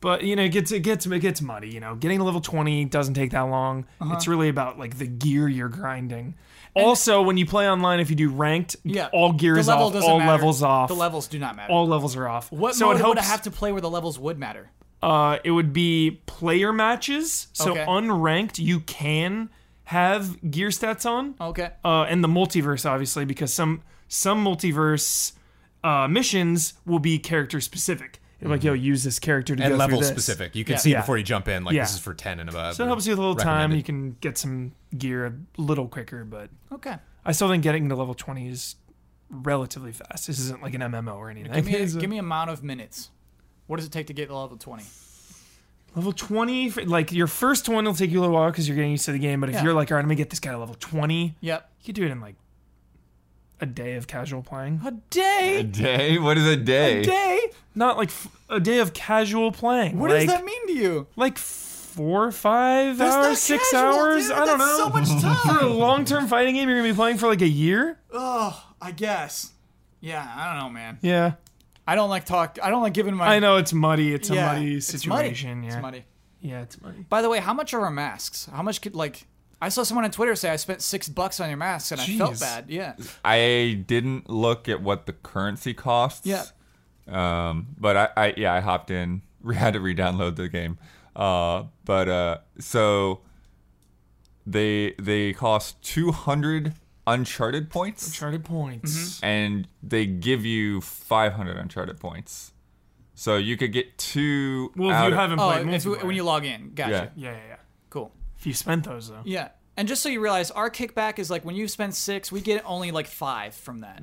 [SPEAKER 2] But you know, it gets it gets it gets muddy. You know, getting to level twenty doesn't take that long.
[SPEAKER 1] Uh-huh.
[SPEAKER 2] It's really about like the gear you're grinding. also, when you play online, if you do ranked,
[SPEAKER 1] Yeah.
[SPEAKER 2] all gear
[SPEAKER 1] The
[SPEAKER 2] is
[SPEAKER 1] level
[SPEAKER 2] off,
[SPEAKER 1] doesn't
[SPEAKER 2] all
[SPEAKER 1] matter.
[SPEAKER 2] levels off,
[SPEAKER 1] The levels do not matter.
[SPEAKER 2] all levels are off.
[SPEAKER 1] what
[SPEAKER 2] so
[SPEAKER 1] mode
[SPEAKER 2] it helps,
[SPEAKER 1] would I have to play where the levels would matter?
[SPEAKER 2] Uh, it would be player matches. So
[SPEAKER 1] Okay.
[SPEAKER 2] unranked, you can have gear stats on,
[SPEAKER 1] Okay.
[SPEAKER 2] uh, and the multiverse obviously, because some some multiverse uh, missions will be character specific. It'll be Like yo, use this character to go
[SPEAKER 3] Mm-hmm. and
[SPEAKER 2] through
[SPEAKER 3] level
[SPEAKER 2] this.
[SPEAKER 3] specific. You can
[SPEAKER 1] Yeah.
[SPEAKER 3] see
[SPEAKER 2] Yeah.
[SPEAKER 3] before you jump in, like
[SPEAKER 2] Yeah.
[SPEAKER 3] this is for ten and above.
[SPEAKER 2] So it helps you with a little time.
[SPEAKER 3] Recommended.
[SPEAKER 2] You can get some gear a little quicker, but
[SPEAKER 1] Okay.
[SPEAKER 2] I still think getting to level twenty is relatively fast. This isn't like an MMO or anything.
[SPEAKER 1] Give me, a,
[SPEAKER 2] It's a-
[SPEAKER 1] give me amount of minutes. What does it take to get to level 20?
[SPEAKER 2] Level 20, for- like your first one will take you a little while because you're getting used to the game. But if
[SPEAKER 1] Yeah.
[SPEAKER 2] you're like, all right, I'm going to get this guy to level 20, you
[SPEAKER 1] Yep.
[SPEAKER 2] could do it in like a day of casual playing.
[SPEAKER 1] A day?
[SPEAKER 4] *laughs* A day? What is a day?
[SPEAKER 2] day? Not like f- a day of casual playing.
[SPEAKER 1] What
[SPEAKER 2] like,
[SPEAKER 1] does that mean to you?
[SPEAKER 2] Like four, five
[SPEAKER 1] That's not
[SPEAKER 2] hours, six
[SPEAKER 1] casual,
[SPEAKER 2] hours?
[SPEAKER 1] dude.
[SPEAKER 2] I don't
[SPEAKER 1] That's
[SPEAKER 2] know.
[SPEAKER 1] So much time.
[SPEAKER 2] For a long term fighting game, you're going to be playing for like a year?
[SPEAKER 1] Oh, I guess. Yeah, I don't know, man.
[SPEAKER 2] Yeah.
[SPEAKER 1] I don't like talk. I don't like giving my.
[SPEAKER 2] I know it's muddy. It's
[SPEAKER 1] Yeah,
[SPEAKER 2] a muddy
[SPEAKER 1] it's muddy.
[SPEAKER 2] situation. Yeah.
[SPEAKER 1] It's muddy.
[SPEAKER 2] Yeah, it's muddy.
[SPEAKER 1] By the way, how much are our masks? How much could like? I saw someone on Twitter say I spent six bucks on your masks and I felt
[SPEAKER 2] Jeez.
[SPEAKER 1] bad. Yeah.
[SPEAKER 4] I didn't look at what the currency costs.
[SPEAKER 1] Yeah.
[SPEAKER 4] Um, but I, I yeah, I hopped in, *laughs* had to re-download the game. Uh, but uh, so they they cost 200 uncharted points
[SPEAKER 2] Charted points.
[SPEAKER 1] Mm-hmm.
[SPEAKER 4] and they give you 500 uncharted points. So you could get two
[SPEAKER 2] Well,
[SPEAKER 4] out
[SPEAKER 2] if you
[SPEAKER 4] of- *laughs*
[SPEAKER 2] haven't
[SPEAKER 1] Oh,
[SPEAKER 2] played
[SPEAKER 1] if-
[SPEAKER 2] multiplayer.
[SPEAKER 1] when you log in, gotcha.
[SPEAKER 2] yeah,
[SPEAKER 4] Yeah.
[SPEAKER 2] yeah, yeah.
[SPEAKER 1] Cool.
[SPEAKER 2] If you spent those though.
[SPEAKER 1] Yeah. And just so you realize, our kickback is like when you spend six, we get only like five from that.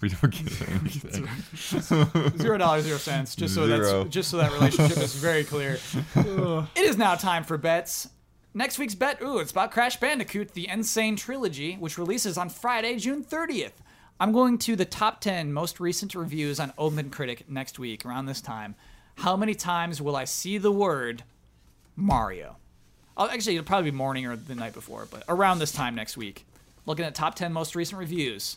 [SPEAKER 4] we don't get anything.
[SPEAKER 1] Zero dollars, zero cents. Just so
[SPEAKER 4] Zero.
[SPEAKER 1] that's just so that relationship
[SPEAKER 3] *laughs*
[SPEAKER 1] is very clear. it is now time for bets. Next week's bet, ooh, it's about Crash Bandicoot: The Insane Trilogy, which releases on Friday, June 30th. I'm going to the top 10 most recent reviews on OpenCritic next week around this time. How many times will I see the word Mario? i actually, it'll probably be morning or the night before, but around this time next week. Looking at top 10 most recent reviews.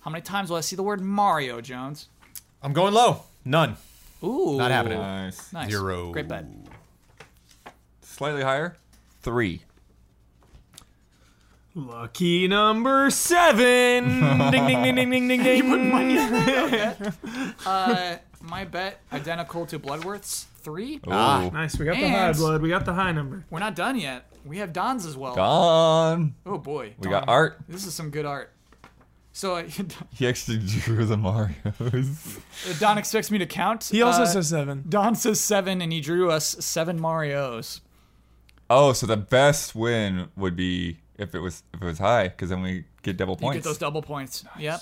[SPEAKER 1] How many times will I see the word Mario, Jones?
[SPEAKER 3] I'm going low. None.
[SPEAKER 1] Ooh.
[SPEAKER 3] Not happening.
[SPEAKER 4] nice.
[SPEAKER 1] Nice.
[SPEAKER 3] Zero.
[SPEAKER 1] Great bet.
[SPEAKER 4] Slightly higher, three.
[SPEAKER 2] Lucky number seven. *laughs* ding ding ding ding
[SPEAKER 1] *laughs*
[SPEAKER 2] ding ding ding.
[SPEAKER 1] Uh, my bet, identical to Bloodworth's three.
[SPEAKER 3] Ah.
[SPEAKER 2] Nice. We got
[SPEAKER 1] the high, Blood.
[SPEAKER 2] We got the high number.
[SPEAKER 1] We're not done yet. We have Don's as well.
[SPEAKER 4] Gone.
[SPEAKER 1] Oh boy.
[SPEAKER 4] We got art.
[SPEAKER 1] This is some good art. So *laughs* uh,
[SPEAKER 4] He actually *laughs* drew the Mario's.
[SPEAKER 1] Don expects me to count.
[SPEAKER 2] He also
[SPEAKER 1] Uh,
[SPEAKER 2] says seven.
[SPEAKER 1] Don says seven, and he drew us seven Mario's.
[SPEAKER 4] Oh, so the best win would be if it was if it was high, because then we get double
[SPEAKER 1] You
[SPEAKER 4] points.
[SPEAKER 1] get those double points. Yep.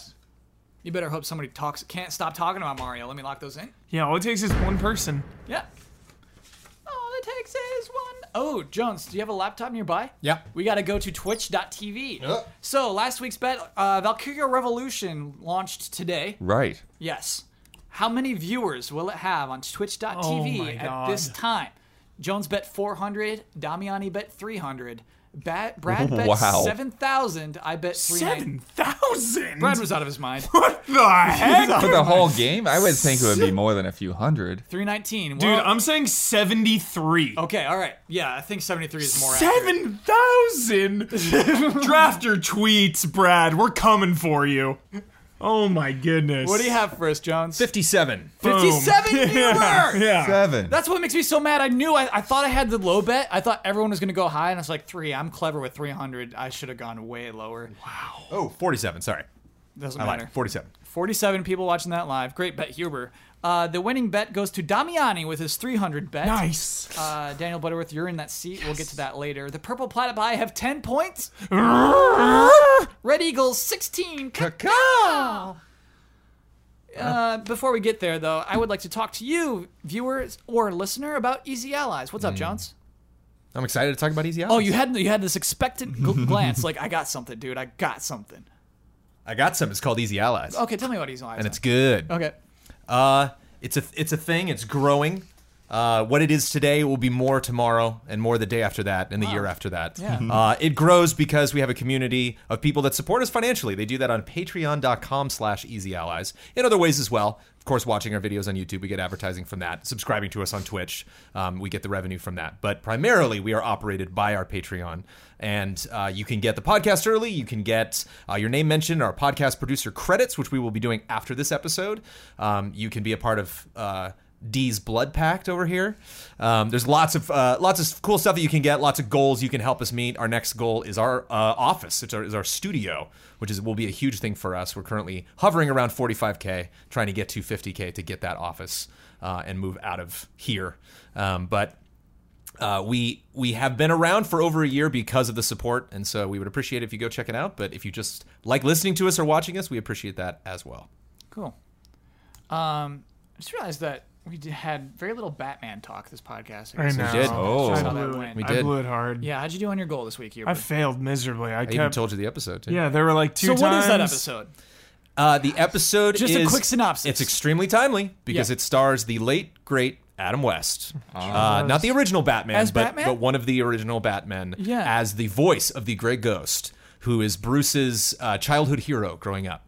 [SPEAKER 1] You better hope somebody talks. Can't stop talking about Mario. Let me lock those in.
[SPEAKER 2] Yeah. All it takes is one person.
[SPEAKER 1] Yeah. All it takes is Oh, one. Oh, Jones, do you have a laptop nearby?
[SPEAKER 3] Yeah.
[SPEAKER 1] We got to go to twitch.tv.
[SPEAKER 3] Yeah.
[SPEAKER 1] So, last week's bet, uh, Valkyria Revolution launched today.
[SPEAKER 4] Right.
[SPEAKER 1] Yes. How many viewers will it have on
[SPEAKER 2] Oh my
[SPEAKER 1] twitch.tv at
[SPEAKER 2] God.
[SPEAKER 1] this time? Jones bet 400, Damiani bet 300, Bat, Brad bet
[SPEAKER 4] Wow.
[SPEAKER 1] 7,000, I bet 300.
[SPEAKER 2] Seven thousand.
[SPEAKER 1] Brad was out of his *laughs* mind.
[SPEAKER 2] What *laughs* the heck?
[SPEAKER 4] For the whole game, I would think it would be more than a few hundred.
[SPEAKER 1] 319.
[SPEAKER 2] Dude,
[SPEAKER 1] Well,
[SPEAKER 2] I'm saying 73.
[SPEAKER 1] Okay, all right. Yeah, I think 73 is more accurate.
[SPEAKER 2] *laughs* 7,000? Drafter tweets, Brad. We're coming for you. Oh my goodness.
[SPEAKER 1] What do you have for us, Jones?
[SPEAKER 3] 57.
[SPEAKER 2] Boom.
[SPEAKER 1] 57
[SPEAKER 2] *laughs* yeah,
[SPEAKER 1] viewers!
[SPEAKER 2] yeah.
[SPEAKER 4] Seven.
[SPEAKER 1] That's what makes me so mad. I knew I, I thought I had the low bet. I thought everyone was going to go high, and I was like, three. I'm clever with 300. I should have gone way lower.
[SPEAKER 3] Oh, 47. Sorry.
[SPEAKER 1] Doesn't
[SPEAKER 3] I
[SPEAKER 1] matter.
[SPEAKER 3] lied. 47.
[SPEAKER 1] 47 people watching that live. Great bet, Huber. Uh, the winning bet goes to Damiani with his 300 bet.
[SPEAKER 2] Nice.
[SPEAKER 1] Uh, Daniel Butterworth, you're in that seat. We'll get to that later. The Purple Platypi have 10 points. Red Eagles, 16. Caca! Uh, before we get there, though, I would like to talk to you, viewers or listener, about Easy Allies. What's up, Jones?
[SPEAKER 3] I'm excited to talk about Easy Allies.
[SPEAKER 1] Oh, you had you had this expectant
[SPEAKER 3] *laughs*
[SPEAKER 1] gl- glance, like I got something, dude. I got something.
[SPEAKER 3] I got some. It's called Easy Allies.
[SPEAKER 1] Okay, tell me about Easy Allies.
[SPEAKER 3] And it's good.
[SPEAKER 1] okay.
[SPEAKER 3] Uh, it's a it's a thing. It's growing. Uh, what it is today will be more tomorrow, and more the day after that, and the year after that.
[SPEAKER 1] Yeah.
[SPEAKER 3] Uh, it grows because we have a community of people that support us financially. They do that on Patreon.com/slash Easy Allies. In other ways as well. Of course, watching our videos on YouTube, we get advertising from that. Subscribing to us on Twitch, um, we get the revenue from that. But primarily, we are operated by our Patreon, and uh, you can get the podcast early. You can get uh, your name mentioned, in our podcast producer credits, which we will be doing after this episode. Um, you can be a part of. Uh, D's Blood Pact over here. Um, there's lots of uh, lots of cool stuff that you can get. Lots of goals you can help us meet. Our next goal is our uh, office. It's our, is our studio, which is will be a huge thing for us. We're currently hovering around 45k, trying to get to 50k to get that office uh, and move out of here. Um, but uh, we we have been around for over a year because of the support, and so we would appreciate it if you go check it out. But if you just like listening to us or watching us, we appreciate that as well.
[SPEAKER 1] Cool. Um, I just realized that we d- had very little Batman talk this podcast.
[SPEAKER 2] I
[SPEAKER 1] guess.
[SPEAKER 2] know.
[SPEAKER 3] did.
[SPEAKER 4] Oh.
[SPEAKER 2] I
[SPEAKER 1] Saw that
[SPEAKER 2] blew,
[SPEAKER 1] win.
[SPEAKER 2] it.
[SPEAKER 1] We
[SPEAKER 2] I
[SPEAKER 3] did.
[SPEAKER 2] blew it hard.
[SPEAKER 1] Yeah, how'd you do on your goal this week, Huber?
[SPEAKER 2] I failed miserably. I,
[SPEAKER 3] I even
[SPEAKER 2] kept.
[SPEAKER 3] told you the episode. Too.
[SPEAKER 2] yeah, there were like two
[SPEAKER 1] so
[SPEAKER 2] times.
[SPEAKER 1] what is that episode?
[SPEAKER 3] Uh, the episode
[SPEAKER 1] Just a
[SPEAKER 3] is
[SPEAKER 1] quick synopsis.
[SPEAKER 3] It's extremely timely because
[SPEAKER 1] Yeah.
[SPEAKER 3] it stars the late great Adam West, uh, not the original Batman,
[SPEAKER 1] As
[SPEAKER 3] but
[SPEAKER 1] Batman?
[SPEAKER 3] but one of the original Batman
[SPEAKER 1] Yeah.
[SPEAKER 3] as the voice of the Gray Ghost, who is Bruce's uh, childhood hero growing up,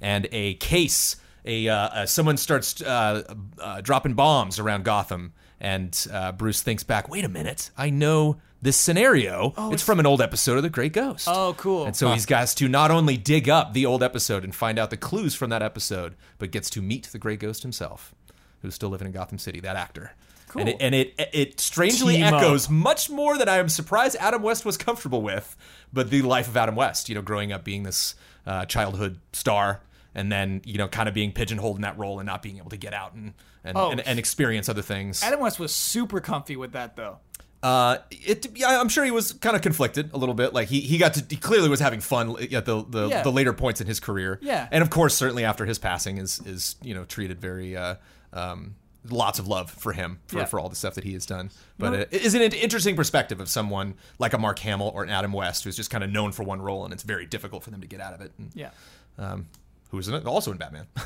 [SPEAKER 3] and a case. A uh, uh, someone starts uh, uh, dropping bombs around Gotham, and uh, Bruce thinks back. Wait a minute, I know this scenario. it's, from an old episode of The Great Ghost.
[SPEAKER 1] Oh, cool.
[SPEAKER 3] And so he's got to not only dig up the old episode and find out the clues from that episode, but gets to meet the Grey Ghost himself, who's still living in Gotham City. That actor. Cool. And it and it, it strangely
[SPEAKER 2] Team up.
[SPEAKER 3] echoes much more than I am surprised Adam West was comfortable with, but the life of Adam West, you know, growing up being this uh, childhood star and then you know kind of being pigeonholed in that role and not being able to get out and and,
[SPEAKER 1] Oh.
[SPEAKER 3] and, and experience other things.
[SPEAKER 1] Adam West was super comfy with that though.
[SPEAKER 3] Uh, it, yeah, I'm sure he was kind of conflicted a little bit. Like he, he got to, he clearly was having fun uh, at the the,
[SPEAKER 1] Yeah.
[SPEAKER 3] the later points in his career.
[SPEAKER 1] Yeah.
[SPEAKER 3] and of course, certainly after his passing is is you know treated very uh, um, lots of love for him for,
[SPEAKER 1] Yeah.
[SPEAKER 3] for all the stuff that he has done. But it is an interesting perspective of someone like a Mark Hamill or an Adam West who's just kind of known for one role and it's very difficult for them to get out of it. And,
[SPEAKER 1] Yeah.
[SPEAKER 3] um, who is in it? also in Batman? *laughs*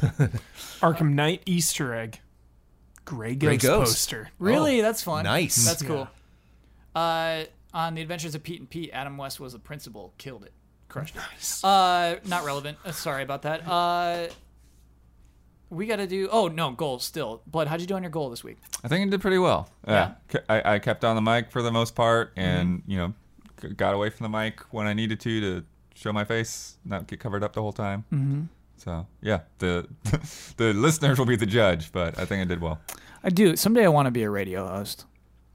[SPEAKER 2] Arkham Knight Easter egg. Grey Ghost,
[SPEAKER 3] Ghost.
[SPEAKER 2] poster.
[SPEAKER 1] Really? That's fun.
[SPEAKER 3] nice.
[SPEAKER 1] That's cool. Uh, on the Adventures of Pete and Pete, Adam West was the principal. Killed it. Crushed. Nice. Uh, not relevant. Uh, sorry about that. Uh, we got to do. Oh no, goal still. Blood. How'd you do on your goal this week?
[SPEAKER 4] I think it did pretty well. Yeah. Ke- I, I kept on the mic for the most part and, you know, g- got away from the mic when I needed to to show my face, not get covered up the whole time. Mm-hmm. So, yeah, the *laughs* the listeners will be the judge, but I think I did well.
[SPEAKER 1] I do. Someday I want to be a radio host,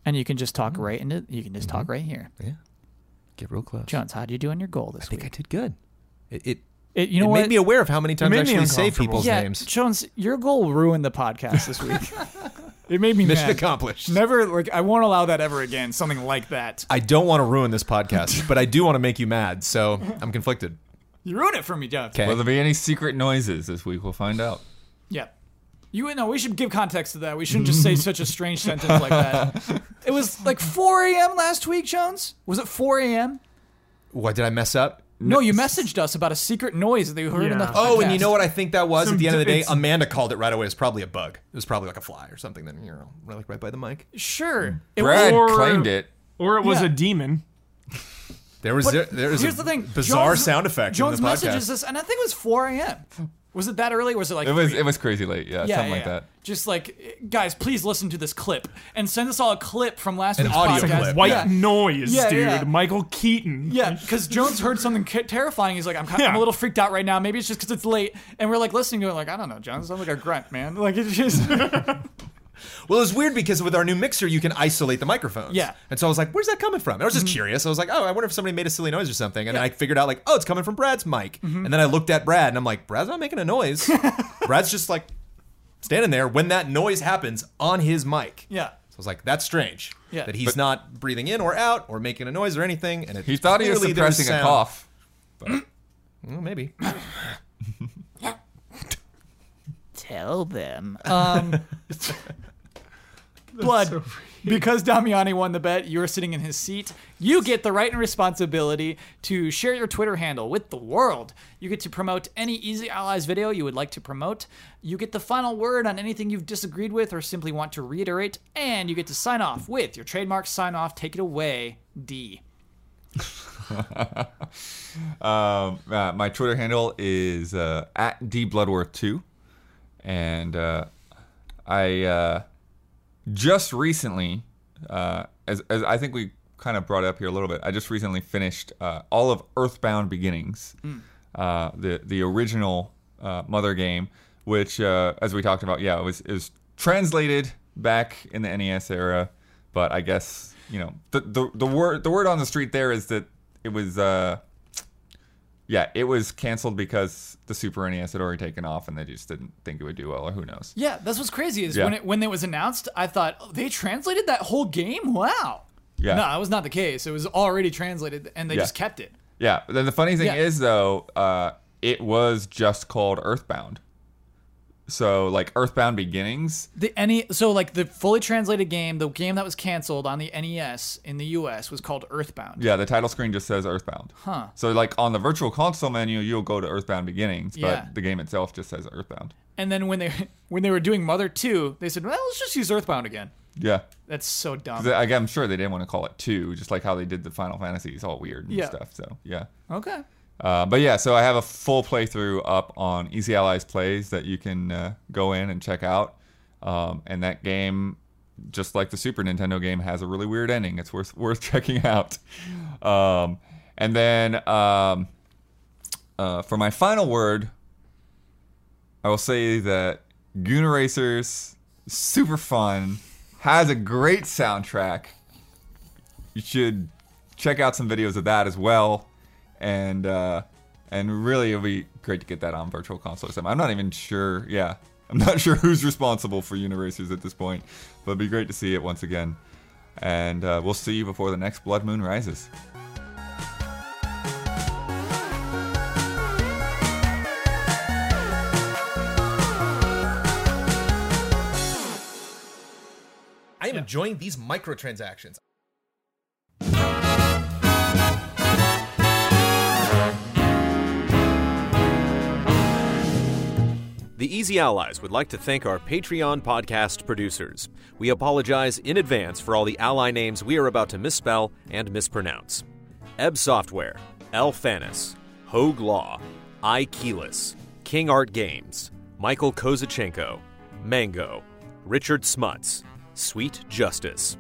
[SPEAKER 1] and you can just talk right into. You can just talk right here.
[SPEAKER 3] Get real close.
[SPEAKER 1] Jones, how'd you do on your goal this
[SPEAKER 3] I think I did good. It, it,
[SPEAKER 1] It, you know
[SPEAKER 3] it
[SPEAKER 1] what?
[SPEAKER 3] made me aware of how many times I
[SPEAKER 2] made me
[SPEAKER 3] actually say
[SPEAKER 2] uncomfortable.
[SPEAKER 3] people's
[SPEAKER 1] yeah,
[SPEAKER 3] names.
[SPEAKER 1] Jones, your goal ruined the podcast this *laughs* week. it made me
[SPEAKER 3] Mission
[SPEAKER 1] mad.
[SPEAKER 3] *laughs* accomplished.
[SPEAKER 1] Never like I won't allow that ever again. Something like that.
[SPEAKER 3] I don't want to ruin this podcast, but I do want to make you mad, so I'm conflicted.
[SPEAKER 1] You ruined it for me, Jones.
[SPEAKER 3] Okay.
[SPEAKER 4] Will there be any secret noises this week? We'll find out.
[SPEAKER 1] Yeah. You know, we should give context to that. We shouldn't just say such a strange sentence like that. It was like 4 a.m. last week, Jones. Was it 4 a.m.?
[SPEAKER 3] What did I mess up?
[SPEAKER 1] No, you messaged us about a secret noise that you heard in the
[SPEAKER 2] Yeah.
[SPEAKER 3] Oh, and
[SPEAKER 1] podcast.
[SPEAKER 3] you know what I think that was?
[SPEAKER 2] Some
[SPEAKER 3] At the end of the day,
[SPEAKER 2] it's-
[SPEAKER 3] Amanda called it right away. It was probably a bug. It was probably like a fly or something. Then you know, like right by the mic.
[SPEAKER 1] Sure. It
[SPEAKER 4] Brad
[SPEAKER 2] or-
[SPEAKER 4] claimed it.
[SPEAKER 2] Or it was
[SPEAKER 1] Yeah.
[SPEAKER 2] a demon.
[SPEAKER 3] There was there,
[SPEAKER 1] But
[SPEAKER 3] there was
[SPEAKER 1] here's the
[SPEAKER 3] a
[SPEAKER 1] thing.
[SPEAKER 3] bizarre
[SPEAKER 1] Jones-
[SPEAKER 3] sound effect
[SPEAKER 1] Jones
[SPEAKER 3] in the podcast.
[SPEAKER 1] messages us, and I think it was 4 a.m. Was it that early? Or was it like
[SPEAKER 4] It was
[SPEAKER 1] three?
[SPEAKER 4] it was crazy late. Yeah,
[SPEAKER 1] yeah,
[SPEAKER 4] something
[SPEAKER 1] yeah,
[SPEAKER 4] like
[SPEAKER 1] yeah.
[SPEAKER 4] that.
[SPEAKER 1] Just like, guys, please listen to this clip and send us all a clip from last
[SPEAKER 3] An
[SPEAKER 1] week's
[SPEAKER 3] audio
[SPEAKER 1] podcast.
[SPEAKER 3] clip.
[SPEAKER 2] White
[SPEAKER 1] Yeah.
[SPEAKER 2] noise,
[SPEAKER 1] Yeah,
[SPEAKER 2] dude.
[SPEAKER 1] yeah.
[SPEAKER 2] Michael Keaton.
[SPEAKER 1] Yeah, because Jones heard something ca- terrifying. He's like, I'm, kind, I'm a
[SPEAKER 2] Yeah.
[SPEAKER 1] little freaked out right now. Maybe it's just because it's late. And we're like listening to it, like, I don't know, Jones. I'm like a grunt, man. Like, it's just.
[SPEAKER 3] Well, it's weird because with our new mixer, you can isolate the microphones.
[SPEAKER 1] Yeah. Mm-hmm.
[SPEAKER 3] And so I was like, where's that coming from? I was just curious. I was like, oh, I wonder if somebody made a silly noise or something. And then I figured out, like, oh, it's coming from Brad's mic.
[SPEAKER 1] Mm-hmm.
[SPEAKER 3] And then I looked at Brad and I'm like, Brad's not making
[SPEAKER 1] *laughs*
[SPEAKER 3] a noise. Brad's just like standing there when that noise happens on his mic.
[SPEAKER 1] *laughs* *laughs* Yeah.
[SPEAKER 3] So I was like, that's strange.
[SPEAKER 1] Yeah.
[SPEAKER 3] That he's not breathing in or out or making a noise or anything. And it
[SPEAKER 4] He thought he was
[SPEAKER 3] clearly there
[SPEAKER 4] suppressing a
[SPEAKER 3] sound.
[SPEAKER 4] cough.
[SPEAKER 3] Well, maybe.
[SPEAKER 5] Tell them.
[SPEAKER 1] blood because Damiani won the bet. You're sitting in his seat. You get the right and responsibility to share your Twitter handle with the world. You get to promote any Easy Allies video you would like to promote. You get the final word on anything you've disagreed with or simply want to reiterate, and you get to sign off with your trademark sign off. Take it away, D.
[SPEAKER 4] Um, uh, my Twitter handle is uh, at dbloodworth2, and uh, I uh, just recently, uh, as, as I think we kind of brought up here a little bit, I just recently finished uh, all of Earthbound Beginnings, uh, the the original uh, Mother game, which uh, as we talked about, yeah, it was it was translated back in the NES era, but I guess you know the the, the word the word on the street there is that it was. Uh, yeah, it was canceled because the Super NES had already taken off and they just didn't think it would do well, or who knows.
[SPEAKER 1] Yeah, that's what's crazy is
[SPEAKER 4] Yeah.
[SPEAKER 1] when it when it was announced, I thought oh, they translated that whole game. Wow.
[SPEAKER 4] Yeah.
[SPEAKER 1] No, that was not the case. It was already translated, and they
[SPEAKER 4] Yeah.
[SPEAKER 1] just kept it.
[SPEAKER 4] Yeah, but then the funny thing
[SPEAKER 1] Yeah.
[SPEAKER 4] is, though, uh, it was just called Earthbound. So, like, Earthbound Beginnings,
[SPEAKER 1] The any so like the fully translated game, the game that was canceled on the NES in the US was called Earthbound.
[SPEAKER 4] yeah, the title screen just says Earthbound. Huh. So, like, on the virtual console menu, you'll go to Earthbound Beginnings, but
[SPEAKER 1] Yeah.
[SPEAKER 4] the game itself just says Earthbound.
[SPEAKER 1] And then when they *laughs* when they were doing Mother 2, they said, "Well, let's just use Earthbound again."
[SPEAKER 4] Yeah.
[SPEAKER 1] That's so dumb.
[SPEAKER 4] The- like, I'm sure they didn't want to call it 2, just like how they did the Final Fantasies, all weird and
[SPEAKER 1] Yeah.
[SPEAKER 4] stuff. So, yeah.
[SPEAKER 1] okay.
[SPEAKER 4] Uh, but yeah, so I have a full playthrough up on Easy Allies Plays that you can uh, go in and check out. Um, and that game, just like the Super Nintendo game, has a really weird ending. It's worth *laughs* worth checking out. Um, and then um, uh, for my final word, I will say that Goon Racers super fun, has a great soundtrack. You should check out some videos of that as well, and uh, and really it'll be great to get that on Virtual Console or something. I'm not even sure. Yeah, I'm not *laughs* sure who's responsible for Uniracers at this point, but it'd be great to see it once again. And uh, we'll see you before the next Blood Moon rises.
[SPEAKER 3] I am enjoying these microtransactions.
[SPEAKER 6] The Easy Allies would like to thank our Patreon podcast producers. We apologize in advance for all the ally names we are about to misspell and mispronounce. Ebb Software, L. Fanis, Hogue Law, I. Keyless, King Art Games, Michael Kozachenko, Mango, Richard Smuts, Sweet Justice,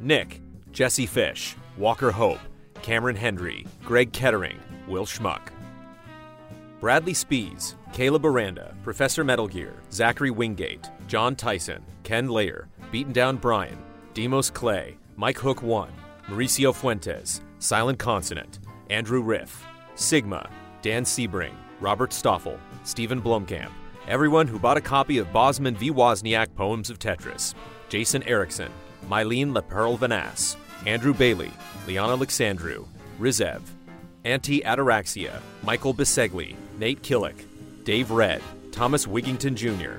[SPEAKER 6] Nick, Jesse Fish, Walker Hope, Cameron Hendry, Greg Kettering, Will Schmuck. Bradley Spees, Caleb Aranda, Professor Metal Gear, Zachary Wingate, John Tyson, Ken Layer, Beaten Down Brian, Demos Clay, Mike Hook 1, Mauricio Fuentes, Silent Consonant, Andrew Riff, Sigma, Dan Sebring, Robert Stoffel, Stephen Blumkamp, everyone who bought a copy of Bosman v. Wozniak Poems of Tetris, Jason Erickson, Mylene LaPerle Vanass, Andrew Bailey, Leon Alexandru, Rizev, Anti Ataraxia, Michael Bisegli, Nate Killick, Dave Red, Thomas Wigington Jr.,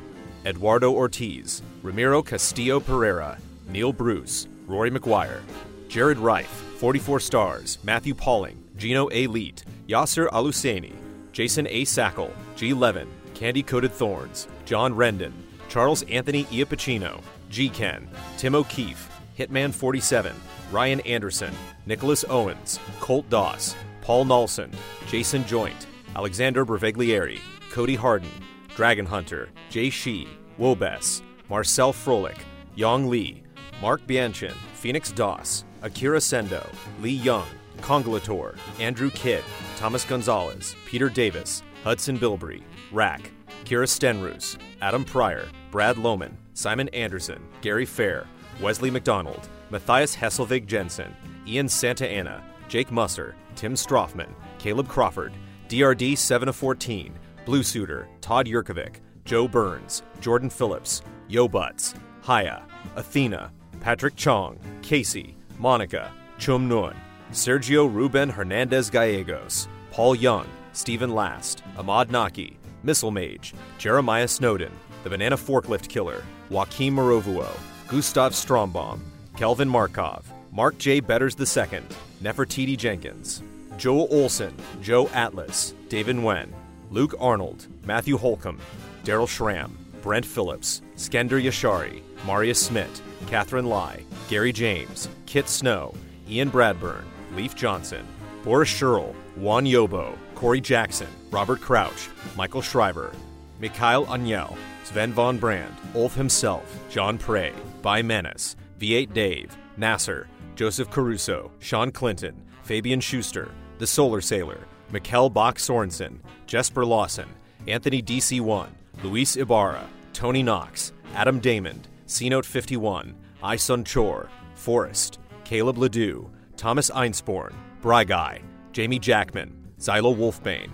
[SPEAKER 3] Eduardo Ortiz, Ramiro Castillo Pereira, Neil Bruce, Rory McGuire, Jared Reif, 44 stars, Matthew Pauling, Gino A. Leet, Yasser Aluseni, Jason A. Sackle, G. Levin, Candy Coated Thorns, John Rendon, Charles Anthony Iapicino, G. Ken, Tim O'Keefe, Hitman 47, Ryan Anderson, Nicholas Owens, Colt Doss, Paul Nolson, Jason Joint, Alexander Breviglieri, Cody Harden, Dragon Hunter, Jay Shi, Wobes, Marcel Froelich, Yang Lee, Mark Bianchin, Phoenix Doss, Akira Sendo, Lee Young, Congolator, Andrew Kidd, Thomas Gonzalez, Peter Davis, Hudson Bilbrey, Rack, Kira Stenrus, Adam Pryor, Brad Lohman, Simon Anderson, Gary Fair, Wesley McDonald, Matthias Hesselvig Jensen, Ian Santa Anna, Jake Musser, Tim Strothman, Caleb Crawford, DRD 7 of 14, Blue Suitor, Todd Yurkovic, Joe Burns, Jordan Phillips, Yo Butts, Haya, Athena, Patrick Chong, Casey, Monica, Chum Nun, Sergio Ruben Hernandez Gallegos, Paul Young, Stephen Last, Ahmad Naki, Missile Mage, Jeremiah Snowden, The Banana Forklift Killer, Joaquin Morovuo, Gustav Strombaum, Kelvin Markov, Mark J. Betters II, Nefertiti Jenkins, Joel Olson, Joe Atlas, David Nguyen, Luke Arnold, Matthew Holcomb, Daryl Schramm, Brent Phillips, Skender Yashari, Marius Smith, Catherine Lai, Gary James, Kit Snow, Ian Bradburn, Leaf Johnson, Boris Sherrill, Juan Yobo, Corey Jackson, Robert Crouch, Michael Schreiber, Mikhail Aniel, Sven von Brand, Ulf himself, John Prey, By Menace, V8 Dave, Nasser, Joseph Caruso, Sean Clinton, Fabian Schuster, The Solar Sailor, Mikkel Bach Sorensen, Jesper Lawson, Anthony DC1, Luis Ibarra, Tony Knox, Adam Damon, Cnote 51, Isun Chor, Forrest, Caleb Ledoux, Thomas Einsporn, Bryguy, Jamie Jackman, Zyla Wolfbane,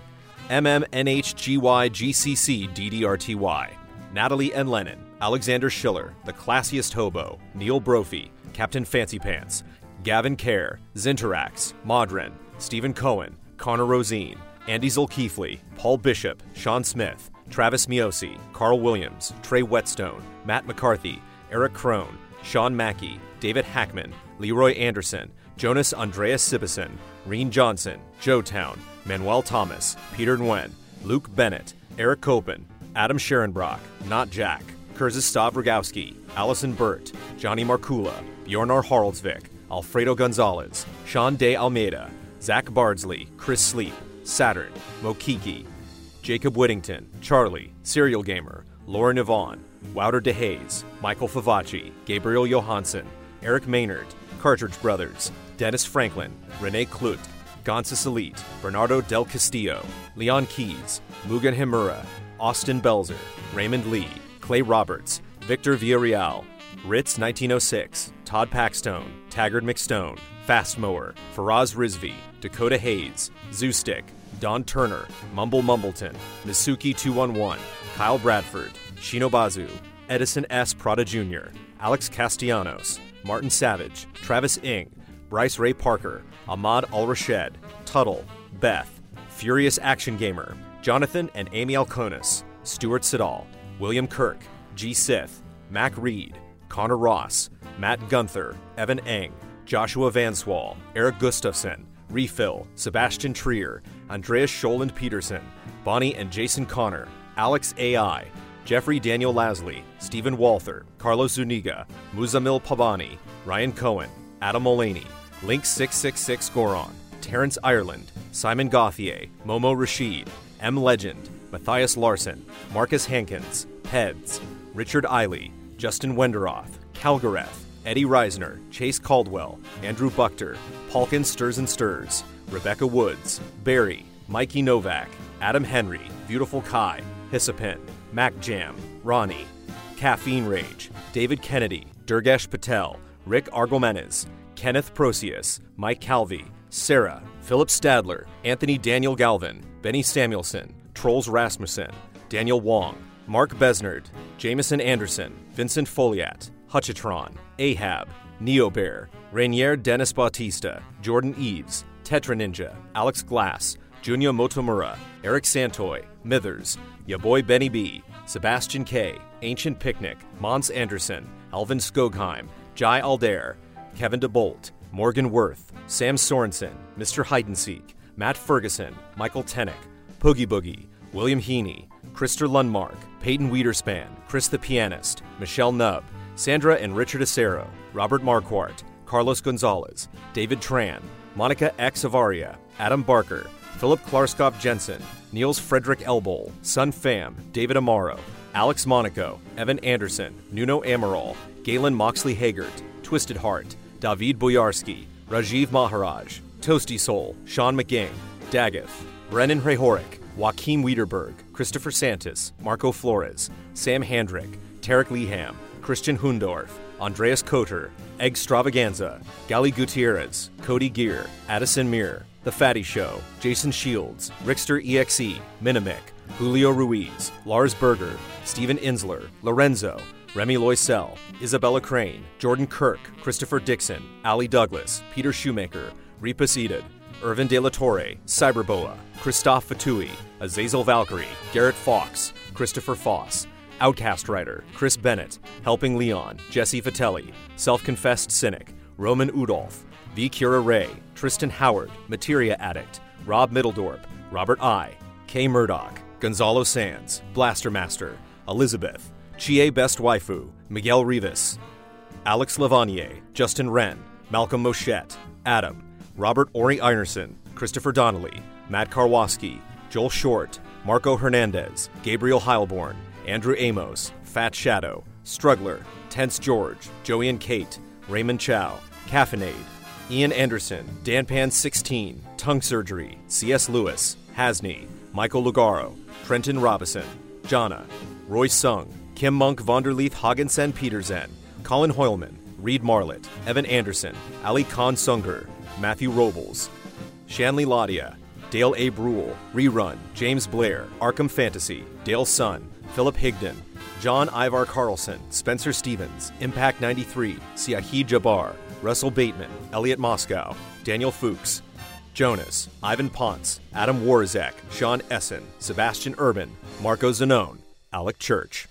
[SPEAKER 3] MMNHGYGCCDDRTY, Natalie and Lennon, Alexander Schiller, The Classiest Hobo, Neil Brophy, Captain Fancy Pants, Gavin Kerr, Zinterax, Modren, Stephen Cohen, Connor Rosine, Andy Zolkeefley, Paul Bishop, Sean Smith, Travis Miosi, Carl Williams, Trey Whetstone, Matt McCarthy, Eric Crone, Sean Mackey, David Hackman, Leroy Anderson, Jonas Andreas Sibison, Reen Johnson, Joe Town, Manuel Thomas, Peter Nguyen, Luke Bennett, Eric Copen, Adam Scherenbrock, Not Jack, Kurzistav Rogowski, Allison Burt, Johnny Markula, Bjornar Haraldsvik, Alfredo Gonzalez, Sean De Almeida, Zach Bardsley, Chris Sleep, Saturn, Mokiki, Jacob Whittington, Charlie, Serial Gamer, Lauren Yvonne, Wouter DeHaze, Michael Favacci, Gabriel Johansson, Eric Maynard, Cartridge Brothers, Dennis Franklin, Renee Klut, Gonza Salit, Bernardo Del Castillo, Leon Keys, Mugen Himura, Austin Belzer, Raymond Lee, Clay Roberts, Victor Villarreal, Ritz 1906, Todd Packstone, Taggart McStone, Fastmower, Faraz Rizvi, Dakota Hayes, Zoostick, Don Turner, Mumble Mumbleton, Misuki 211, Kyle Bradford, Shinobazu, Edison S. Prada Jr., Alex Castellanos, Martin Savage, Travis Ing, Bryce Ray Parker, Ahmad Al Rashed, Tuttle, Beth, Furious Action Gamer, Jonathan and Amy Alconis, Stuart Siddall, William Kirk, G. Sith, Mac Reed, Connor Ross, Matt Gunther, Evan Eng, Joshua Vanswall, Eric Gustafson, Refill, Sebastian Trier, Andreas Scholand Peterson, Bonnie and Jason Connor, Alex AI, Jeffrey Daniel Lasley, Stephen Walther, Carlos Zuniga, Muzamil Pavani, Ryan Cohen, Adam Mullaney, Link666 Goron, Terrence Ireland, Simon Gauthier, Momo Rashid, M. Legend, Matthias Larson, Marcus Hankins, Heads, Richard Eiley, Justin Wenderoth, Calgareth, Eddie Reisner, Chase Caldwell, Andrew Buchter, Palkin Stirs and Stirs, Rebecca Woods, Barry, Mikey Novak, Adam Henry, Beautiful Kai, Hissopin, Mac Jam, Ronnie, Caffeine Rage, David Kennedy, Durgesh Patel, Rick Argomenes, Kenneth Proceus, Mike Calvi, Sarah, Philip Stadler, Anthony Daniel Galvin, Benny Samuelson, Trolls Rasmussen, Daniel Wong, Mark Besnard, Jameson Anderson, Vincent Foliat, Hutchitron, Ahab, Neobear, Rainier Dennis Bautista, Jordan Eves, Tetra Ninja, Alex Glass, Junya Motomura, Eric Santoy, Mithers, Ya Boy Benny B, Sebastian K, Ancient Picnic, Mons Anderson, Alvin Skogheim, Jai Aldair, Kevin DeBolt, Morgan Worth, Sam Sorensen, Mr. Hide and Seek, Matt Ferguson, Michael Tenick, Poogie Boogie, William Heaney, Krister Lundmark, Peyton Wiederspan, Chris the Pianist, Michelle Nubb, Sandra and Richard Acero, Robert Marquardt, Carlos Gonzalez, David Tran, Monica Axavaria, Adam Barker, Philip Klarskov Jensen, Niels Frederick Elbol, Sun Pham, David Amaro, Alex Monaco, Evan Anderson, Nuno Amaral, Galen Moxley Hagert, Twisted Heart, David Boyarsky, Rajiv Maharaj, Toasty Soul, Sean McGing, Daggeth, Brennan Hrehorik, Joaquin Wiederberg, Christopher Santis, Marco Flores, Sam Handrick, Tarek Leham, Christian Hundorf, Andreas Koter, Extravaganza, Gali Gutierrez, Cody Gear, Addison Muir, The Fatty Show, Jason Shields, Rickster EXE, Minimic, Julio Ruiz, Lars Berger, Steven Insler, Lorenzo, Remy Loisel, Isabella Crane, Jordan Kirk, Christopher Dixon, Ali Douglas, Peter Shoemaker, Reapus Edid, Irvin De La Torre, Cyberboa, Christoph Fatui, Azazel Valkyrie, Garrett Fox, Christopher Foss, Outcast Writer, Chris Bennett, Helping Leon, Jesse Vitelli, Self Confessed Cynic, Roman Udolph, V. Cura Ray, Tristan Howard, Materia Addict, Rob Middledorp, Robert I., K. Murdoch, Gonzalo Sands, Blaster Master, Elizabeth, Chie Best Waifu, Miguel Rivas, Alex Lavanier, Justin Wren, Malcolm Moschette, Adam, Robert Ori Einerson, Christopher Donnelly, Matt Karwaski, Joel Short, Marco Hernandez, Gabriel Heilborn, Andrew Amos, Fat Shadow, Struggler, Tense George, Joey and Kate, Raymond Chow, Caffeinade, Ian Anderson, DanPan16, Tongue Surgery, C.S. Lewis, Hasney, Michael Lugaro, Trenton Robison, Jana, Roy Sung, Kim Monk Vonderleaf Hagensen Petersen, Colin Hoylman, Reed Marlett, Evan Anderson, Ali Khan Sunger, Matthew Robles, Shanley Ladia, Dale A. Brule, Rerun, James Blair, Arkham Fantasy, Dale Sun, Philip Higdon, John Ivar Carlson, Spencer Stevens, Impact 93, Siahi Jabbar, Russell Bateman, Elliot Moscow, Daniel Fuchs, Jonas, Ivan Ponce, Adam Warzak, Sean Essen, Sebastian Urban, Marco Zanone, Alec Church.